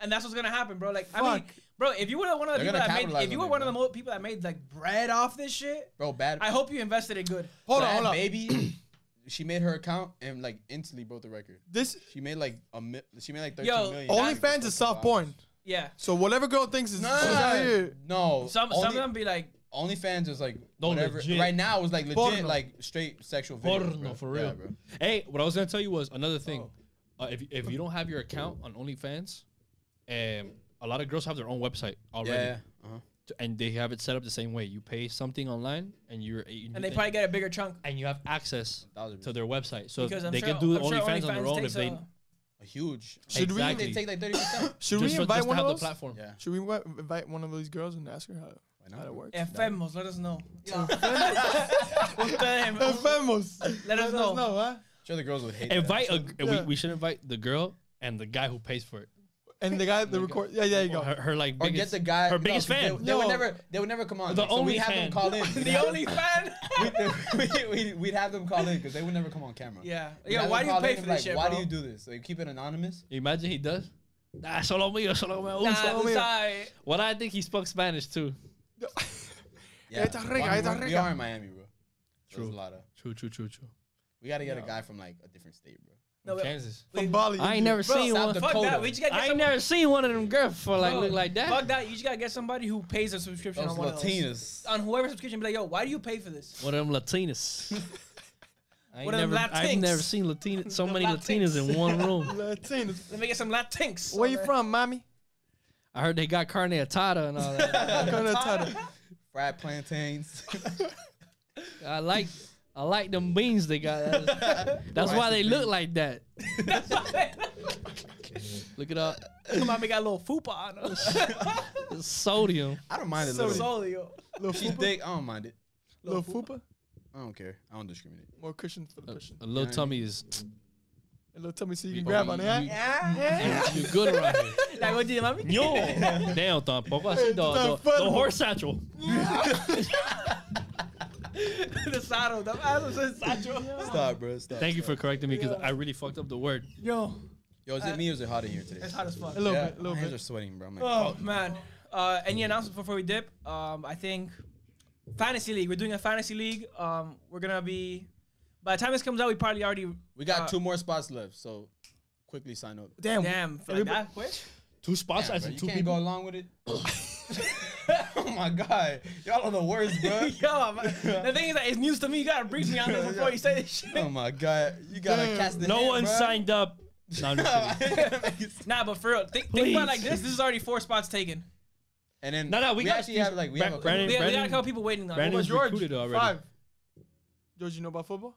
[SPEAKER 4] And that's what's gonna happen, bro. Like, I mean, bro, if you were one of
[SPEAKER 2] They're
[SPEAKER 4] the people
[SPEAKER 2] gonna
[SPEAKER 4] that made,
[SPEAKER 2] capitalize
[SPEAKER 4] if you
[SPEAKER 2] on
[SPEAKER 4] were
[SPEAKER 2] it,
[SPEAKER 4] one of the
[SPEAKER 2] bro.
[SPEAKER 4] mo- people that made like bread off this shit,
[SPEAKER 2] Bro, bad.
[SPEAKER 4] I hope you invested it good.
[SPEAKER 1] Hold on,
[SPEAKER 2] Bad
[SPEAKER 1] hold on.
[SPEAKER 2] baby. she made her account and like instantly broke the record.
[SPEAKER 1] This
[SPEAKER 2] She made like a mi- she made like 13
[SPEAKER 4] Yo,
[SPEAKER 2] million.
[SPEAKER 1] OnlyFans is soft porn.
[SPEAKER 4] Yeah.
[SPEAKER 1] So whatever girl thinks is she's out here.
[SPEAKER 2] No,
[SPEAKER 4] Some
[SPEAKER 2] only,
[SPEAKER 4] some of them be like,
[SPEAKER 2] OnlyFans is like
[SPEAKER 5] No,
[SPEAKER 2] whatever.
[SPEAKER 5] legit.
[SPEAKER 2] Right now, it's like legit,
[SPEAKER 1] Porno.
[SPEAKER 2] like straight sexual videos,
[SPEAKER 5] Porno,
[SPEAKER 2] bro.
[SPEAKER 5] for real.
[SPEAKER 2] Yeah, bro.
[SPEAKER 5] Hey, what I was gonna tell you was another thing. Uh, if if you don't have your account on OnlyFans, um, a lot of girls have their own website already,
[SPEAKER 2] Yeah, uh-huh.
[SPEAKER 5] t- and they have it set up the same way. You pay something online, and you're you-
[SPEAKER 4] and they probably get a bigger chunk
[SPEAKER 5] and you have access
[SPEAKER 2] Thousand
[SPEAKER 5] to their website, so
[SPEAKER 4] because I'm
[SPEAKER 5] they
[SPEAKER 4] sure,
[SPEAKER 5] can do
[SPEAKER 4] I'm sure
[SPEAKER 5] OnlyFans on their own
[SPEAKER 4] takes
[SPEAKER 5] if they
[SPEAKER 4] a-
[SPEAKER 2] A huge.
[SPEAKER 1] Should we-
[SPEAKER 5] exactly.
[SPEAKER 2] They take like thirty percent.
[SPEAKER 1] Should
[SPEAKER 5] just
[SPEAKER 1] we
[SPEAKER 5] for-
[SPEAKER 1] invite
[SPEAKER 5] just to
[SPEAKER 1] one
[SPEAKER 5] have
[SPEAKER 1] of
[SPEAKER 5] the
[SPEAKER 1] those?
[SPEAKER 5] platform.
[SPEAKER 2] Yeah.
[SPEAKER 1] Should we wa- invite one of those girls and ask her how,
[SPEAKER 2] Why not?
[SPEAKER 1] how it works?
[SPEAKER 4] Enfermos, let us know. Yo.
[SPEAKER 1] Infamous.
[SPEAKER 4] Enfermos. Let us know.
[SPEAKER 1] huh?
[SPEAKER 2] Sure, the girls would hate.
[SPEAKER 5] Invite a,
[SPEAKER 2] that.
[SPEAKER 5] we,
[SPEAKER 1] Yeah.
[SPEAKER 5] we should invite the girl and the guy who pays for it.
[SPEAKER 1] And the guy, the record. Yeah, yeah, you
[SPEAKER 5] Her,
[SPEAKER 1] go.
[SPEAKER 5] her like
[SPEAKER 2] or
[SPEAKER 5] biggest,
[SPEAKER 2] get the guy.
[SPEAKER 5] her
[SPEAKER 2] no,
[SPEAKER 5] biggest
[SPEAKER 2] 'cause
[SPEAKER 5] fan.
[SPEAKER 2] They, they would
[SPEAKER 1] No.
[SPEAKER 2] never. They would never come on.
[SPEAKER 5] The
[SPEAKER 2] so we have
[SPEAKER 5] OnlyFan.
[SPEAKER 2] them call in.
[SPEAKER 4] the only fan.
[SPEAKER 2] we, we, we'd have them call in because they would never come on camera.
[SPEAKER 4] Yeah.
[SPEAKER 2] We'd
[SPEAKER 4] Yo,
[SPEAKER 2] have
[SPEAKER 4] why
[SPEAKER 2] them
[SPEAKER 4] do you
[SPEAKER 2] call
[SPEAKER 4] pay
[SPEAKER 2] in
[SPEAKER 4] for
[SPEAKER 2] and
[SPEAKER 4] this
[SPEAKER 2] be like,
[SPEAKER 4] shit,
[SPEAKER 2] Why
[SPEAKER 4] bro?
[SPEAKER 2] do you do this? So you keep it anonymous.
[SPEAKER 5] Imagine he does. Nah, solo mío, solo me
[SPEAKER 4] Nah,
[SPEAKER 5] gusta.
[SPEAKER 4] it's
[SPEAKER 1] me.
[SPEAKER 4] alright.
[SPEAKER 5] What I think he spoke Spanish too.
[SPEAKER 2] Yeah,
[SPEAKER 1] Esta rica,
[SPEAKER 2] Why-
[SPEAKER 1] esta
[SPEAKER 2] we- We
[SPEAKER 1] rica.
[SPEAKER 2] are in Miami, bro. So There's
[SPEAKER 5] True.
[SPEAKER 2] a lot of.
[SPEAKER 5] True, true, true, true.
[SPEAKER 2] We gotta get a guy from like a different state, bro.
[SPEAKER 4] No,
[SPEAKER 5] From
[SPEAKER 4] but-
[SPEAKER 5] Kansas.
[SPEAKER 1] From Bali.
[SPEAKER 5] I ain't
[SPEAKER 1] India.
[SPEAKER 5] never
[SPEAKER 4] Bro,
[SPEAKER 5] seen one.
[SPEAKER 2] South
[SPEAKER 4] Fuck
[SPEAKER 2] Dakota.
[SPEAKER 4] that. We just gotta get
[SPEAKER 5] I ain't
[SPEAKER 4] some-
[SPEAKER 5] never seen one of them girls for like
[SPEAKER 4] Bro,
[SPEAKER 5] look like that.
[SPEAKER 4] Fuck that. You just gotta get somebody who pays a subscription
[SPEAKER 2] Those
[SPEAKER 4] on one of
[SPEAKER 2] Latinas.
[SPEAKER 4] those. On whoever's subscription, be like, yo, why do you pay for this?
[SPEAKER 5] One of them Latinas. I ain't
[SPEAKER 4] One of them
[SPEAKER 5] never, I've
[SPEAKER 4] Latinx.
[SPEAKER 5] never seen Latina, so
[SPEAKER 4] The
[SPEAKER 5] many Latinas in one room.
[SPEAKER 1] Latinas.
[SPEAKER 4] Let me get some Latinx.
[SPEAKER 1] Where you from, mommy?
[SPEAKER 5] I heard they got carne atada and all that.
[SPEAKER 1] Gonna tell her.
[SPEAKER 2] Fried plantains.
[SPEAKER 5] I like, I like them beans they got. That's why they look like that. Look it up.
[SPEAKER 4] Come on, we got a little fupa on us.
[SPEAKER 5] It's sodium.
[SPEAKER 2] I don't mind it.
[SPEAKER 1] So-
[SPEAKER 2] little.
[SPEAKER 4] Solo, yo.
[SPEAKER 1] Little
[SPEAKER 2] She's
[SPEAKER 1] fupa.
[SPEAKER 2] thick. I don't mind it.
[SPEAKER 1] Little fupa.
[SPEAKER 2] I don't care. I don't discriminate.
[SPEAKER 1] More cushion for the cushion.
[SPEAKER 5] A little tummy is
[SPEAKER 1] A little tummy so you can
[SPEAKER 5] But
[SPEAKER 1] grab
[SPEAKER 5] we-
[SPEAKER 1] on it.
[SPEAKER 5] we-
[SPEAKER 1] huh?
[SPEAKER 4] Yeah.
[SPEAKER 5] you're good around here.
[SPEAKER 4] Like, what do you, mami?
[SPEAKER 5] Yo, damn, tampoco así the, the, the horse satchel.
[SPEAKER 4] the saddle. The saddle says Sancho.
[SPEAKER 2] Stop, bro. Stop.
[SPEAKER 5] Thank you for
[SPEAKER 2] stop.
[SPEAKER 5] correcting me because I really fucked up the word.
[SPEAKER 4] Yo,
[SPEAKER 2] Yo, is it me or is it hot in here today?
[SPEAKER 4] it's hot as fuck.
[SPEAKER 1] A little
[SPEAKER 2] Yeah,
[SPEAKER 1] bit, a little
[SPEAKER 2] my hands
[SPEAKER 1] bit.
[SPEAKER 2] are sweating, bro. I'm like,
[SPEAKER 4] Oh man. Uh, any announcements before we dip? Um, I think fantasy league. We're doing a fantasy league. Um, we're gonna be. By the time this comes out, we probably already.
[SPEAKER 2] we got
[SPEAKER 4] uh,
[SPEAKER 2] two more spots left, so quickly sign up.
[SPEAKER 1] Damn.
[SPEAKER 4] Damn, like
[SPEAKER 1] Everybody-
[SPEAKER 4] that quick?
[SPEAKER 5] Two spots,
[SPEAKER 2] Damn,
[SPEAKER 5] as
[SPEAKER 2] bro,
[SPEAKER 5] in
[SPEAKER 2] you
[SPEAKER 5] two
[SPEAKER 2] can't
[SPEAKER 5] people.
[SPEAKER 2] go along with it. oh my god, y'all are the worst, bro.
[SPEAKER 4] Yo, man, the thing is that it's news to me. You gotta brief me on this before you say this shit.
[SPEAKER 2] oh my god, you gotta
[SPEAKER 1] Damn.
[SPEAKER 2] cast the
[SPEAKER 5] No
[SPEAKER 2] net,
[SPEAKER 5] one
[SPEAKER 2] bro.
[SPEAKER 5] signed up. No, I'm just kidding.
[SPEAKER 4] Nah, but for real, think, think about it like
[SPEAKER 5] Please.
[SPEAKER 4] this. This is already four spots taken.
[SPEAKER 2] and then
[SPEAKER 5] No, no, we got-
[SPEAKER 2] actually have like we have a
[SPEAKER 5] Brandon-
[SPEAKER 4] We, we got a
[SPEAKER 5] Brandon-
[SPEAKER 4] couple people waiting on. it.
[SPEAKER 5] Brandon's
[SPEAKER 1] George,
[SPEAKER 5] recruited already.
[SPEAKER 1] Five. George, you know about football?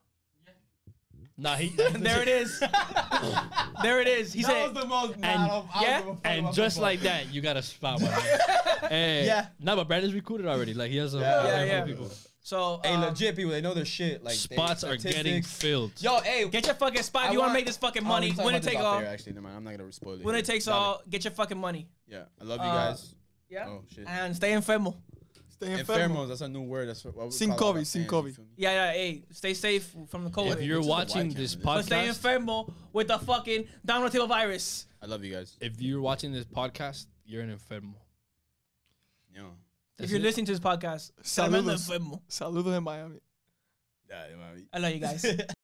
[SPEAKER 5] Nah, he,
[SPEAKER 4] There it is. there it is. He said.
[SPEAKER 2] the most
[SPEAKER 5] I don't- I don't
[SPEAKER 4] yeah, give a
[SPEAKER 5] And just like that, you got a spot. one. hey,
[SPEAKER 2] Yeah.
[SPEAKER 5] No, but Brandon's recruited already. Like he has a
[SPEAKER 2] Yeah.
[SPEAKER 5] he has a
[SPEAKER 4] Yeah,
[SPEAKER 5] few
[SPEAKER 2] yeah.
[SPEAKER 5] people.
[SPEAKER 4] So
[SPEAKER 2] Hey,
[SPEAKER 4] um,
[SPEAKER 2] legit people, they know their shit. Like they-
[SPEAKER 5] Spots are getting
[SPEAKER 2] statistics.
[SPEAKER 5] filled.
[SPEAKER 2] Yo, hey,
[SPEAKER 4] Get your fucking spot.
[SPEAKER 2] I
[SPEAKER 4] you want to
[SPEAKER 2] want-
[SPEAKER 4] make this fucking
[SPEAKER 2] I
[SPEAKER 4] money.
[SPEAKER 2] wanna talk
[SPEAKER 4] When it
[SPEAKER 2] about this
[SPEAKER 4] take
[SPEAKER 2] off
[SPEAKER 4] all.
[SPEAKER 2] air, Actually, never mind. I'm not gonna spoil it.
[SPEAKER 4] When
[SPEAKER 2] here.
[SPEAKER 4] it takes
[SPEAKER 2] Damn it.
[SPEAKER 4] all. Get your fucking money.
[SPEAKER 2] Yeah, I love you
[SPEAKER 4] Uh,
[SPEAKER 2] guys.
[SPEAKER 4] Yeah.
[SPEAKER 2] Oh shit.
[SPEAKER 4] And stay enfermo.
[SPEAKER 1] Stay in
[SPEAKER 2] Enfermos, that's a new word. That's what we call
[SPEAKER 1] Sin
[SPEAKER 2] all our
[SPEAKER 1] Covid, Sin
[SPEAKER 2] fans, you
[SPEAKER 1] Covid.
[SPEAKER 2] feel me?
[SPEAKER 4] Yeah, yeah. Hey, stay safe from the cold.
[SPEAKER 5] if you're
[SPEAKER 2] this is a
[SPEAKER 5] watching
[SPEAKER 2] wide
[SPEAKER 5] this
[SPEAKER 2] camera,
[SPEAKER 4] but stay
[SPEAKER 5] podcast,
[SPEAKER 4] enfermo with the fucking domino tail virus.
[SPEAKER 2] I love you guys.
[SPEAKER 5] if you're watching this podcast, you're an enfermo.
[SPEAKER 2] Yeah.
[SPEAKER 5] That's
[SPEAKER 4] if you're
[SPEAKER 5] it.
[SPEAKER 4] listening to this podcast,
[SPEAKER 1] Saludos.
[SPEAKER 4] tremendo enfermo.
[SPEAKER 1] Saludos in Miami.
[SPEAKER 2] Yeah, you know what I mean?
[SPEAKER 4] I love you guys.